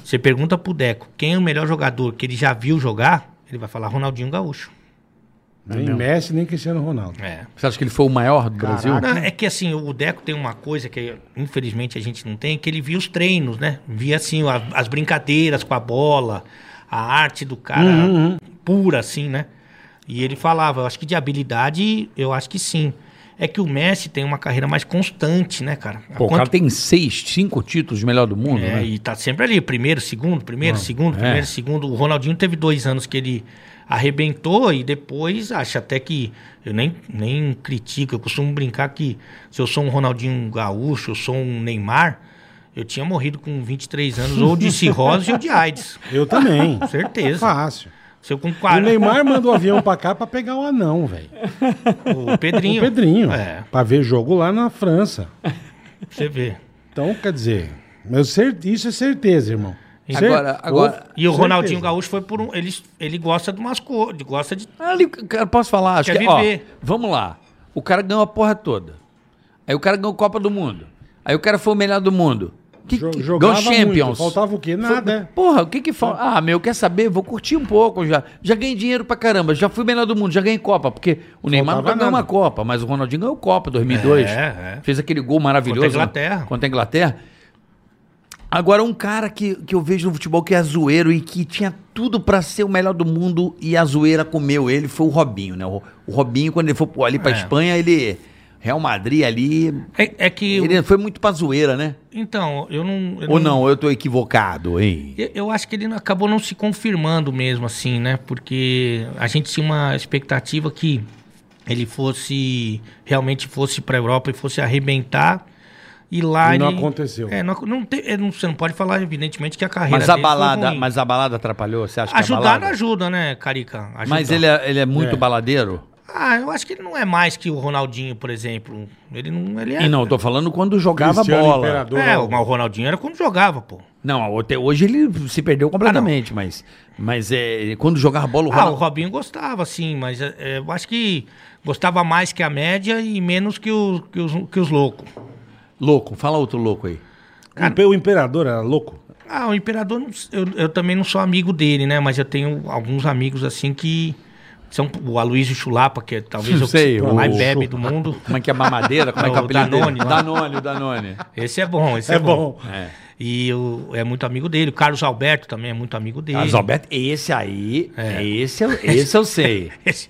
S4: Você pergunta pro Deco quem é o melhor jogador que ele já viu jogar, ele vai falar Ronaldinho Gaúcho.
S3: Nem Messi, nem Cristiano Ronaldo.
S4: É.
S2: Você acha que ele foi o maior do Brasil?
S4: Não, é que assim, o Deco tem uma coisa que infelizmente a gente não tem, que ele via os treinos, né? Via assim a- as brincadeiras com a bola, a arte do cara
S2: Uhum.
S4: pura assim, né? E ele falava, eu acho que de habilidade, eu acho que sim. É que o Messi tem uma carreira mais constante, né, cara? Há
S2: Pô, o
S4: quanto-
S2: cara tem seis, cinco títulos de melhor do mundo,
S4: é,
S2: né?
S4: e tá sempre ali, primeiro, segundo, primeiro, segundo,
S3: é.
S4: primeiro, segundo. O Ronaldinho teve dois anos que ele arrebentou e depois acho até que eu nem, nem critico, eu costumo brincar que se eu sou um Ronaldinho Gaúcho, eu sou um Neymar, eu tinha morrido com 23 anos ou de cirrose ou de AIDS.
S3: Eu também.
S4: Com certeza.
S3: Fácil.
S4: Se eu com
S3: Ah, O
S4: 40,
S3: Neymar manda o avião pra cá pra pegar o anão, velho.
S4: o
S3: O
S4: Pedrinho.
S3: Pedrinho.
S4: É,
S3: Pra ver jogo lá na França.
S4: pra você vê.
S3: Então, quer dizer, meu cer- isso é certeza, irmão. Cer-
S2: Agora- agora-
S3: Ou- Ah,
S4: E o
S3: certeza.
S4: Ronaldinho Gaúcho foi por um. Ele, ele gosta de umas cores, gosta de.
S2: Ali, cara, posso falar? Acho
S4: Quer
S2: que, ó,
S4: viver.
S2: vamos lá. O cara ganhou a porra toda. Aí o cara ganhou Copa do Mundo. Aí o cara foi o melhor do mundo. Que,
S3: Jo-
S2: que-
S3: jogava
S2: ganhou Champions.
S3: muito. Faltava o quê? Nada.
S2: Foi- Porra, o que que falta? Ah, meu, quer saber? Vou curtir um pouco já. Já ganhei dinheiro pra caramba. Já fui melhor do mundo. Já ganhei Copa. Porque o Neymar nunca ganhou
S3: nada.
S2: uma Copa. Mas o Ronaldinho ganhou Copa em 2002.
S4: É, é.
S2: Fez aquele gol maravilhoso.
S4: Contra a Inglaterra.
S2: né? Contra a Inglaterra. Agora, um cara que, que eu vejo no futebol que é zoeiro e que tinha tudo pra ser o melhor do mundo e a zoeira comeu ele foi o Robinho, né? O, o Robinho, quando ele foi pro- ali pra
S4: É.
S2: Espanha, ele. Real Madrid ali.
S4: É, é que.
S2: Ele foi muito pra zoeira, né?
S4: Então, eu não. eu
S2: Ou não, eu tô equivocado, hein?
S4: Eu- Eu acho que ele não- acabou não se confirmando mesmo, assim, né? Porque a gente tinha uma expectativa que ele fosse realmente fosse para Europa e fosse arrebentar. E lá
S3: E não
S4: ele-
S3: aconteceu.
S4: É, não, ac- não te- é, não- você não pode falar, evidentemente, que a carreira.
S2: Mas a
S4: dele foi
S2: balada,
S4: ruim.
S2: mas a balada atrapalhou, você acha que a
S4: Ajudar
S2: balada?
S4: não ajuda, né, Carica? Ajudar.
S2: Mas ele é, ele é muito baladeiro?
S4: Ah, eu acho que ele não é mais que o Ronaldinho, por exemplo. Ele não. Ele é.
S2: E não, eu tô falando quando jogava
S3: Cristiano
S2: bola.
S3: Imperador.
S4: É, o mas o Ronaldinho era quando jogava, pô.
S2: Não, até hoje ele se perdeu completamente, mas, mas é, quando jogava bola, Ah, o
S4: Ah, o
S2: Ronaldo...
S4: Robinho gostava, sim, mas é, é, eu acho que gostava mais que a média e menos que, o, que, os, que os loucos.
S2: Louco, fala outro louco aí.
S3: O impe- O imperador era louco.
S4: Ah, o Imperador, não s- eu, eu também não sou amigo dele, né? Mas eu tenho alguns amigos assim que são o Aloysio Chulapa, que é talvez o
S2: Sei,
S4: que
S2: o-
S4: mais bebe do mundo.
S2: Como é que é mamadeira? Como é que é o
S4: O
S2: apelido
S4: Danone,
S2: dele?
S4: lá.
S2: Danone, o Danone.
S4: Esse é bom, esse é,
S3: É bom.
S4: E o- é muito amigo dele. O Carlos Alberto também é muito amigo dele.
S2: Carlos Alberto, Ah, esse aí, esse, eu, esse eu sei.
S4: Esse-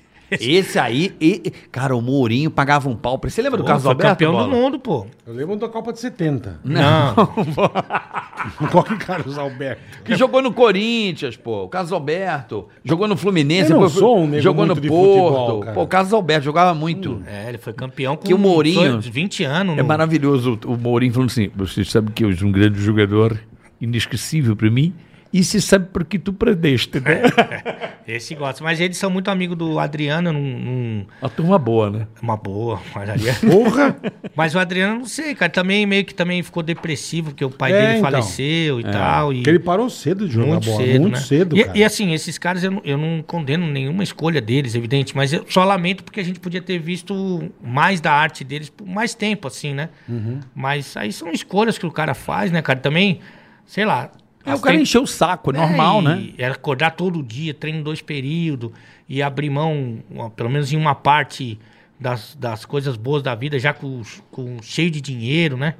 S2: Esse aí, e- cara, o Mourinho pagava um pau pra ele. Você lembra do
S4: Pô,
S2: Carlos
S4: foi
S2: Alberto?
S4: campeão
S2: Bola?
S4: do mundo, pô.
S3: Eu lembro da Copa de 70.
S4: Não.
S3: Qual que Carlos Alberto?
S2: Que jogou no Corinthians, pô. O Carlos Alberto. Jogou no Fluminense.
S3: Eu não
S2: pô,
S3: sou um nego
S2: jogou
S3: muito
S2: no
S3: de
S2: Porto.
S3: futebol, cara.
S2: pô, o Carlos Alberto jogava muito.
S4: É, ele foi campeão com
S2: Que o Mourinho-
S4: 20 anos.
S5: É
S4: no-
S5: maravilhoso o o Mourinho falando assim: você sabe que eu sou um grande jogador, inesquecível para mim, e se sabe porque tu perdeste,
S2: É.
S5: né?
S4: Esse gosta. Mas eles são muito amigos do Adriano. Num, num-
S5: Uma turma boa, né?
S4: uma boa. Mas, ali-
S3: Porra!
S4: mas o Adriano, não sei, cara. Também meio que também ficou depressivo, porque o pai
S3: É,
S4: dele
S3: então.
S4: faleceu e tal. E...
S3: Porque ele parou cedo de jogar
S4: muito
S3: bola.
S4: cedo,
S3: muito
S4: né?
S3: cedo,
S4: e,
S3: cara.
S4: e assim, esses caras, eu não, eu não condeno nenhuma escolha deles, evidente, mas eu só lamento porque a gente podia ter visto mais da arte deles por mais tempo, assim, né?
S3: Uhum.
S4: Mas aí são escolhas que o cara faz, né, cara? Também, sei lá.
S2: É,
S4: as
S2: o cara
S4: tem-
S2: encheu o saco, é
S4: É,
S2: normal,
S4: e
S2: né?
S4: Era acordar todo dia, treino dois períodos, e abrir mão, uma- pelo menos em uma parte das, das coisas boas da vida, já com, com cheio de dinheiro, né?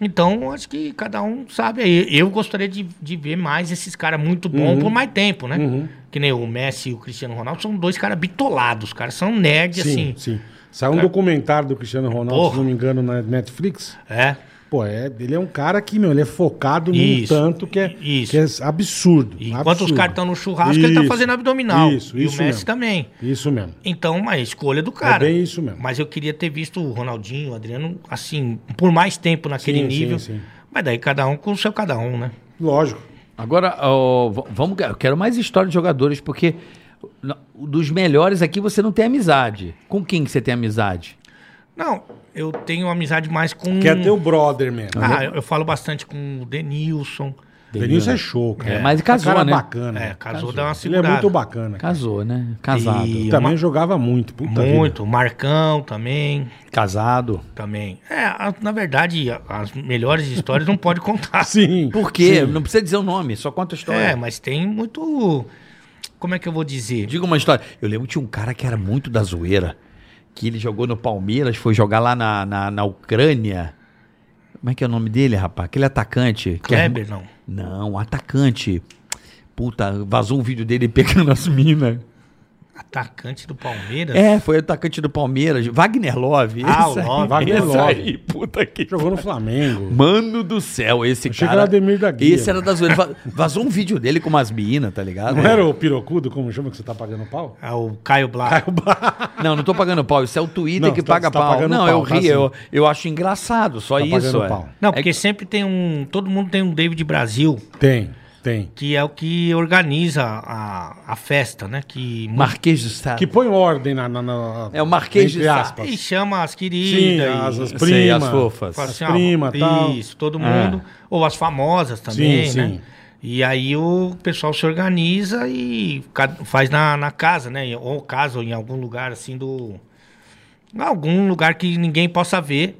S4: Então, acho que cada um sabe aí. Eu gostaria de, de ver mais esses caras muito
S3: Uhum.
S4: bons por mais tempo, né? Que nem o Messi e o Cristiano Ronaldo são dois caras bitolados, os caras são nerd,
S3: Sim,
S4: assim.
S3: sim. Saiu um documentário do Cristiano Ronaldo,
S4: Porra.
S3: se não me engano, na Netflix.
S4: É.
S3: Pô, é, ele é um cara que, meu, ele é focado num
S4: Isso.
S3: tanto que é,
S4: Isso.
S3: que é absurdo.
S4: E Enquanto os
S3: absurdo.
S4: caras estão no churrasco, ele tá
S3: Isso,
S4: fazendo abdominal.
S3: Isso,
S4: e o
S3: isso
S4: Messi
S3: mesmo.
S4: também.
S3: Isso mesmo.
S4: Então, uma escolha do cara.
S3: É bem isso mesmo.
S4: Mas eu queria ter visto o Ronaldinho, o Adriano, assim, por mais tempo naquele
S3: Sim, sim,
S4: nível.
S3: sim.
S4: Mas daí cada um com o seu cada um, né?
S3: Lógico.
S2: Agora, ó, v- vamos, eu quero mais história de jogadores, porque na- dos melhores aqui você não tem amizade. Com quem que você tem amizade?
S4: Não, eu tenho amizade mais com.
S3: Que é teu né? brother mesmo.
S4: Hum. Ah, eu, eu falo bastante com o Denilson.
S3: Denilson é show, cara.
S2: É, mas
S3: Um
S2: casou,
S3: cara
S2: né?
S3: bacana.
S4: É, casou, dá uma
S3: Ele é
S4: segurada.
S3: muito bacana. cara.
S2: Casou, né? Casado.
S4: E-
S3: Também
S4: uma-
S3: jogava muito. Puta
S4: Muito. O Marcão também.
S2: Casado.
S4: Também. É, a- na verdade, a- as melhores histórias não pode contar.
S3: Vida. Ah, Sim.
S2: Por quê? Não precisa dizer o nome, só conta a história.
S4: É, mas tem muito. Como é que eu vou dizer?
S2: Diga uma história. Eu lembro que tinha um cara que era muito da zoeira, que ele jogou no Palmeiras, foi jogar lá na, na, na Ucrânia. Como é que é o nome dele, rapaz? Aquele atacante. que é-
S4: Kleber, não.
S2: Não, um atacante. Puta, vazou um vídeo dele pegando as minas.
S4: Atacante do Palmeiras.
S2: É, foi atacante do Palmeiras, Wagner Love.
S4: Ah,
S2: esse
S4: o
S2: aí,
S4: Love.
S3: Wagner
S2: esse
S3: Love.
S2: aí, puta que...
S3: Jogou no Flamengo.
S2: Mano do céu, esse
S3: Achei que
S2: cara...
S3: era Ademir da Guia.
S2: Esse era da zoeira. Va- Vazou um vídeo dele com umas minas, tá ligado?
S3: Não era o pirocudo, como chama, que você tá pagando pau?
S4: É o Caio Blá.
S2: Não, não tô pagando pau. Isso é o Twitter
S3: Não,
S2: que
S3: tá-
S2: paga
S3: tá
S2: pau. assim.
S3: pagando
S2: Não,
S3: pau,
S2: eu
S3: tá
S2: ri,
S3: sim.
S2: eu, eu acho engraçado, só
S3: Tá
S2: isso.
S3: pagando
S2: é.
S3: pau.
S4: Não,
S2: É
S4: porque sempre tem um. Todo mundo tem um David Brasil,
S3: Tem, tem.
S4: que é o que organiza a, a festa, né? Que mu-
S2: Marquês de Sá.
S3: Que põe ordem na. na- na-
S2: É o Marquês de
S3: entre
S2: Sá.
S3: aspas.
S4: e chama as
S3: Sim,
S4: queridas.
S3: as,
S4: e-
S3: as
S2: Sei,
S3: primas.
S2: as fofas.
S4: fala
S3: as
S4: ó,
S3: prima, tal. É.
S4: Isso, todo mundo. Ou as famosas também,
S3: Sim,
S4: né?
S3: sim.
S4: E aí o pessoal se organiza e ca- faz na, na casa, né? Ou casa, ou em algum lugar assim do. Algum lugar que ninguém possa ver.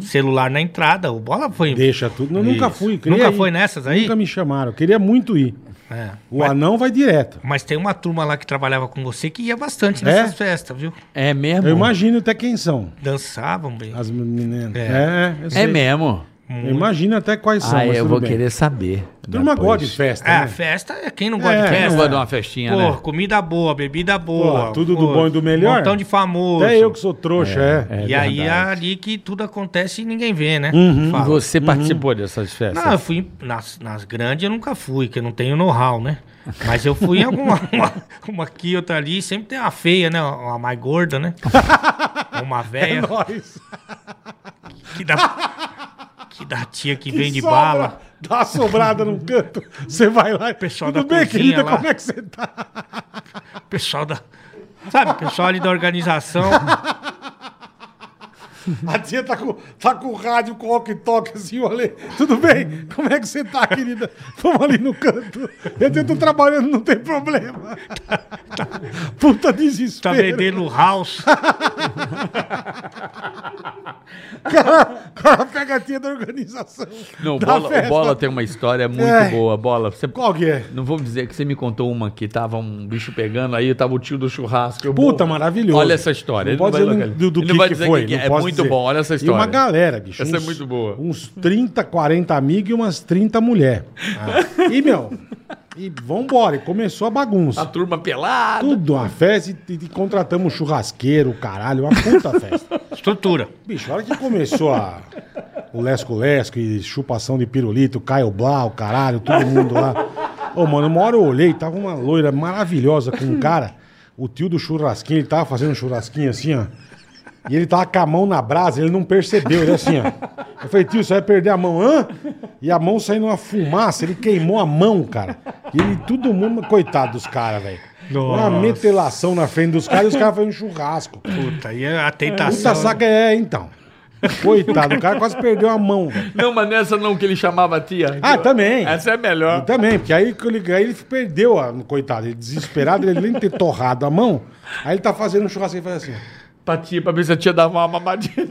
S4: Celular na entrada. O bola foi.
S3: Uhum. Deixa tudo. Eu nunca
S4: Isso.
S3: fui. queria
S4: Nunca
S3: ir.
S4: foi nessas aí?
S3: Nunca me chamaram. Queria muito ir.
S4: É.
S3: O anão vai direto.
S4: Mas tem uma turma lá que trabalhava com você que ia bastante
S3: É?
S4: nessas festas, viu?
S2: É mesmo?
S3: Eu imagino até quem são.
S4: Dançavam bem.
S3: As meninas.
S4: É.
S3: É, eu
S2: É
S3: sei.
S2: mesmo?
S3: Eu imagino até quais são.
S2: Ah,
S3: mas
S2: eu
S3: tudo
S2: vou
S3: bem.
S2: querer saber.
S3: Turma
S2: depois.
S3: gosta de festa.
S4: É,
S3: né?
S4: festa é quem não gosta
S3: É,
S4: de
S2: Eu
S4: festa.
S2: não gosto de uma festinha,
S4: Pô,
S2: né?
S4: comida boa, bebida boa.
S3: Pô, tudo
S4: pô,
S3: do bom e do melhor.
S4: Montão de famoso.
S3: Até eu que sou trouxa, é. Uhum.
S2: É
S4: e aí é
S2: verdade.
S4: ali que tudo acontece e ninguém vê, né?
S2: E
S4: Fala.
S2: Você participou dessas festas?
S4: Não, eu fui nas, nas grandes, eu nunca fui, porque eu não tenho know-how, né? Mas eu fui em alguma uma, uma aqui, outra ali, sempre tem uma feia, né? Uma mais gorda, né? Uma
S3: É,
S4: velha
S3: nóis.
S4: que dá que da tia que, vem de
S3: É sobra,
S4: bala.
S3: Dá uma sobrada num canto. Você vai lá.
S4: Pessoal
S3: Tudo
S4: da
S3: bem,
S4: cozinha
S3: querida?
S4: lá.
S3: Como é que você tá?
S4: pessoal da. Sabe, pessoal ali da organização.
S3: A tia tá com, tá com o rádio, com o walkie-talkie, assim, eu falei, tudo bem? Como é que você tá, querida? Vamos ali no canto. Eu tento trabalhando, não tem problema. Puta
S4: Tá
S3: desespero.
S4: vendendo tá house.
S3: cara, cara pega a tia da organização.
S2: Não, o
S3: da
S2: bola, o
S3: festa.
S2: bola tem uma história muito
S3: É.
S2: boa. Bola, você-
S3: Qual que é?
S2: Não vou dizer que você me contou uma que tava um bicho pegando, aí tava o tio do churrasco. eu-
S3: Puta, maravilhoso.
S2: Olha essa história.
S3: Não
S2: ele
S3: pode
S2: vai
S3: dizer
S2: localizar.
S3: do, do
S2: Ele
S3: que,
S2: não vai
S3: que
S2: dizer
S3: foi.
S2: quem que
S3: não
S2: é. É
S3: posso
S2: muito
S3: dizer.
S2: bom, olha essa
S3: E uma
S2: história.
S3: galera, bicho.
S2: Essa é muito boa.
S3: Uns 30, 40 amigos e umas 30 mulheres. E, meu, e vambora. E começou a bagunça.
S2: A turma pelada.
S3: Tudo uma festa e, e contratamos um churrasqueiro, caralho, uma puta festa.
S4: Estrutura.
S3: Bicho, a hora que começou a, o lesco-lesco e chupação de pirulito, Caio Blau, caralho, todo mundo lá. Ô, mano, uma hora eu olhei, tava uma loira maravilhosa com um cara, o tio do churrasquinho, ele tava fazendo um churrasquinho assim, ó. E ele tava com a mão na brasa, ele não percebeu, ele assim, ó. Eu falei, tio, você vai perder a mão, hã? E a mão saindo uma fumaça, ele queimou a mão, cara. E ele, todo mundo, coitado dos caras, velho. Uma metelação na frente dos caras e os caras fazendo churrasco. cara.
S4: Puta, e a tentação.
S3: Puta saca é, então. Coitado, o cara quase perdeu a mão, velho.
S5: Não, mas nessa não que ele chamava a tia.
S3: Ah, também.
S5: Essa é
S3: E
S5: a melhor.
S3: Também, porque aí, que ele- aí ele perdeu, a, coitado, ele desesperado, ele nem ter torrado a mão, aí ele tá fazendo um churrasquinho e faz assim. ó.
S2: Então-
S5: Pra tia, pra ver se a tia dava uma mamadinha.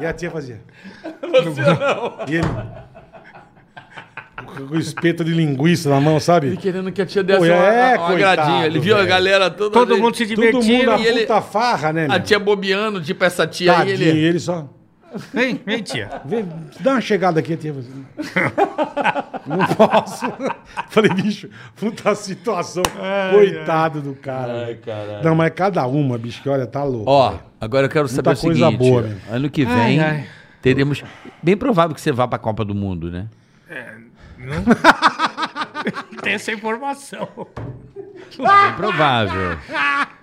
S3: E a tia fazia. E ele. Com o espeto de linguiça na mão,
S5: Ele
S3: sabe?
S5: querendo que a tia desse
S3: Pô,
S5: uma,
S3: é,
S5: uma agradinha. Ele
S3: coitado,
S5: viu a
S3: velho.
S5: galera toda.
S4: Todo
S5: ali,
S4: mundo se
S3: Todo mundo
S4: divertindo.
S3: na
S5: E ele-
S3: puta farra, né?
S5: A
S3: meu?
S5: tia bobeando, tipo essa tia aí.
S3: Tadinho, e
S5: Ele...
S3: ele só.
S4: Vem, vem, tia.
S3: Vê, dá uma chegada aqui, tia. Não posso. Falei, bicho, puta situação. Coitado do cara. velho. Não, mas é cada uma, bicho, que olha, tá louco.
S2: Ó, agora eu quero saber o
S3: coisa
S2: seguinte.
S3: boa, né?
S2: ano que
S4: Ai,
S2: vem
S4: ai.
S2: teremos... Bem provável que você vá pra Copa do Mundo, né?
S4: Tem essa informação.
S2: Bem provável.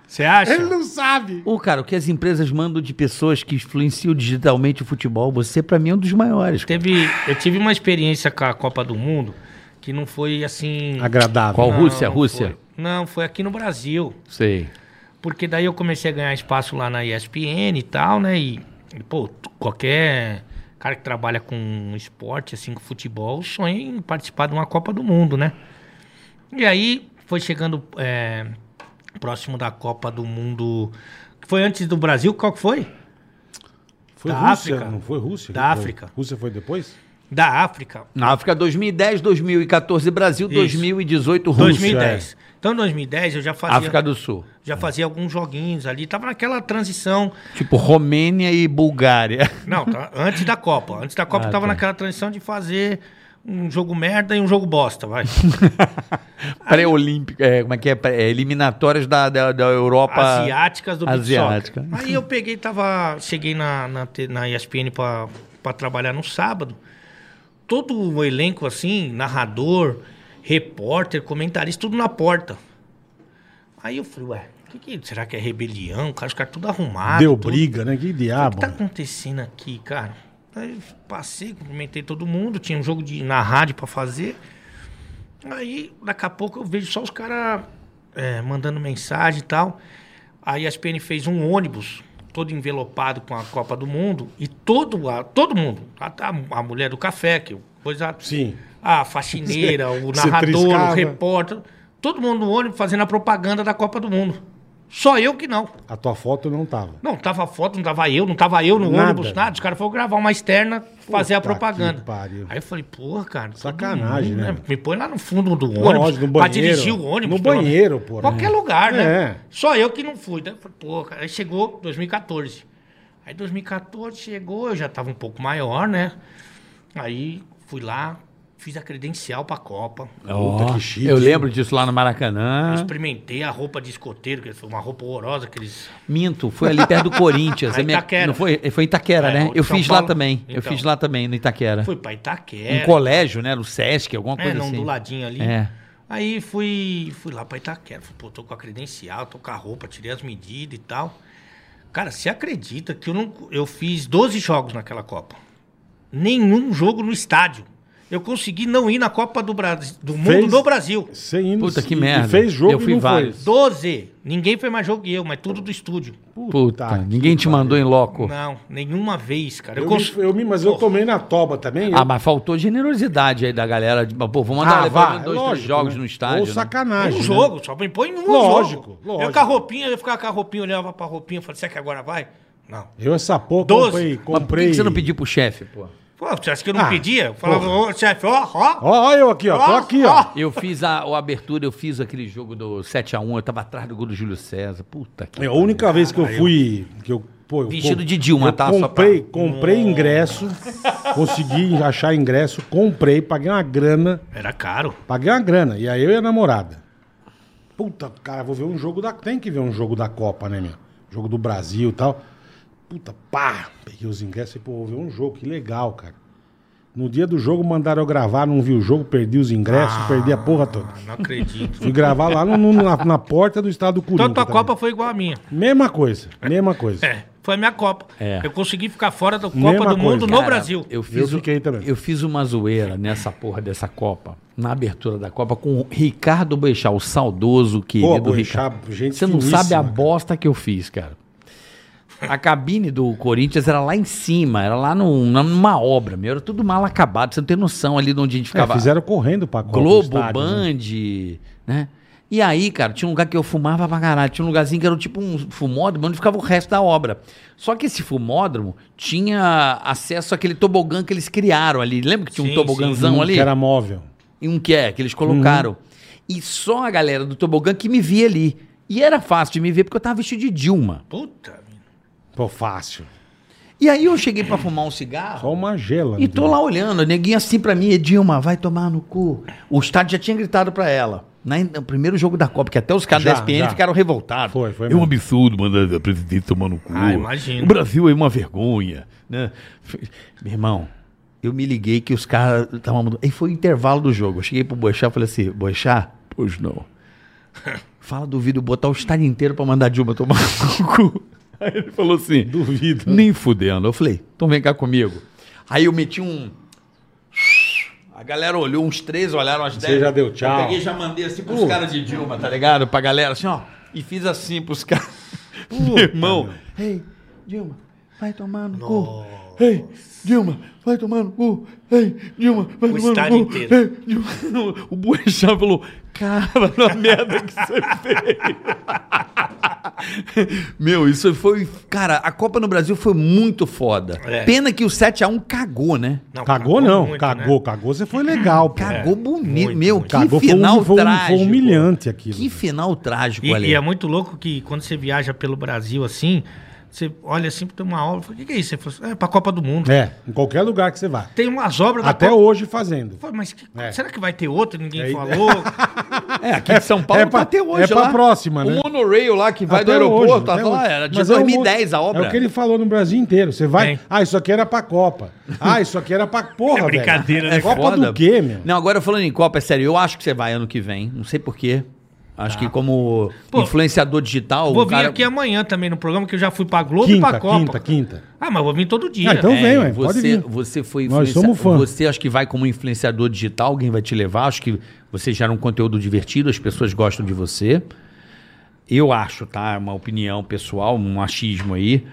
S4: Você acha?
S3: Ele não sabe.
S2: Ô, cara, o que as empresas mandam de pessoas que influenciam digitalmente o futebol, você pra mim é um dos maiores.
S4: Teve, eu tive uma experiência com a Copa do Mundo que não foi assim.
S3: Agradável.
S2: Qual
S4: Não,
S2: Rússia?
S4: não
S2: Rússia?
S4: foi. Não, foi aqui no Brasil.
S2: Sei.
S4: Porque daí eu comecei a ganhar espaço lá na ESPN e tal, né? E, e, pô, t- qualquer cara que trabalha com esporte, assim, com futebol, sonha em participar de uma Copa do Mundo, né? E aí foi chegando é, próximo da Copa do Mundo. que Foi antes do Brasil? Qual que foi?
S3: Foi
S4: Da
S3: Rússia,
S4: África.
S3: não foi Rússia?
S4: Da
S3: Foi.
S4: África.
S3: Rússia foi depois?
S4: Da África.
S2: Na África 2010, 2014 Brasil,
S4: Isso.
S2: 2018 Rússia. é.
S4: 2010. Então, em 2010, eu já fazia,
S2: África do Sul.
S4: já fazia alguns joguinhos ali. Tava naquela transição
S2: Tipo Romênia e Bulgária.
S4: Não, tá, antes da Copa. Antes da Copa
S2: Ah,
S4: eu tava
S2: tá.
S4: naquela transição de fazer um jogo merda e um jogo bosta, vai.
S2: Pré-olímpica, é, como é que é? Pré- é, eliminatórias da, da, da Europa.
S4: Asiáticas do
S2: Asiática.
S4: Asiática. Aí eu peguei, tava. Cheguei na, na, te- na ESPN pra, pra trabalhar no sábado. Todo o elenco, assim, narrador, repórter, comentarista, tudo na porta. Aí eu falei, ué, que que- será que é rebelião? Cara, os caras tudo arrumado.
S3: Deu
S4: tudo.
S3: briga, né? Que
S4: O
S3: diabo.
S4: que tá acontecendo aqui, cara? Aí passei, cumprimentei todo mundo, tinha um jogo de, na rádio pra fazer. Aí, daqui a pouco, eu vejo só os caras mandando mensagem e tal. Aí a ESPN fez um ônibus todo envelopado com a Copa do Mundo e todo, a- todo mundo, a, a- a mulher do café, que depois a,
S3: Sim.
S4: a faxineira, o
S3: Você
S4: narrador,
S3: triscava.
S4: o repórter, todo mundo no ônibus fazendo a propaganda da Copa do Mundo. Só eu que não.
S3: A tua foto não tava.
S4: Não, tava foto, não tava eu, não tava eu no
S3: Nada.
S4: ônibus, nada. Os caras foram gravar uma externa, fazer a
S3: Puta
S4: propaganda.
S3: que pariu.
S4: Aí eu falei, porra, cara. todo
S3: Sacanagem,
S4: mundo,
S3: né?
S4: Me põe lá no fundo do
S3: Lógico,
S4: ônibus.
S3: no
S4: pra
S3: banheiro.
S4: dirigir o ônibus.
S3: No
S4: pelo menos.
S3: banheiro, porra.
S4: Qualquer lugar,
S3: É.
S4: né? Só eu que não fui. Daí eu falei, porra, cara. Aí chegou 2014. Aí 2014 chegou, eu já tava um pouco maior, né? Aí fui lá, fiz a credencial pra Copa.
S2: Ó,
S3: que chique,
S2: eu
S3: hein?
S2: lembro disso lá no Maracanã.
S4: Experimentei a roupa de escoteiro, que foi uma roupa horrorosa que eles
S2: Minto, foi ali perto do Corinthians.
S4: Na
S2: É minha-
S4: Itaquera.
S2: não foi, foi em Itaquera,
S4: É,
S2: né?
S4: o de
S2: Eu
S4: São
S2: fiz lá
S4: Paulo.
S2: também. Eu
S4: Então.
S2: fiz lá também, no Itaquera.
S4: Foi pra Itaquera.
S2: um colégio, né? No Sesc, alguma
S4: É,
S2: coisa
S4: não,
S2: assim.
S4: do ladinho ali.
S2: É.
S4: Aí fui, fui lá pra Itaquera. Falei, pô, tô com a credencial, tô com a roupa, tirei as medidas e tal. Cara, você acredita que eu, não, eu fiz 12 jogos naquela Copa? Nenhum jogo no estádio. Eu eu consegui não ir na Copa do, Brasil, do
S3: Fez-
S4: Mundo do Brasil.
S3: Sem ir no-
S2: Puta, que
S3: e
S2: merda.
S3: fez jogo
S2: Eu
S3: e
S2: fui
S3: não foi.
S2: vários.
S4: 12. Ninguém foi mais jogo que eu, mas tudo do estúdio.
S2: Puta,
S3: Puta
S2: ninguém te mandou em loco.
S4: Não, nenhuma vez, cara.
S3: Eu,
S4: Eu,
S3: me,
S4: cons-
S3: eu me- mas eu tomei na toba também. eu-
S2: Ah, mas faltou generosidade aí da galera. de, Pô, vou mandar levar
S3: vá,
S2: dois,
S3: é
S2: três
S3: lógico,
S2: jogos
S3: né?
S2: no estádio.
S3: Ou
S2: né?
S3: sacanagem. né?
S4: um jogo, só me põe um
S3: Lógico,
S4: jogo.
S3: lógico.
S4: Eu com a roupinha, eu ficava com a roupinha, olhava pra roupinha, falei, será que agora vai? Não.
S3: Eu essa porra
S4: Doze.
S2: Mas
S3: comprei.
S2: por que
S3: comprei...
S2: que você não pediu pro chefe, pô?
S4: Pô, você acha que eu não
S3: Ah,
S4: pedia? Eu falava, ô, chefe, ó, ó.
S3: Ó, ó eu aqui, ó. Tô aqui, ó.
S2: Eu fiz a, a abertura, eu fiz aquele jogo do 7x1, eu tava atrás do gol do Júlio César. Puta que.
S3: É a única vez que eu fui. Que eu, pô, eu
S2: Vestido
S3: com-
S2: de Dilma,
S3: eu
S2: tá? Só
S3: Comprei, comprei ingresso, consegui achar ingresso, comprei, paguei uma grana,
S4: Era caro.
S3: paguei uma grana. E aí eu e a namorada. Puta, cara, vou ver um jogo da. Tem que ver um jogo da Copa, né, meu? Jogo do Brasil e tal. Puta, pá! Peguei os ingressos e, pô, vou ver um jogo, que legal, cara. No dia do jogo mandaram eu gravar, não vi o jogo, perdi os ingressos, perdi a porra toda.
S4: Ah, Não acredito.
S3: Fui gravar lá no- no- na, na porta do estado do Corinthians.
S4: então a tua
S3: também.
S4: Copa foi igual a minha.
S3: Mesma coisa, mesma coisa.
S4: É, foi a minha Copa.
S2: É.
S4: Eu consegui ficar fora da Copa
S3: Mesma
S4: do Mundo
S3: coisa.
S4: no
S2: Cara,
S4: Brasil.
S2: Eu,
S3: Eu
S2: fiz o-
S3: fiquei também.
S2: Eu fiz uma zoeira nessa porra dessa Copa, na abertura da Copa, com o Ricardo Boixá, o saudoso querido
S3: Boixá,
S2: Ricardo.
S3: gente
S2: Você não
S3: finíssima,
S2: sabe a
S3: cara.
S2: bosta que eu fiz, cara. A cabine do Corinthians era lá em cima, era lá num- numa obra, meu. Era tudo mal acabado, você não tem noção ali de onde a gente
S3: É,
S2: ficava.
S3: fizeram correndo pra Copa.
S2: Globo,
S3: o estádio, né?
S2: Band, né? E aí, cara, tinha um lugar que eu fumava pra caralho. Tinha um lugarzinho que era tipo um fumódromo onde ficava o resto da obra. Só que esse fumódromo tinha acesso àquele tobogã que eles criaram ali. Lembra que tinha um
S4: Sim,
S2: tobogãzão
S3: Um
S2: ali?
S3: Que era Uhum. móvel.
S2: E um que é, que eles colocaram. E só a galera do tobogã que me via ali. E era fácil de me ver porque eu tava vestido de Dilma.
S4: Puta, mina.
S3: Pô, fácil.
S2: E aí eu cheguei pra fumar um cigarro.
S3: Só uma gela.
S2: E tô lá olhando, neguinho assim pra mim, Edilma, vai tomar no cu. O estádio já tinha gritado pra ela. Na, no primeiro jogo da Copa, que até os caras da
S3: Já,
S2: SPN
S3: já.
S2: ficaram revoltados.
S3: Foi, foi.
S5: É um
S3: mesmo.
S5: absurdo mandar a presidente tomar no cu.
S4: Ah, imagino.
S5: O Brasil é uma vergonha.
S2: Né? Meu irmão, eu me liguei que os caras estavam mudando. E foi o intervalo do jogo. Eu cheguei pro Boixá e falei assim, Boixá,
S5: Pois não.
S2: fala do vídeo botar o estádio inteiro pra mandar a Dilma tomar no cu.
S5: Aí ele falou assim,
S3: Duvido.
S5: nem fudendo.
S2: Eu falei, então vem cá comigo. Aí eu meti um... A galera olhou, uns três olharam, as dez.
S3: já deu tchau.
S2: Eu peguei e já mandei assim pros caras de Dilma, tá ligado? Pra galera, assim, ó. E fiz assim pros caras. Meu irmão. Ei, Dilma, vai tomar no cu. Ei, Dilma, vai tomar no cu. Ei, Dilma, vai
S4: O
S2: tomar
S4: estádio
S2: no cu.
S4: inteiro.
S2: Ei, Dilma. O Boechat falou, cara, na merda que você fez. Meu, isso foi... Cara, a Copa no Brasil foi muito foda.
S4: É.
S2: Pena que o 7x1 cagou, né?
S4: Não,
S3: Cagou não,
S4: muito,
S3: cagou,
S4: né?
S3: cagou. Você foi legal, pô.
S2: Cagou bonito.
S4: muito,
S2: Meu,
S4: muito.
S2: que
S3: Cagou, foi um-
S2: final
S3: foi um- foi
S2: trágico.
S3: humilhante aquilo.
S2: Que final trágico
S4: E,
S2: ali.
S4: e é muito louco que quando você viaja pelo Brasil assim, você olha assim, tem uma obra, fala, o que, que é isso? Você fala, assim, é pra Copa do Mundo.
S3: É, em qualquer lugar que você vá.
S4: Tem umas obras
S3: Até
S4: Copa.
S3: hoje fazendo.
S4: Fala, Mas que-
S3: É.
S4: será que vai ter outro? Ninguém
S3: É,
S4: falou.
S2: É, aqui em São Paulo
S3: é pra-
S2: tá até hoje
S3: é pra
S2: lá.
S3: próxima, né?
S2: O monorail lá que vai
S3: Até
S2: do aeroporto,
S3: hoje,
S2: tá
S3: até
S2: lá,
S3: hoje.
S4: "Ah,
S2: era de
S3: Mas é um
S2: 2010 a
S3: monte-
S2: obra.
S3: É o que ele falou no Brasil inteiro. Você vai.
S4: É.
S3: Ah, isso aqui era pra Copa. Ah, isso aqui era pra porra, velho. É
S4: brincadeira, né?
S3: Copa
S2: É foda.
S3: do quê, meu?
S2: Não, agora falando em Copa, é sério, eu acho que você vai ano que vem, não sei porquê. Acho
S3: Tá.
S2: que como
S4: Pô,
S2: influenciador digital...
S4: vou
S2: o
S4: vir
S2: cara-
S4: aqui amanhã também no programa, que eu já fui pra Globo e pra
S3: Quinta,
S4: Copa.
S3: quinta, quinta.
S4: Ah, mas eu vou vir todo dia.
S3: Ah, então
S2: É,
S3: vem, ué,
S2: você,
S3: pode vir.
S2: Você foi
S3: Nós
S2: influencia-
S3: somos fã.
S2: Você acho que vai como influenciador digital, alguém vai te levar, acho que você gera um conteúdo divertido, as pessoas gostam de você. Eu acho, tá? É Uma opinião pessoal, um achismo aí.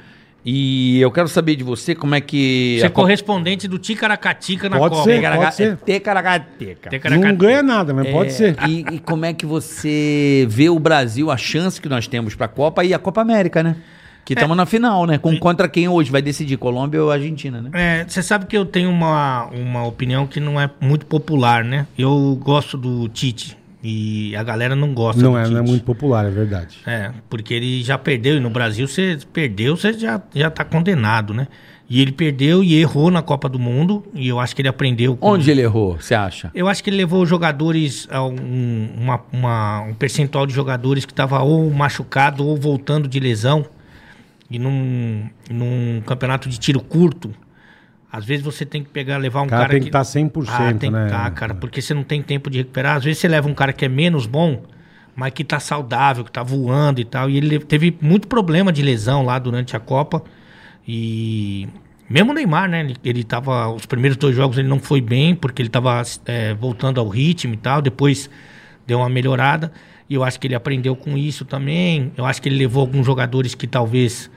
S2: E eu quero saber de você como é que.
S4: Você é
S2: a Copa-
S4: correspondente do Ticaracatica na
S3: Pode
S4: Copa.
S3: ser.
S2: Caraca-
S3: Pode
S2: é Tecaracateca.
S4: Ticaracatica.
S3: Não ganha nada, mas
S2: É,
S3: pode ser.
S2: E, e como é que você vê o Brasil, a chance que nós temos pra Copa e a Copa América, né? Que estamos na final, né? Com, contra quem hoje vai decidir, Colômbia ou Argentina, né?
S4: É, Você sabe que eu tenho uma, uma opinião que não é muito popular, né? Eu gosto do Tite e a galera não gosta
S3: Não
S4: do
S3: é,
S4: Tite.
S3: não é muito popular, é verdade.
S4: É, porque ele já perdeu e no Brasil você perdeu, você já, já tá condenado, né? E ele perdeu e errou na Copa do Mundo e eu acho que ele aprendeu. com-
S2: Onde ele errou, você acha?
S4: Eu acho que ele levou os jogadores a um, uma- uma- um percentual de jogadores que estava ou machucado ou voltando de lesão. E num, num campeonato de tiro curto, às vezes você tem que pegar, levar um
S3: cara
S4: cara,
S3: tem que tá estar 100%,
S4: ah, tem
S3: né?
S4: que tá, cara, porque você não tem tempo de recuperar. Às vezes você leva um cara que é menos bom, mas que tá saudável, que tá voando e tal. E ele teve muito problema de lesão lá durante a Copa. E, Mesmo o Neymar, né? Ele, ele tava. Os primeiros dois jogos ele não foi bem, porque ele tava é, voltando ao ritmo e tal. Depois deu uma melhorada. E eu acho que ele aprendeu com isso também. Eu acho que ele levou alguns jogadores que talvez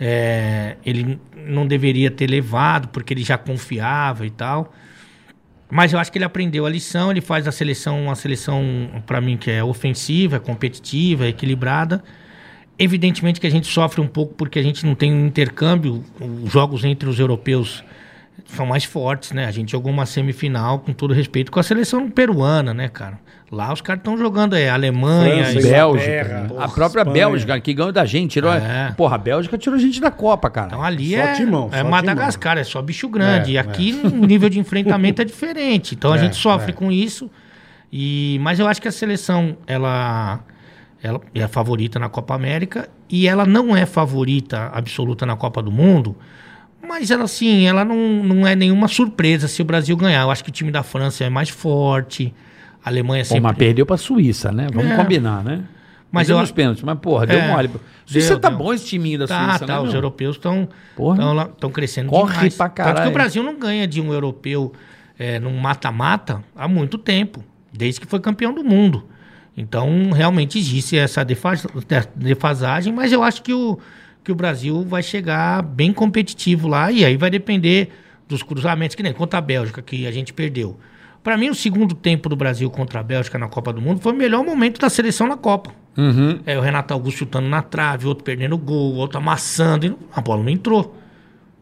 S4: é, ele não deveria ter levado, porque ele já confiava e tal. Mas eu acho que ele aprendeu a lição, ele faz a seleção, uma seleção, pra mim, que é ofensiva, é competitiva, é equilibrada. Evidentemente que a gente sofre um pouco porque a gente não tem um intercâmbio, os jogos entre os europeus são mais fortes, né? A gente jogou uma semifinal, com todo respeito, com a seleção peruana, né, cara? Lá os caras estão jogando, é Alemanha,
S3: França,
S4: Inglaterra.
S3: Inglaterra,
S2: Bélgica. a própria
S3: Espanha.
S2: Bélgica, que ganhou da gente. Tirou,
S4: É.
S2: Porra, a Bélgica tirou a gente da Copa, cara.
S4: Então ali
S3: Só
S4: é,
S3: timão,
S4: é
S3: só
S4: Madagascar, é só bicho grande.
S3: É, é.
S4: e aqui o nível de enfrentamento é diferente. Então a gente sofre com isso. E, mas eu acho que a seleção ela, ela é a favorita na Copa América e ela não é favorita absoluta na Copa do Mundo. Mas ela assim, ela não, não é nenhuma surpresa se o Brasil ganhar. Eu acho que o time da França é mais forte. A Alemanha
S2: Pô,
S4: sempre
S2: mas perdeu pra Suíça, né? Vamos
S4: É.
S2: combinar, né?
S4: Mas
S2: Mas
S4: eu-
S2: nos pênaltis, mas porra, deu
S4: É.
S2: mole. Suíça
S4: Deu,
S2: tá
S4: deu.
S2: bom esse timinho da
S4: Tá,
S2: Suíça,
S4: tá,
S2: né?
S4: os
S2: meu?
S4: europeus estão
S2: Porra.
S4: estão crescendo
S2: Corre
S4: demais.
S2: pra
S4: Tanto que
S2: caralho.
S4: o Brasil não ganha de um europeu é, num mata-mata há muito tempo, desde que foi campeão do mundo. Então, realmente existe essa defas- defasagem, mas eu acho que o, que o Brasil vai chegar bem competitivo lá, e aí vai depender dos cruzamentos, que nem contra a Bélgica, que a gente perdeu. Pra mim, o segundo tempo do Brasil contra a Bélgica na Copa do Mundo foi o melhor momento da seleção na Copa.
S2: Uhum.
S4: É, o Renato Augusto chutando na trave, o outro perdendo o gol, o outro amassando. e não- A bola não entrou.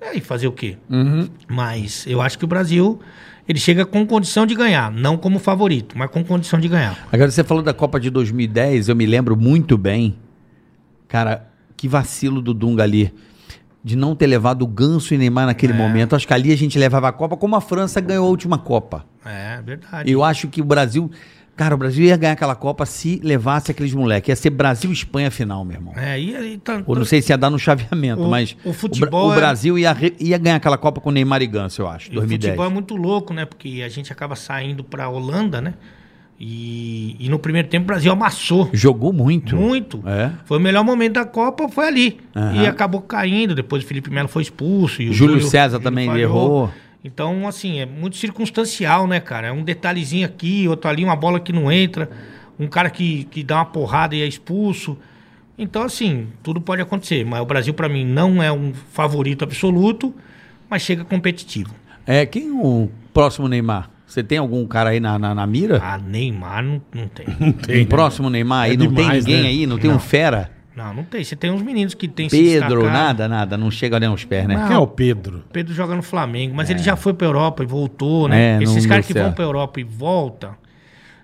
S4: É, E aí, fazer o quê?
S2: Uhum.
S4: Mas eu acho que o Brasil, ele chega com condição de ganhar. Não como favorito, mas com condição de ganhar.
S2: Agora você falou da Copa de 2010, eu me lembro muito bem. Cara, que vacilo do Dunga ali. De não ter levado o Ganso e Neymar
S4: É.
S2: naquele momento. Acho que ali a gente levava a Copa como a França ganhou a última Copa.
S4: É, verdade.
S2: Eu acho que o Brasil. Cara, o Brasil ia ganhar aquela Copa se levasse aqueles moleques. Ia ser Brasil e Espanha final, meu irmão.
S4: É, e, aí tá-
S2: Ou não sei se ia dar no chaveamento,
S4: O-
S2: mas
S4: o
S2: Bra-
S4: futebol
S2: o
S4: é-
S2: Brasil ia, re- ia ganhar aquela Copa com Neymar e Ganso, eu acho,
S4: E o
S2: 2010.
S4: futebol é muito louco, né? Porque a gente acaba saindo pra Holanda, né? E, e no primeiro tempo o Brasil amassou.
S2: Jogou muito.
S4: Muito.
S2: É.
S4: Foi o melhor momento da Copa, foi ali.
S2: Aham.
S4: E acabou caindo. Depois o Felipe Melo foi expulso. E o
S2: Júlio César também ele
S4: falhou.
S2: errou.
S4: Então, assim, é muito circunstancial, né, cara? É um detalhezinho aqui, outro ali, uma bola que não entra, um cara que, que dá uma porrada e é expulso. Então, assim, tudo pode acontecer. Mas o Brasil, pra mim, não é um favorito absoluto, mas chega competitivo.
S2: É, quem o próximo Neymar? Você tem algum cara aí na, na, na mira?
S4: Ah, Neymar não, não Ah, tem. né?
S2: um próximo Neymar aí?
S3: É
S2: não tem
S3: demais,
S2: ninguém
S3: né?
S2: aí? Não tem um fera?
S4: Não, não tem. Você tem uns meninos que tem se
S2: Pedro,
S4: destacado.
S2: nada, nada. Não chega nem aos pés, né?
S4: Não.
S3: Quem é o Pedro?
S4: Pedro joga no Flamengo, mas ele já foi pra Europa e voltou, né?
S2: É,
S4: Esses
S2: não
S4: caras
S2: deu
S4: que vão
S2: certo.
S4: pra Europa e voltam,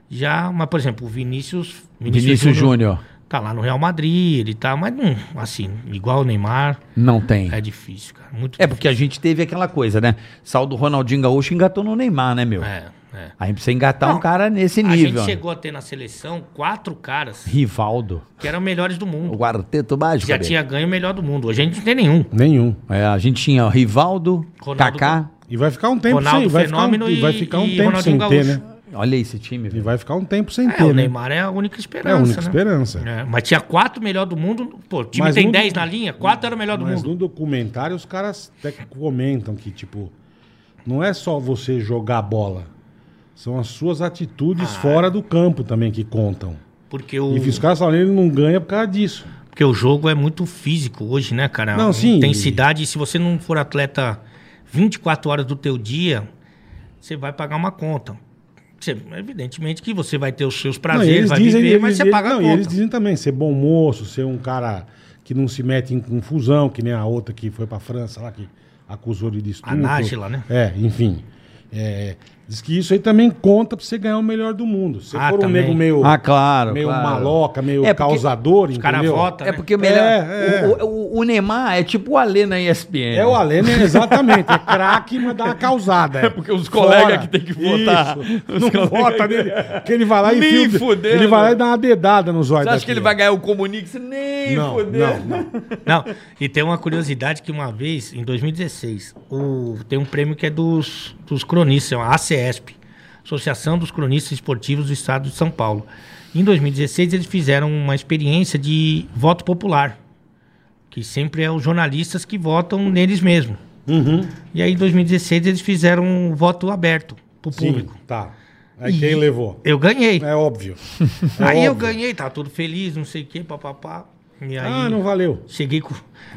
S4: já. Mas, por exemplo, o Vinícius.
S2: Vinícius Júnior.
S4: Tá lá no Real Madrid, ele tá, mas não, assim, igual o Neymar,
S2: Não tem.
S4: é difícil, cara. Muito
S2: É porque a gente teve aquela coisa, né? Sal do Ronaldinho Gaúcho engatou no Neymar, né, meu?
S4: difícil. É, é.
S2: Aí precisa engatar
S4: Não,
S2: um cara nesse
S4: A
S2: nível.
S4: gente chegou a ter na seleção quatro caras
S2: Rivaldo.
S4: que eram melhores do
S2: O
S4: mundo.
S2: quarteto mágico.
S4: Já
S2: dele.
S4: tinha ganho o melhor do mundo. Hoje a gente não tem nenhum.
S3: Nenhum.
S2: É, a gente tinha Rivaldo,
S4: Ronaldo
S2: Kaká.
S3: E vai ficar um tempo
S4: Ronaldo
S3: sem. Vai ficar um,
S4: Fenômeno
S3: e vai
S4: e-
S3: ficar um
S4: e
S3: tempo sem
S4: Ronaldinho
S3: ter,
S4: Gaúcho.
S3: né?
S2: Olha esse time,
S3: E
S2: velho.
S3: vai ficar um tempo sem
S4: É,
S3: ter,
S4: o
S3: né?
S4: Neymar é a única
S3: É
S4: esperança.
S3: a única
S4: né?
S3: esperança.
S4: É, mas tinha quatro melhor do mundo. Pô, o time
S3: Mas
S2: um
S4: tem
S3: no-
S4: 10 na linha, quatro era o melhor do
S3: Mas
S4: mundo.
S3: no documentário os caras até que comentam que, tipo, não é só você jogar bola. São as suas atitudes
S4: Ah, é.
S3: fora do campo também que contam.
S4: Porque o,
S3: E os caras falam, ele não ganha por causa disso.
S4: porque Hum. o jogo é muito físico hoje, né, cara?
S3: Não, sim.
S4: Intensidade, se você não for atleta 24 horas do teu dia, você vai pagar uma conta. Você- evidentemente que você vai ter os seus
S3: Não, e
S4: prazeres, vai viver, mas você
S3: eles-
S4: paga
S3: não,
S4: a
S3: e eles
S4: conta.
S3: dizem também, ser bom moço, ser um cara que não se mete em confusão, que nem a outra que foi pra França lá, que acusou ele de estupro.
S4: A Nájila, né?
S3: É, enfim. É, diz que isso aí também conta pra você ganhar o melhor do mundo. Se
S4: Ah,
S3: for um
S4: também.
S3: nego meio,
S2: Ah, claro.
S3: meio
S2: claro.
S3: maloca, meio
S2: É, porque
S3: causador,
S4: Os caras
S3: entendeu?
S4: votam,
S2: É
S4: né?
S2: porque o melhor.
S3: É, é.
S2: O, o- o Neymar é tipo o Alê na ESPN.
S3: É o Alene, exatamente. É craque, mas dá uma causada. É,
S6: porque os colegas que tem que votar.
S3: Isso.
S6: Os
S3: Não
S6: colegas
S3: vota
S6: que-
S3: nele. Porque ele vai lá e.
S6: Nem
S3: enfia o-
S6: fudendo.
S3: Ele vai lá e dá uma dedada no zóio
S6: Você acha que
S3: daqui,
S6: ele
S3: ó.
S6: vai ganhar o Comunix? Nem
S3: Não,
S6: fodendo.
S3: não, não.
S4: Não, e tem uma curiosidade que uma vez, em 2016, o, tem um prêmio que é dos, dos cronistas, é a ACESP, Associação dos Cronistas Esportivos do Estado de São Paulo. Em 2016, eles fizeram uma experiência de voto popular, que sempre é os jornalistas que votam neles mesmos. E aí, em 2016, eles fizeram um voto aberto pro
S3: Sim,
S4: público.
S3: tá. Aí quem levou?
S4: Eu ganhei.
S3: É óbvio. É
S4: aí eu
S3: óbvio.
S4: ganhei, tá tudo feliz, não sei o quê, papapá. E aí,
S3: Ah, não valeu.
S4: cheguei, com,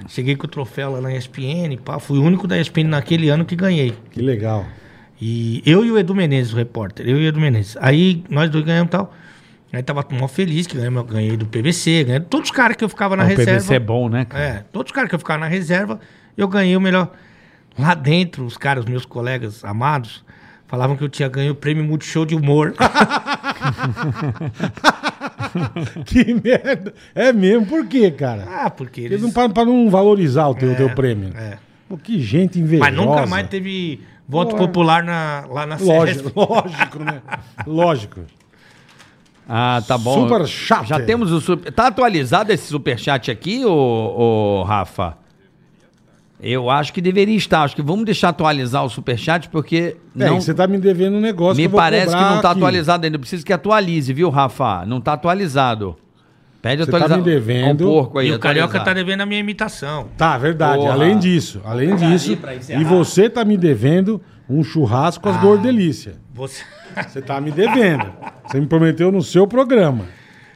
S4: cheguei com o troféu lá na ESPN, pá. Fui o único da ESPN naquele ano que ganhei.
S3: Que legal.
S4: E eu e o Edu Menezes, o repórter, eu e o Edu Menezes. Aí nós dois ganhamos e tal. Aí tava mó feliz que ganhamos, ganhei do PVC, ganhei todos os caras que eu ficava na
S5: o
S4: reserva.
S5: PVC é bom, né, cara?
S4: É, todos os caras que eu ficava na reserva, eu ganhei o melhor. Lá dentro, os caras, meus colegas amados, falavam que eu tinha ganho o prêmio Multishow de Humor.
S3: Que merda. É mesmo, por quê, cara?
S4: ah, porque eles.
S3: Eles
S5: um
S3: não param pra não valorizar o teu,
S4: É,
S3: teu prêmio.
S4: é.
S3: Pô, que gente invejosa.
S4: Mas nunca mais teve voto popular na, lá na
S3: Lógico,
S4: CESP.
S3: lógico, né? Lógico.
S2: Ah, tá bom.
S3: Superchat.
S2: Já temos o super... Tá atualizado esse superchat aqui, ô, ô, Rafa? Eu acho que deveria estar. Acho que vamos deixar atualizar o superchat, porque
S3: É,
S2: não...
S3: que você tá me devendo um negócio que
S2: me
S3: eu vou
S2: parece que
S3: cobrar
S2: não tá
S3: aqui.
S2: atualizado ainda. Eu preciso que atualize, viu, Rafa? Não tá atualizado. Pede
S3: Você tá
S2: atualizar.
S3: me devendo.
S2: Ó o porco aí,
S4: E o Carioca
S2: atualizar.
S4: tá devendo a minha imitação.
S3: Tá, verdade.
S2: Porra.
S3: Além disso, além disso. E você tá me devendo um churrasco
S2: Ah.
S3: às gordelícias.
S4: Você...
S3: Você tá me devendo. Você me prometeu no seu programa.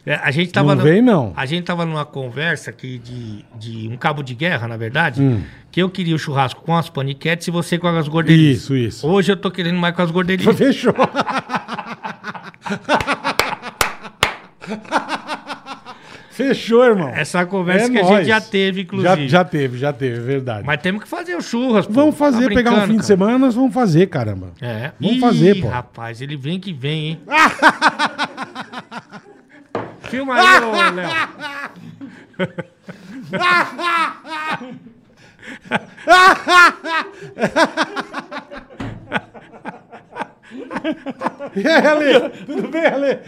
S4: É, A gente tava
S3: Não vem, não.
S4: A gente tava numa conversa aqui de, de um cabo de guerra, na verdade,
S3: Hum.
S4: que eu queria o churrasco com as paniquetes e você com as gordelhas.
S3: Isso, isso.
S4: Hoje eu tô querendo mais com as gordelhas.
S3: Fechou. Fechou, irmão.
S4: Essa conversa
S3: É
S4: que a
S3: nóis.
S4: gente já teve,
S3: Já,
S4: inclusive.
S3: já teve, já teve, é verdade.
S4: Mas temos que fazer o churras. pô.
S3: vamos
S4: Tá
S3: fazer, pegar um fim
S4: brincando,
S3: de semana, nós vamos fazer, caramba.
S4: cara. É.
S3: Vamos
S4: Ih,
S3: fazer, pô.
S4: rapaz, ele vem que vem, hein? Filma aí, ô, Léo.
S3: E aí, Ale? Tudo bem, Ale?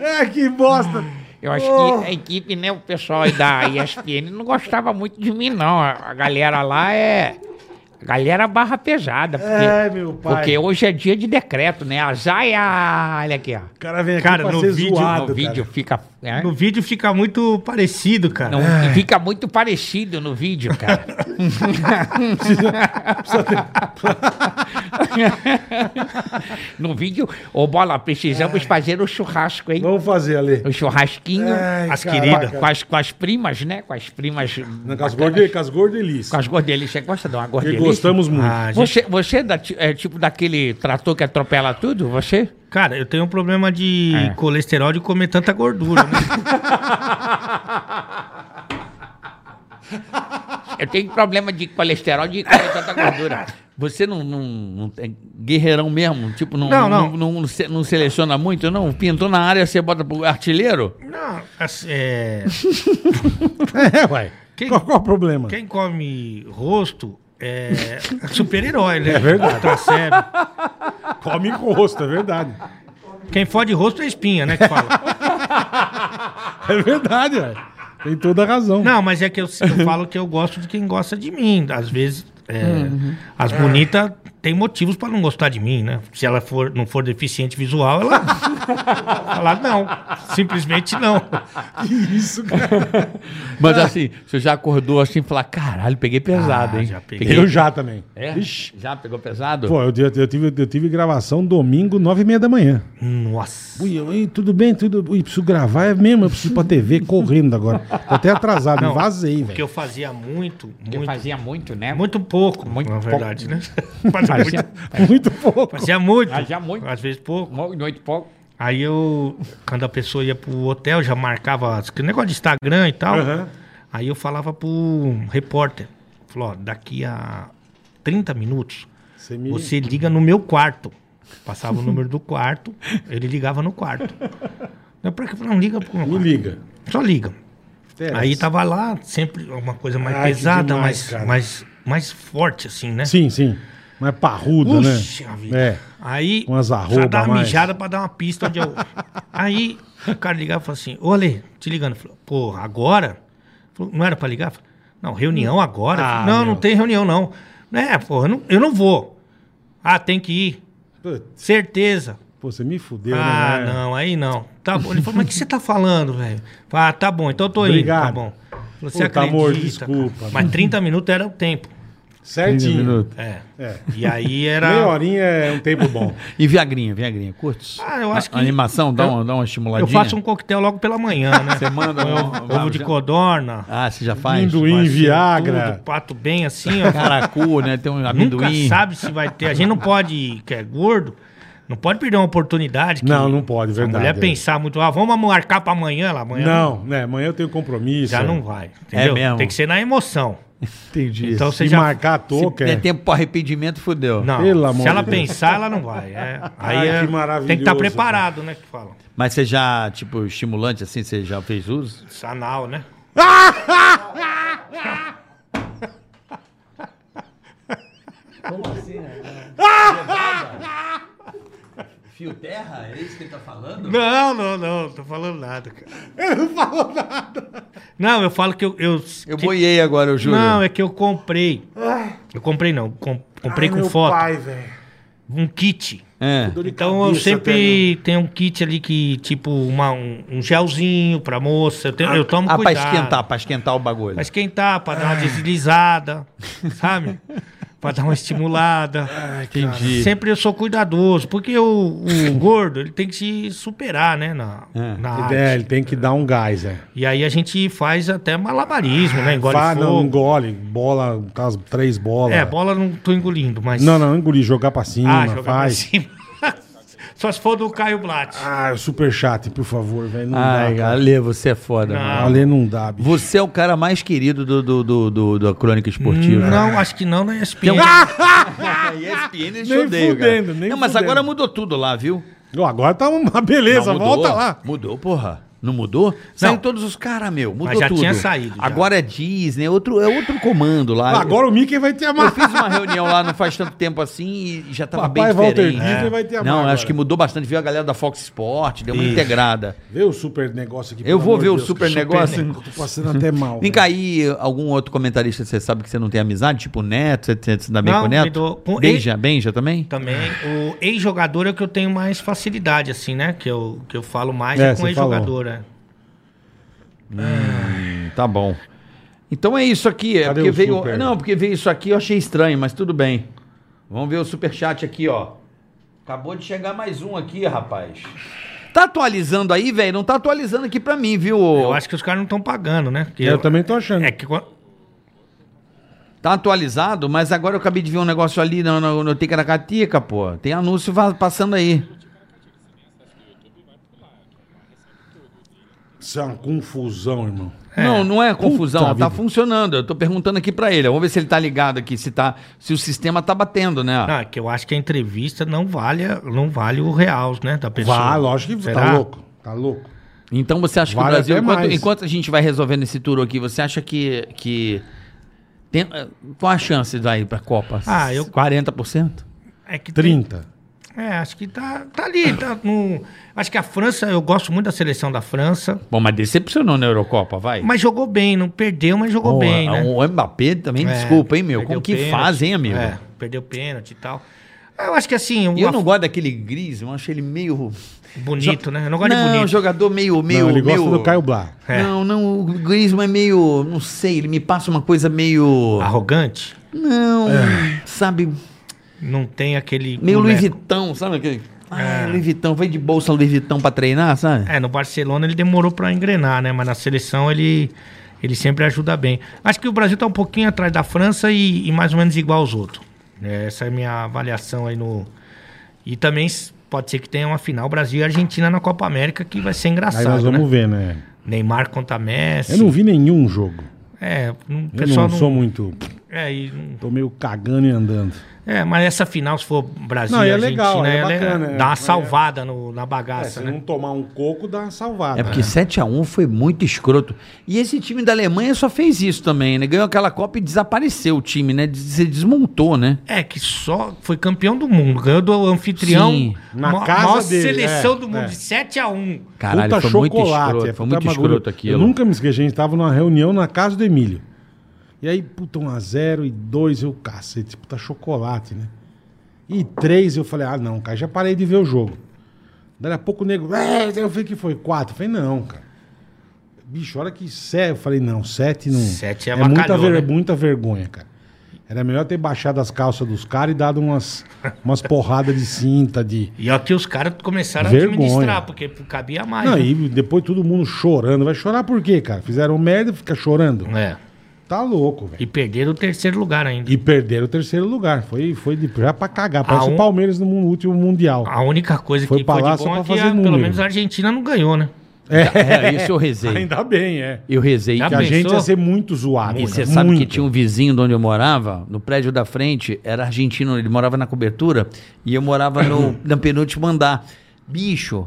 S3: é, que bosta. Oh,
S8: Eu acho
S4: é
S8: que a equipe, né, o pessoal aí da ESPN não gostava muito de mim, não. A a galera lá é. a Galera barra pesada. Porque,
S3: É, meu pai.
S8: porque hoje é dia de decreto, né? A Zaia. Olha aqui, ó.
S3: O cara vem aqui
S4: Cara, no vídeo-
S8: No vídeo fica. né?
S4: No vídeo fica muito parecido, cara.
S3: é.
S8: Não, fica muito parecido no vídeo, cara. no vídeo, ô Bola, precisamos fazer o churrasco, hein?
S3: Vamos fazer, Ale.
S8: O churrasquinho.
S3: Ai,
S4: As
S3: caraca.
S4: queridas.
S8: Com as, com as primas, né? Com as primas.
S3: Não, Com as, gorde... com as gordelícias.
S8: Com as gordelhas. Você gosta de uma
S3: Que
S8: gordelha?
S3: gostamos muito.
S4: Ah, gente,
S8: Você, você é, da ti- é tipo daquele trator que atropela tudo? Você?
S4: Cara, eu tenho um problema de
S3: É.
S4: colesterol de comer tanta gordura, né?
S8: Eu tenho problema de colesterol de comer tanta gordura.
S2: Você não, não, não é guerreirão mesmo? Tipo, não,
S4: Não, não.
S2: não, não se- não seleciona muito, não? Pintou na área, você bota pro artilheiro?
S4: Não, assim, é,
S3: É, ué.
S4: Quem-
S3: Qual, qual o problema?
S4: quem come rosto é super-herói, né? É
S3: verdade.
S4: Tá sério.
S3: Come com o rosto, é verdade.
S4: Quem fode rosto é espinha, né? Que fala.
S3: É verdade, ué. Tem toda a razão.
S4: Não, mas é que eu, eu falo que eu gosto de quem gosta de mim. Às vezes, é, as bonitas têm motivos pra não gostar de mim, né? Se ela for, não for deficiente visual, ela. ela não. Simplesmente não. Ah,
S3: Isso, cara.
S2: Mas assim, você já acordou assim e falar, caralho, peguei pesado,
S4: É. Ah,
S2: hein?
S4: já peguei.
S3: Eu já também.
S2: É?
S3: Ixi.
S2: Já pegou pesado?
S3: Pô, eu, eu- eu tive, eu tive gravação domingo, nove e meia da manhã.
S4: Nossa.
S3: Ui, eu- ui, tudo bem, tudo. Ui, preciso gravar é mesmo, eu preciso ir pra TV correndo agora. Tô até atrasado,
S4: Não,
S3: vazei,
S4: Porque
S3: velho.
S4: eu fazia muito,
S8: Eu
S4: muito.
S8: fazia muito, né?
S4: Muito pouco,
S8: Muito
S4: na
S8: pouco.
S4: verdade, né?
S8: Fazia,
S3: Muito pouco.
S4: Fazia muito.
S8: Fazia muito.
S4: Às vezes pouco.
S8: muito pouco.
S4: Aí eu, quando a pessoa ia pro hotel, já marcava as- que negócio de Instagram e tal. Aí eu falava pro repórter: falou, ó, daqui a 30 minutos
S3: Você me...
S4: você liga no meu quarto. Passava o número do quarto, ele ligava no quarto. Não, pra que eu falei, não liga pro meu
S3: me
S4: quarto.
S3: liga.
S4: Só liga.
S3: Interessa.
S4: Aí tá tava lá, sempre uma coisa mais
S3: Ai, que
S4: pesada,
S3: demais, cara.
S4: mais, mais, mais forte, assim, né?
S3: Sim, sim. Mas parruda, né?
S4: Puxa vida.
S3: É.
S4: Aí
S3: Com as arroba
S4: já dava
S3: mais.
S4: mijada pra dar uma pista onde eu. Aí o cara ligava e falou assim: Ô Ale, te ligando. Eu Falei, Pô, agora? Falou, não era pra ligar? Eu Falei, não, reunião agora?
S3: Ah,
S4: Eu falei, não, não tem reunião, não. É, pô, eu não, eu não vou. Ah, tem que ir.
S3: Putz,
S4: Certeza.
S3: Pô, você me fudeu,
S4: ah,
S3: né?
S4: não, aí não. Tá bom. Ele falou, mas o que você tá falando, velho? Eu falei, Ah, tá bom, então eu tô indo. Tá
S3: Obrigado.
S4: bom. Eu falei, Você
S3: Puta,
S4: acredita,
S3: amor,
S4: cara.
S3: desculpa.
S4: Mas 30 minutos era o tempo.
S3: Certinho.
S4: É.
S3: É.
S4: E aí era...
S3: Meia horinha é um tempo bom.
S2: E Viagrinha, Viagrinha, curte?
S4: Ah, eu acho
S2: A-
S4: que-
S2: a animação, dá,
S4: eu-
S2: uma, dá uma
S4: Eu
S2: estimuladinha.
S4: faço um coquetel logo pela manhã, né? Você
S2: manda um-
S4: Ovo de codorna.
S2: Ah, você já faz?
S3: Amendoim,
S4: Tudo,
S3: Viagra.
S4: pato bem assim, ó.
S2: Caracu, né? Tem um
S4: Nunca
S2: amendoim.
S4: sabe se vai ter. A gente não pode, que é gordo, não pode perder uma oportunidade. que
S3: Não, não pode,
S4: A
S3: verdade. é.
S4: mulher pensar muito, ah, vamos marcar pra amanhã lá, amanhã.
S3: Não, né? Amanhã eu tenho compromisso. é.
S4: Já não vai. Entendeu?
S2: É mesmo.
S4: Tem que ser na emoção.
S2: Entendi.
S4: Então você
S3: Se
S4: já.
S3: marcar a
S2: Se
S3: touca.
S2: der
S3: é.
S2: tempo pro arrependimento, fudeu.
S4: Não,
S3: Pelo amor
S4: se ela
S3: de Deus.
S4: pensar, ela não vai. É. Aí
S3: Ai,
S4: é-
S3: que
S4: tem que estar
S3: maravilhoso,
S4: preparado, né? Que falam.
S2: Mas você já, tipo, estimulante assim, você já fez uso?
S4: Sanal, né?
S2: assim, né? Fio terra? É isso que ele tá falando?
S4: Não, não, não, não tô falando nada, cara. Eu não falo nada. Não, eu falo que eu. Eu,
S2: Eu
S4: que-
S2: boiei agora, eu juro.
S4: Não, é que eu comprei. Eu comprei não, com- comprei
S3: Ai,
S4: com
S3: Ah, meu
S4: foto.
S3: pai, velho.
S4: Um kit.
S2: É.
S3: Dor de
S4: Então eu
S3: cabeça,
S4: sempre tenho um kit ali que, tipo, uma, um, um gelzinho pra moça. Eu, tenho, eu tomo
S2: Ah, pra
S4: cuidado.
S2: esquentar, pra esquentar o bagulho.
S4: Pra esquentar, pra dar uma deslizada, sabe? Pra dar uma estimulada.
S3: Ah,
S2: Entendi.
S4: Sempre eu sou cuidadoso, porque o, o gordo ele tem que se superar, né? Na, na
S3: velho.
S4: arte.
S3: É, ele tem que dar um gás, é.
S4: E aí a gente faz até malabarismo, né? Engole
S3: Fá,
S4: fogo.
S3: Ah, não, engole. Bola, no caso, três bolas.
S4: É, bola não tô engolindo, mas.
S3: Não, não, engolir, jogar pra cima,
S4: Ah, jogar pra
S3: faz.
S4: cima. Só se for do Caio Blatt.
S3: Ah, super chato, por favor, velho. Não
S2: Ai,
S3: dá. cara.
S2: Ale, você é foda,
S4: Não.
S2: mano.
S3: Ale não dá, bicho.
S2: Você é o cara mais querido do, do, do, do- da crônica esportiva.
S3: né?
S4: Não, acho que não né, na ESPN.
S3: um Ah!
S2: A ESPN eles
S3: Nem
S2: odeiam, cara.
S3: fudendo, nem
S2: Não, mas
S3: fudendo.
S2: agora mudou tudo lá, viu?
S3: Ó, Agora tá uma beleza,
S2: Não,
S3: volta lá.
S2: Mudou, porra. Não mudou? Saiu
S4: Não.
S2: todos os caras, meu. Mudou
S4: já
S2: tudo.
S4: tinha saído, já.
S2: Agora é Disney, é outro, é outro comando lá.
S3: Agora o Mickey vai te
S2: Eu
S3: amar.
S2: fiz uma reunião lá não faz tanto tempo assim e já tava bem
S3: Papai Walter
S2: diferente.
S3: Disney vai te amar
S2: Não,
S3: agora.
S2: acho que mudou bastante. Viu a galera da Fox Sport, deu uma integrada.
S3: Vê o super negócio aqui.
S2: Eu
S3: pelo
S2: vou
S3: amor
S2: ver
S3: de
S2: o
S3: Deus,
S2: super
S3: que
S2: negócio.
S3: negócio, Tô passando até mal.
S2: Vem cá aí, algum outro comentarista que você sabe que você não tem amizade, tipo o Neto, você, você se dá bem
S4: Não,
S2: com o
S4: me
S2: Neto?
S4: dou- com-
S2: Benja, Benja também?
S4: Também. O ex-jogador é o que eu tenho mais facilidade, assim, né? Que eu, que eu falo mais
S3: É,
S4: é, com
S3: você falou.
S4: ex-jogador. é.
S2: Tá bom. Então é isso aqui. É
S3: Cadê
S2: porque
S3: o
S2: veio...
S3: super?
S2: Não, porque veio isso aqui eu achei estranho, mas tudo bem. Vamos ver o superchat aqui, ó. Acabou de chegar mais um aqui, rapaz. Tá atualizando aí, velho? Não tá atualizando aqui pra mim, viu?
S4: Eu acho que os caras não estão pagando, né? Porque
S3: Eu, também tô achando.
S4: É que quan-
S2: Tá atualizado, mas agora eu acabei de ver um negócio ali no, no, no Ticaracatica, pô. Tem anúncio va- passando aí.
S3: Isso é uma confusão, irmão.
S2: Não, não é confusão.
S3: Puta
S2: tá
S3: vida.
S2: funcionando. Eu tô perguntando aqui pra ele. Vamos ver se ele tá ligado aqui, se, tá, se o sistema tá batendo, né?
S4: Não, é que eu acho que a entrevista não vale, a- não vale o real, né? Da pessoa.
S3: Vá, lógico que tá
S4: Será?
S3: louco. Tá louco.
S2: Então você acha que
S3: Vale
S2: o Brasil,
S3: até
S2: enquanto,
S3: mais.
S2: enquanto a gente vai resolvendo esse tour aqui, você acha que. que tem- qual a chance daí pra Copa?
S4: Ah, eu-
S2: 40%?
S4: É que tem-
S3: 30.
S4: É, acho que tá, tá ali. Tá no... Acho que a França, eu gosto muito da seleção da França.
S2: Bom, mas decepcionou na Eurocopa, vai.
S4: Mas jogou bem, não perdeu, mas jogou
S2: Pô,
S3: é
S4: bem,
S3: um
S4: né?
S2: O Mbappé também,
S4: É,
S2: desculpa, hein, meu?
S4: perdeu
S2: Como que
S4: pênalti.
S2: fazem, hein, amigo?
S4: É, perdeu pênalti e tal. Eu acho que assim, o
S2: E eu não gosto daquele Gris, eu acho ele meio.
S4: bonito, né? Eu não gosto
S2: não,
S4: de bonito.
S2: jogador meio. meio
S3: não, ele
S2: meio...
S3: gosta do Caio Blá.
S4: É.
S2: Não, não, o Griezmann é meio, não sei, ele me passa uma coisa meio,
S4: Arrogante,
S2: não,
S4: É.
S2: sabe,
S4: não tem aquele.
S2: meio Louis
S4: boneco.
S2: Vuitton, sabe
S3: É.
S2: aquele? Ah, Louis Vuitton, vai de bolsa Louis Vuitton pra treinar, sabe?
S4: É, no Barcelona ele demorou pra engrenar, né? Mas na seleção ele, ele sempre ajuda bem. Acho que o Brasil tá um pouquinho atrás da França e, e mais ou menos igual aos outros. É, essa é a minha avaliação aí no. E também s- pode ser que tenha uma final Brasil e Argentina na Copa América que vai ser
S3: Aí nós
S4: engraçado,
S3: vamos
S4: né?
S3: ver, né?
S4: Neymar contra Messi.
S3: Eu não vi nenhum jogo.
S4: É, não- o
S3: Eu
S4: pessoal
S3: não
S4: não.
S3: sou muito.
S4: É, e não-
S3: Tô meio cagando e andando.
S4: é, mas essa final, se for Brasil
S3: Não,
S4: e
S3: é
S4: Argentina,
S3: legal, é
S4: ela é-
S3: bacana, é.
S4: dá uma
S3: Mas é-
S4: salvada no- na
S3: É,
S4: bagaça,
S3: se
S4: né?
S3: não tomar um coco, dá uma salvada.
S2: É porque
S3: né?
S2: 7x1 foi muito escroto. E esse time da Alemanha só fez isso também, né? Ganhou aquela Copa e desapareceu o time, né? Des- Se desmontou, né?
S4: É, que só foi campeão do mundo, ganhou do anfitrião.
S2: Sim,
S3: na
S4: ma-
S3: casa
S4: maior
S3: dele,
S4: seleção
S3: é,
S4: do mundo,
S3: é.
S4: de 7 a 1
S2: Caralho,
S3: Puta
S2: foi muito
S3: chocolate,
S2: escroto. foi
S3: é, puta
S2: muito
S3: bagulho.
S2: escroto aquilo.
S3: Eu nunca me esqueci, a gente tava numa reunião na casa do Emílio. E aí, puta, um a zero e dois, eu, cacete, puta chocolate, né? E três, eu falei, ah, não, cara, já parei de ver o jogo. Daí a pouco o nego, é, eu falei que foi quatro. Eu falei, não, cara. Bicho, a hora que sete, eu falei, não, sete não.
S4: Sete é
S3: muita,
S4: avacalhou,
S3: ver-
S4: né?
S3: muita vergonha, cara. Era melhor ter baixado as calças dos caras e dado umas, umas porradas de cinta, de.
S4: E aqui os caras começaram
S3: Vergonha.
S4: a administrar, porque cabia mais.
S3: Não,
S4: né?
S3: e depois todo mundo chorando. Vai chorar por quê, cara? Fizeram merda e fica chorando.
S4: É.
S3: Tá louco, velho.
S4: E perderam o terceiro lugar ainda.
S3: E perderam o terceiro lugar. Foi, foi de, já pra cagar. Parece
S4: Ah, um- Ah,
S3: o Palmeiras no mu- último Mundial.
S4: A única coisa
S3: Foi
S4: que
S3: pra
S4: foi
S3: lá
S4: de
S3: só
S4: bom
S3: pra
S4: é que
S3: fazer
S4: a- pelo
S3: número.
S4: menos a Argentina não ganhou, né?
S2: É, isso eu rezei.
S3: Ainda bem, é.
S2: Eu rezei.
S4: Ainda
S3: Que a
S4: Pensou?
S3: gente ia ser muito zoado.
S2: E
S3: cara,
S2: você sabe que
S3: muito.
S2: tinha um vizinho de onde eu morava, no prédio da frente, era argentino, ele morava na cobertura e eu morava no, no penúltimo andar. Bicho,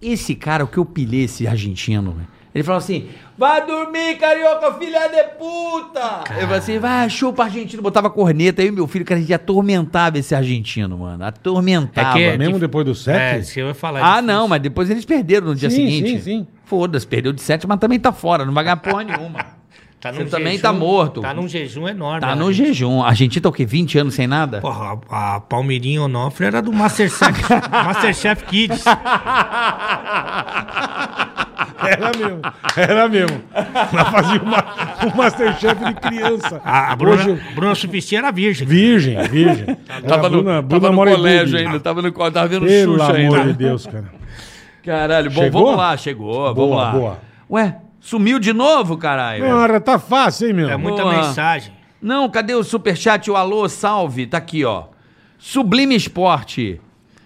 S2: esse cara, o que eu pilhei esse argentino, velho? Ele falou assim: vai dormir, carioca, filha de puta! Eu falei assim: vai, chupa argentino, botava corneta, aí meu filho, cara, a gente atormentava esse argentino, mano. Atormentava.
S4: É
S3: Mesmo depois do
S4: É,
S3: sete?
S4: se eu ia falar
S2: Ah,
S4: difícil.
S2: não, mas depois eles perderam no dia
S3: Sim,
S2: seguinte.
S3: sim, sim.
S2: Foda-se, perdeu de sete, mas também tá fora, não vai ganhar porra nenhuma.
S4: Tá num
S2: Você também tá morto.
S4: Tá num jejum enorme.
S2: Tá
S4: né,
S2: no
S4: gente?
S2: jejum. A gente tá o quê? 20 anos sem nada?
S4: Porra, a, a Palmeirinha Onofre era do Masterchef, Masterchef Kids.
S3: Era mesmo. Era mesmo. Ela fazia uma, um Masterchef de criança.
S4: Ah, A, a Bruna, Bruna Suplicy era virgem.
S3: Virgem, virgem. Era
S5: Tava no,
S3: Bruna-
S5: tava
S3: Bruna
S5: no
S3: Moribund.
S5: colégio ainda, tava no colégio, tava vendo
S3: Pelo
S5: Xuxa
S3: amor de
S5: ainda.
S3: Deus, cara.
S2: Caralho, bom,
S3: Chegou?
S2: vamos lá, chegou, vamos
S3: Boa,
S2: lá.
S3: boa.
S2: Ué, sumiu de novo, caralho?
S3: Cara, tá fácil, hein, meu?
S4: É muita
S2: Boa.
S4: mensagem.
S2: Não, cadê o superchat? O alô, salve, tá aqui, ó. Sublime Esporte.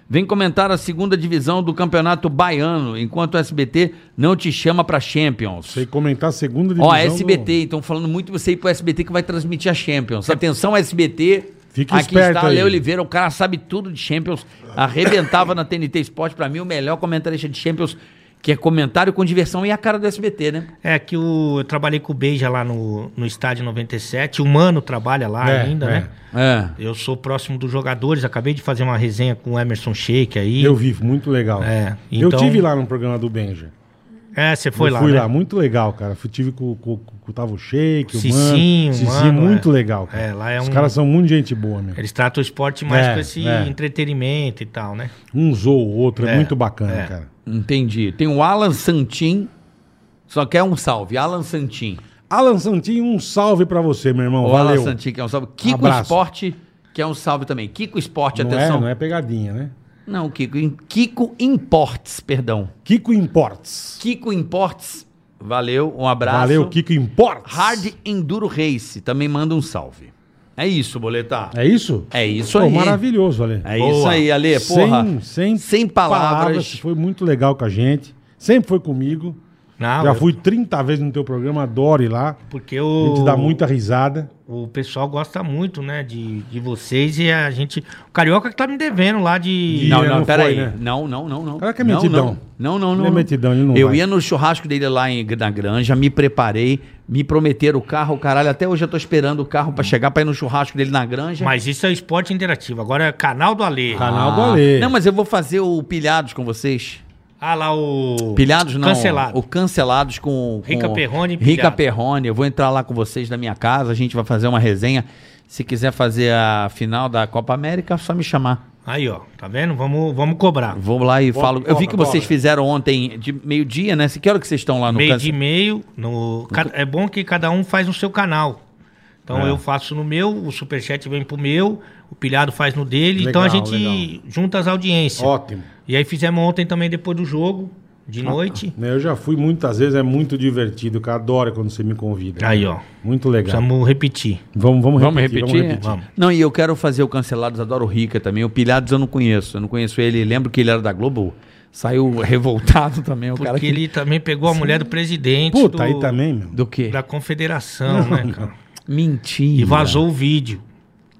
S2: Vem comentar a segunda divisão do Campeonato Baiano, enquanto o SBT não te chama pra Champions.
S3: Sei comentar a segunda divisão.
S2: Ó,
S3: do-
S2: SBT, então falando muito você ir pro SBT que vai transmitir a Champions. Atenção, SBT.
S3: Fique
S2: Aqui
S3: esperto
S2: está o
S3: aí.
S2: Léo Oliveira, o cara sabe tudo de Champions. Arrebentava na TNT Sport, pra mim, o melhor comentarista de Champions, que é comentário com diversão e a cara do SBT, né?
S4: É que o, eu trabalhei com o Beija lá no, no estádio 97. O Mano um trabalha lá
S3: É,
S4: ainda,
S3: é.
S4: né?
S2: É.
S4: Eu sou próximo dos jogadores. Acabei de fazer uma resenha com o Emerson Sheik aí.
S3: Eu vi, muito legal.
S4: É,
S3: Eu
S4: então-
S3: tive lá no programa do Benja.
S4: É, você foi
S3: Eu
S4: lá,
S3: Fui
S4: né?
S3: lá, muito legal, cara. Fui, tive com, com, com, com o Tavo Shake, o Mano.
S4: Cicinho, Mano,
S3: muito
S4: é.
S3: legal, cara.
S4: É, lá é
S3: Os
S4: um-
S3: caras são muito gente boa, meu.
S4: Eles tratam o esporte mais
S3: É,
S4: com esse
S3: é.
S4: entretenimento e tal, né?
S3: Um zoou o outro, é,
S4: É,
S3: muito bacana,
S4: é.
S3: cara.
S2: Entendi. Tem o Alan Santin, só quer um salve. Alan Santin.
S3: Alan Santinho, um salve pra você, meu irmão.
S2: O Alan
S3: Valeu.
S2: Santin, que é um salve. Kiko
S3: Abraço.
S2: Esporte, que é um salve também. Kiko Esporte,
S3: não, é,
S2: atenção.
S3: não é pegadinha, né?
S2: Não, Kiko. Kiko Imports, perdão.
S3: Kiko Imports.
S2: Kiko Imports, valeu, um abraço.
S3: Valeu, Kiko Imports.
S2: Hard Enduro Race também manda um salve. É isso, Boletar.
S3: É isso?
S2: É isso
S3: Pô,
S2: aí.
S3: Maravilhoso, Ale.
S2: É isso aí, Ale. Porra.
S3: Sem, sem,
S2: Sem palavras.
S3: Foi muito legal com a gente. Sempre foi comigo.
S2: Ah,
S4: Não,
S3: Já
S4: eu-
S3: fui 30 vezes no teu programa, adoro ir lá.
S4: Porque
S3: A
S4: o,
S3: gente dá muita risada.
S4: o pessoal gosta muito, né, de, de vocês e a gente... O Carioca que tá me devendo lá de...
S2: Não,
S3: Ele
S2: não,
S3: não
S2: peraí.
S3: foi, né?
S2: Não, não, não, não.
S3: Cara que é
S2: Não,
S3: metidão.
S2: Não, não, não.
S3: Ele
S2: não,
S3: é
S2: não.
S3: metidão, ele não
S2: Eu
S3: vai.
S2: ia no churrasco dele lá em, na granja, me preparei, me prometeram o carro, o caralho. Até hoje eu tô esperando o carro pra chegar pra ir no churrasco dele na granja.
S4: Mas isso é esporte interativo. Agora é canal do Ale.
S3: Canal do
S2: Ah,
S3: Ale.
S2: Não, mas eu vou fazer o Pilhados com vocês.
S4: Ah lá o...
S2: Pilhados não.
S4: Cancelado.
S2: O Cancelados com. com
S4: Rica Perrone e
S2: Rica
S4: Pilhados.
S2: Perrone. Eu vou entrar lá com vocês na minha casa. A gente vai fazer uma resenha. Se quiser fazer a final da Copa América, é só me chamar.
S4: Aí, ó. Tá vendo? Vamos, vamos cobrar.
S2: Vou lá e falo. eu vi que
S3: bora,
S2: vocês
S3: bora.
S2: fizeram ontem de meio-dia, né? Se que hora que vocês estão lá no
S4: Meio de
S2: Cancelados?
S4: meio. No... ca- É bom que cada um faz no seu canal. Então
S3: É.
S4: eu faço no meu, o superchat vem pro meu, o pilhado faz no dele. então a
S3: Legal,
S4: gente
S3: legal.
S4: junta as audiências.
S3: Ótimo.
S4: E aí fizemos ontem também depois do jogo, de noite.
S3: Né, Eu já fui muitas vezes, é muito divertido, cara. Adoro quando você me convida.
S4: Aí, ó.
S3: Muito legal.
S4: Precisamos repetir.
S3: Vamos, vamos,
S5: Vamos repetir?
S4: Vamos.
S2: Não, e eu quero fazer o Cancelados, adoro o Rica também. O Pilhados eu não conheço. Eu não conheço ele. Lembro que ele era da Globo. Saiu revoltado também, o cara.
S4: Porque
S2: que-
S4: ele também pegou a mulher do presidente
S3: Puta,
S4: do-
S3: aí também, meu.
S2: é. Do quê?
S4: da confederação, né, cara?
S2: Mentira.
S4: E vazou o vídeo.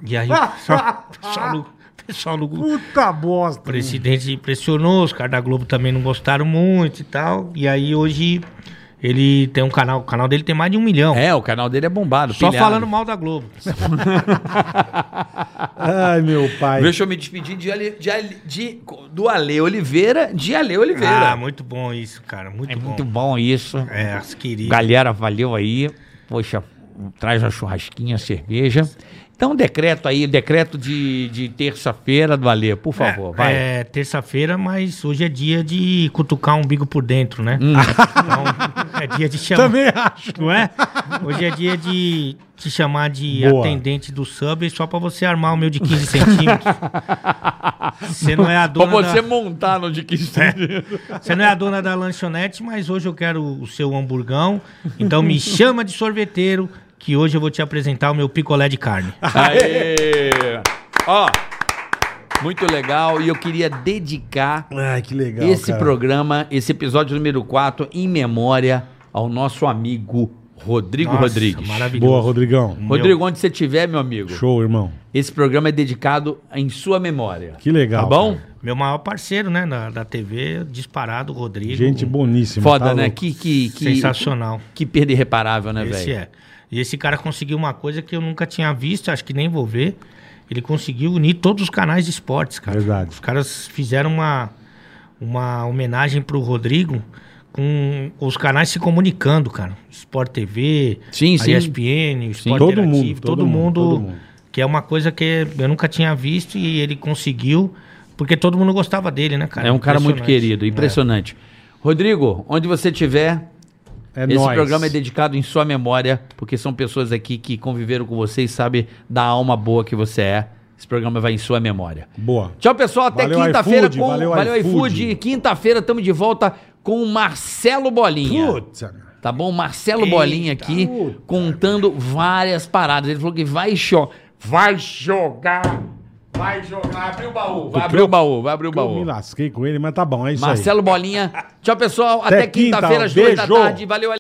S4: E aí
S3: Ah,
S4: o pessoal, o pessoal no, o pessoal no- o
S3: Puta bosta.
S4: presidente pressionou, os caras da Globo também não gostaram muito e tal. E aí hoje ele tem um canal, o canal dele tem mais de um milhão.
S2: É, o canal dele é bombado.
S4: Só
S2: Pilhados.
S4: falando mal da Globo.
S3: Ai, meu pai.
S2: Deixa eu me despedir de, Ale- de Ale- de- do Ale Oliveira, de Ale Oliveira.
S4: Ah, muito bom isso, cara. Muito bom.
S2: bom isso.
S4: É, as queridas.
S2: Galera, valeu aí. Poxa, traz a churrasquinha, a cerveja. Então, decreto aí, decreto de, de terça-feira do Alê, por favor, vai.
S4: É, terça-feira, mas hoje é dia de cutucar o umbigo por dentro, né? Então, é dia de chamar.
S3: Também acho.
S4: Não é? Hoje é dia de te chamar de
S3: Boa.
S4: atendente do Subway só pra você armar o meu de 15 centímetros. Você não é a
S6: Pra
S4: dona
S6: você
S4: da,
S6: montar no de
S3: É.
S6: que
S4: você não é a dona da lanchonete, mas hoje eu quero o seu hamburgão. Então me chama de sorveteiro que hoje eu vou te apresentar o meu picolé de carne.
S2: Aê! Ó, muito legal e eu queria dedicar
S3: Ai, que legal.
S2: esse
S3: cara.
S2: programa, esse episódio número 4, em memória ao nosso amigo Rodrigo
S4: Nossa,
S2: Rodrigues.
S4: Maravilhoso.
S3: Boa, Rodrigão.
S2: Rodrigo, onde você estiver, meu amigo,
S3: Show, irmão.
S2: esse programa é dedicado em sua memória.
S3: Que legal.
S2: Tá bom?
S3: cara.
S4: Meu maior parceiro, né, na- da TV, disparado, Rodrigo.
S3: Gente boníssima.
S2: Foda,
S3: tá
S2: né?
S3: louco.
S2: Que, que, que,
S4: Sensacional.
S2: Que perda irreparável, né,
S4: Esse
S2: velho?
S4: é. E esse cara conseguiu uma coisa que eu nunca tinha visto, acho que nem vou ver. Ele conseguiu unir todos os canais de esportes, cara.
S3: Verdade.
S4: Os caras fizeram uma, uma homenagem pro Rodrigo com os canais se comunicando, cara. Sport TV,
S2: Sim,
S4: a
S2: sim.
S4: ESPN, o Sport
S3: Todo
S4: Interativo,
S3: mundo,
S4: todo,
S3: todo mundo,
S4: mundo,
S3: todo mundo.
S4: Que é uma coisa que eu nunca tinha visto e ele conseguiu, porque todo mundo gostava dele, né, cara?
S2: É um cara muito
S4: Impressionante. É.
S2: querido, impressionante. Rodrigo, onde você estiver,
S3: É
S2: esse
S3: nóis.
S2: programa é dedicado em sua memória, porque são pessoas aqui que conviveram com você e sabem da alma boa que você é. Esse programa vai em sua memória.
S3: Boa.
S2: Tchau, pessoal. Até
S3: Valeu,
S2: quinta-feira
S3: iFood,
S2: com.
S3: valeu,
S2: Valeu,
S3: iFood.
S2: iFood. E Quinta-feira estamos de volta com o Marcelo Bolinha.
S3: Putz, cara.
S2: Tá bom? Marcelo Bolinha aqui
S3: puta.
S2: contando várias paradas. Ele falou que vai cho vai jogar.
S6: Vai jogar, abre o baú.
S2: Vai abrir o baú, vai abrir o
S3: Eu me
S2: baú.
S3: lasquei com ele, mas tá bom, é isso aí.
S2: Marcelo Bolinha. Tchau, pessoal.
S3: Até
S2: Até
S3: quinta, um
S2: quinta-feira às duas da
S3: beijo.
S2: tarde. Valeu,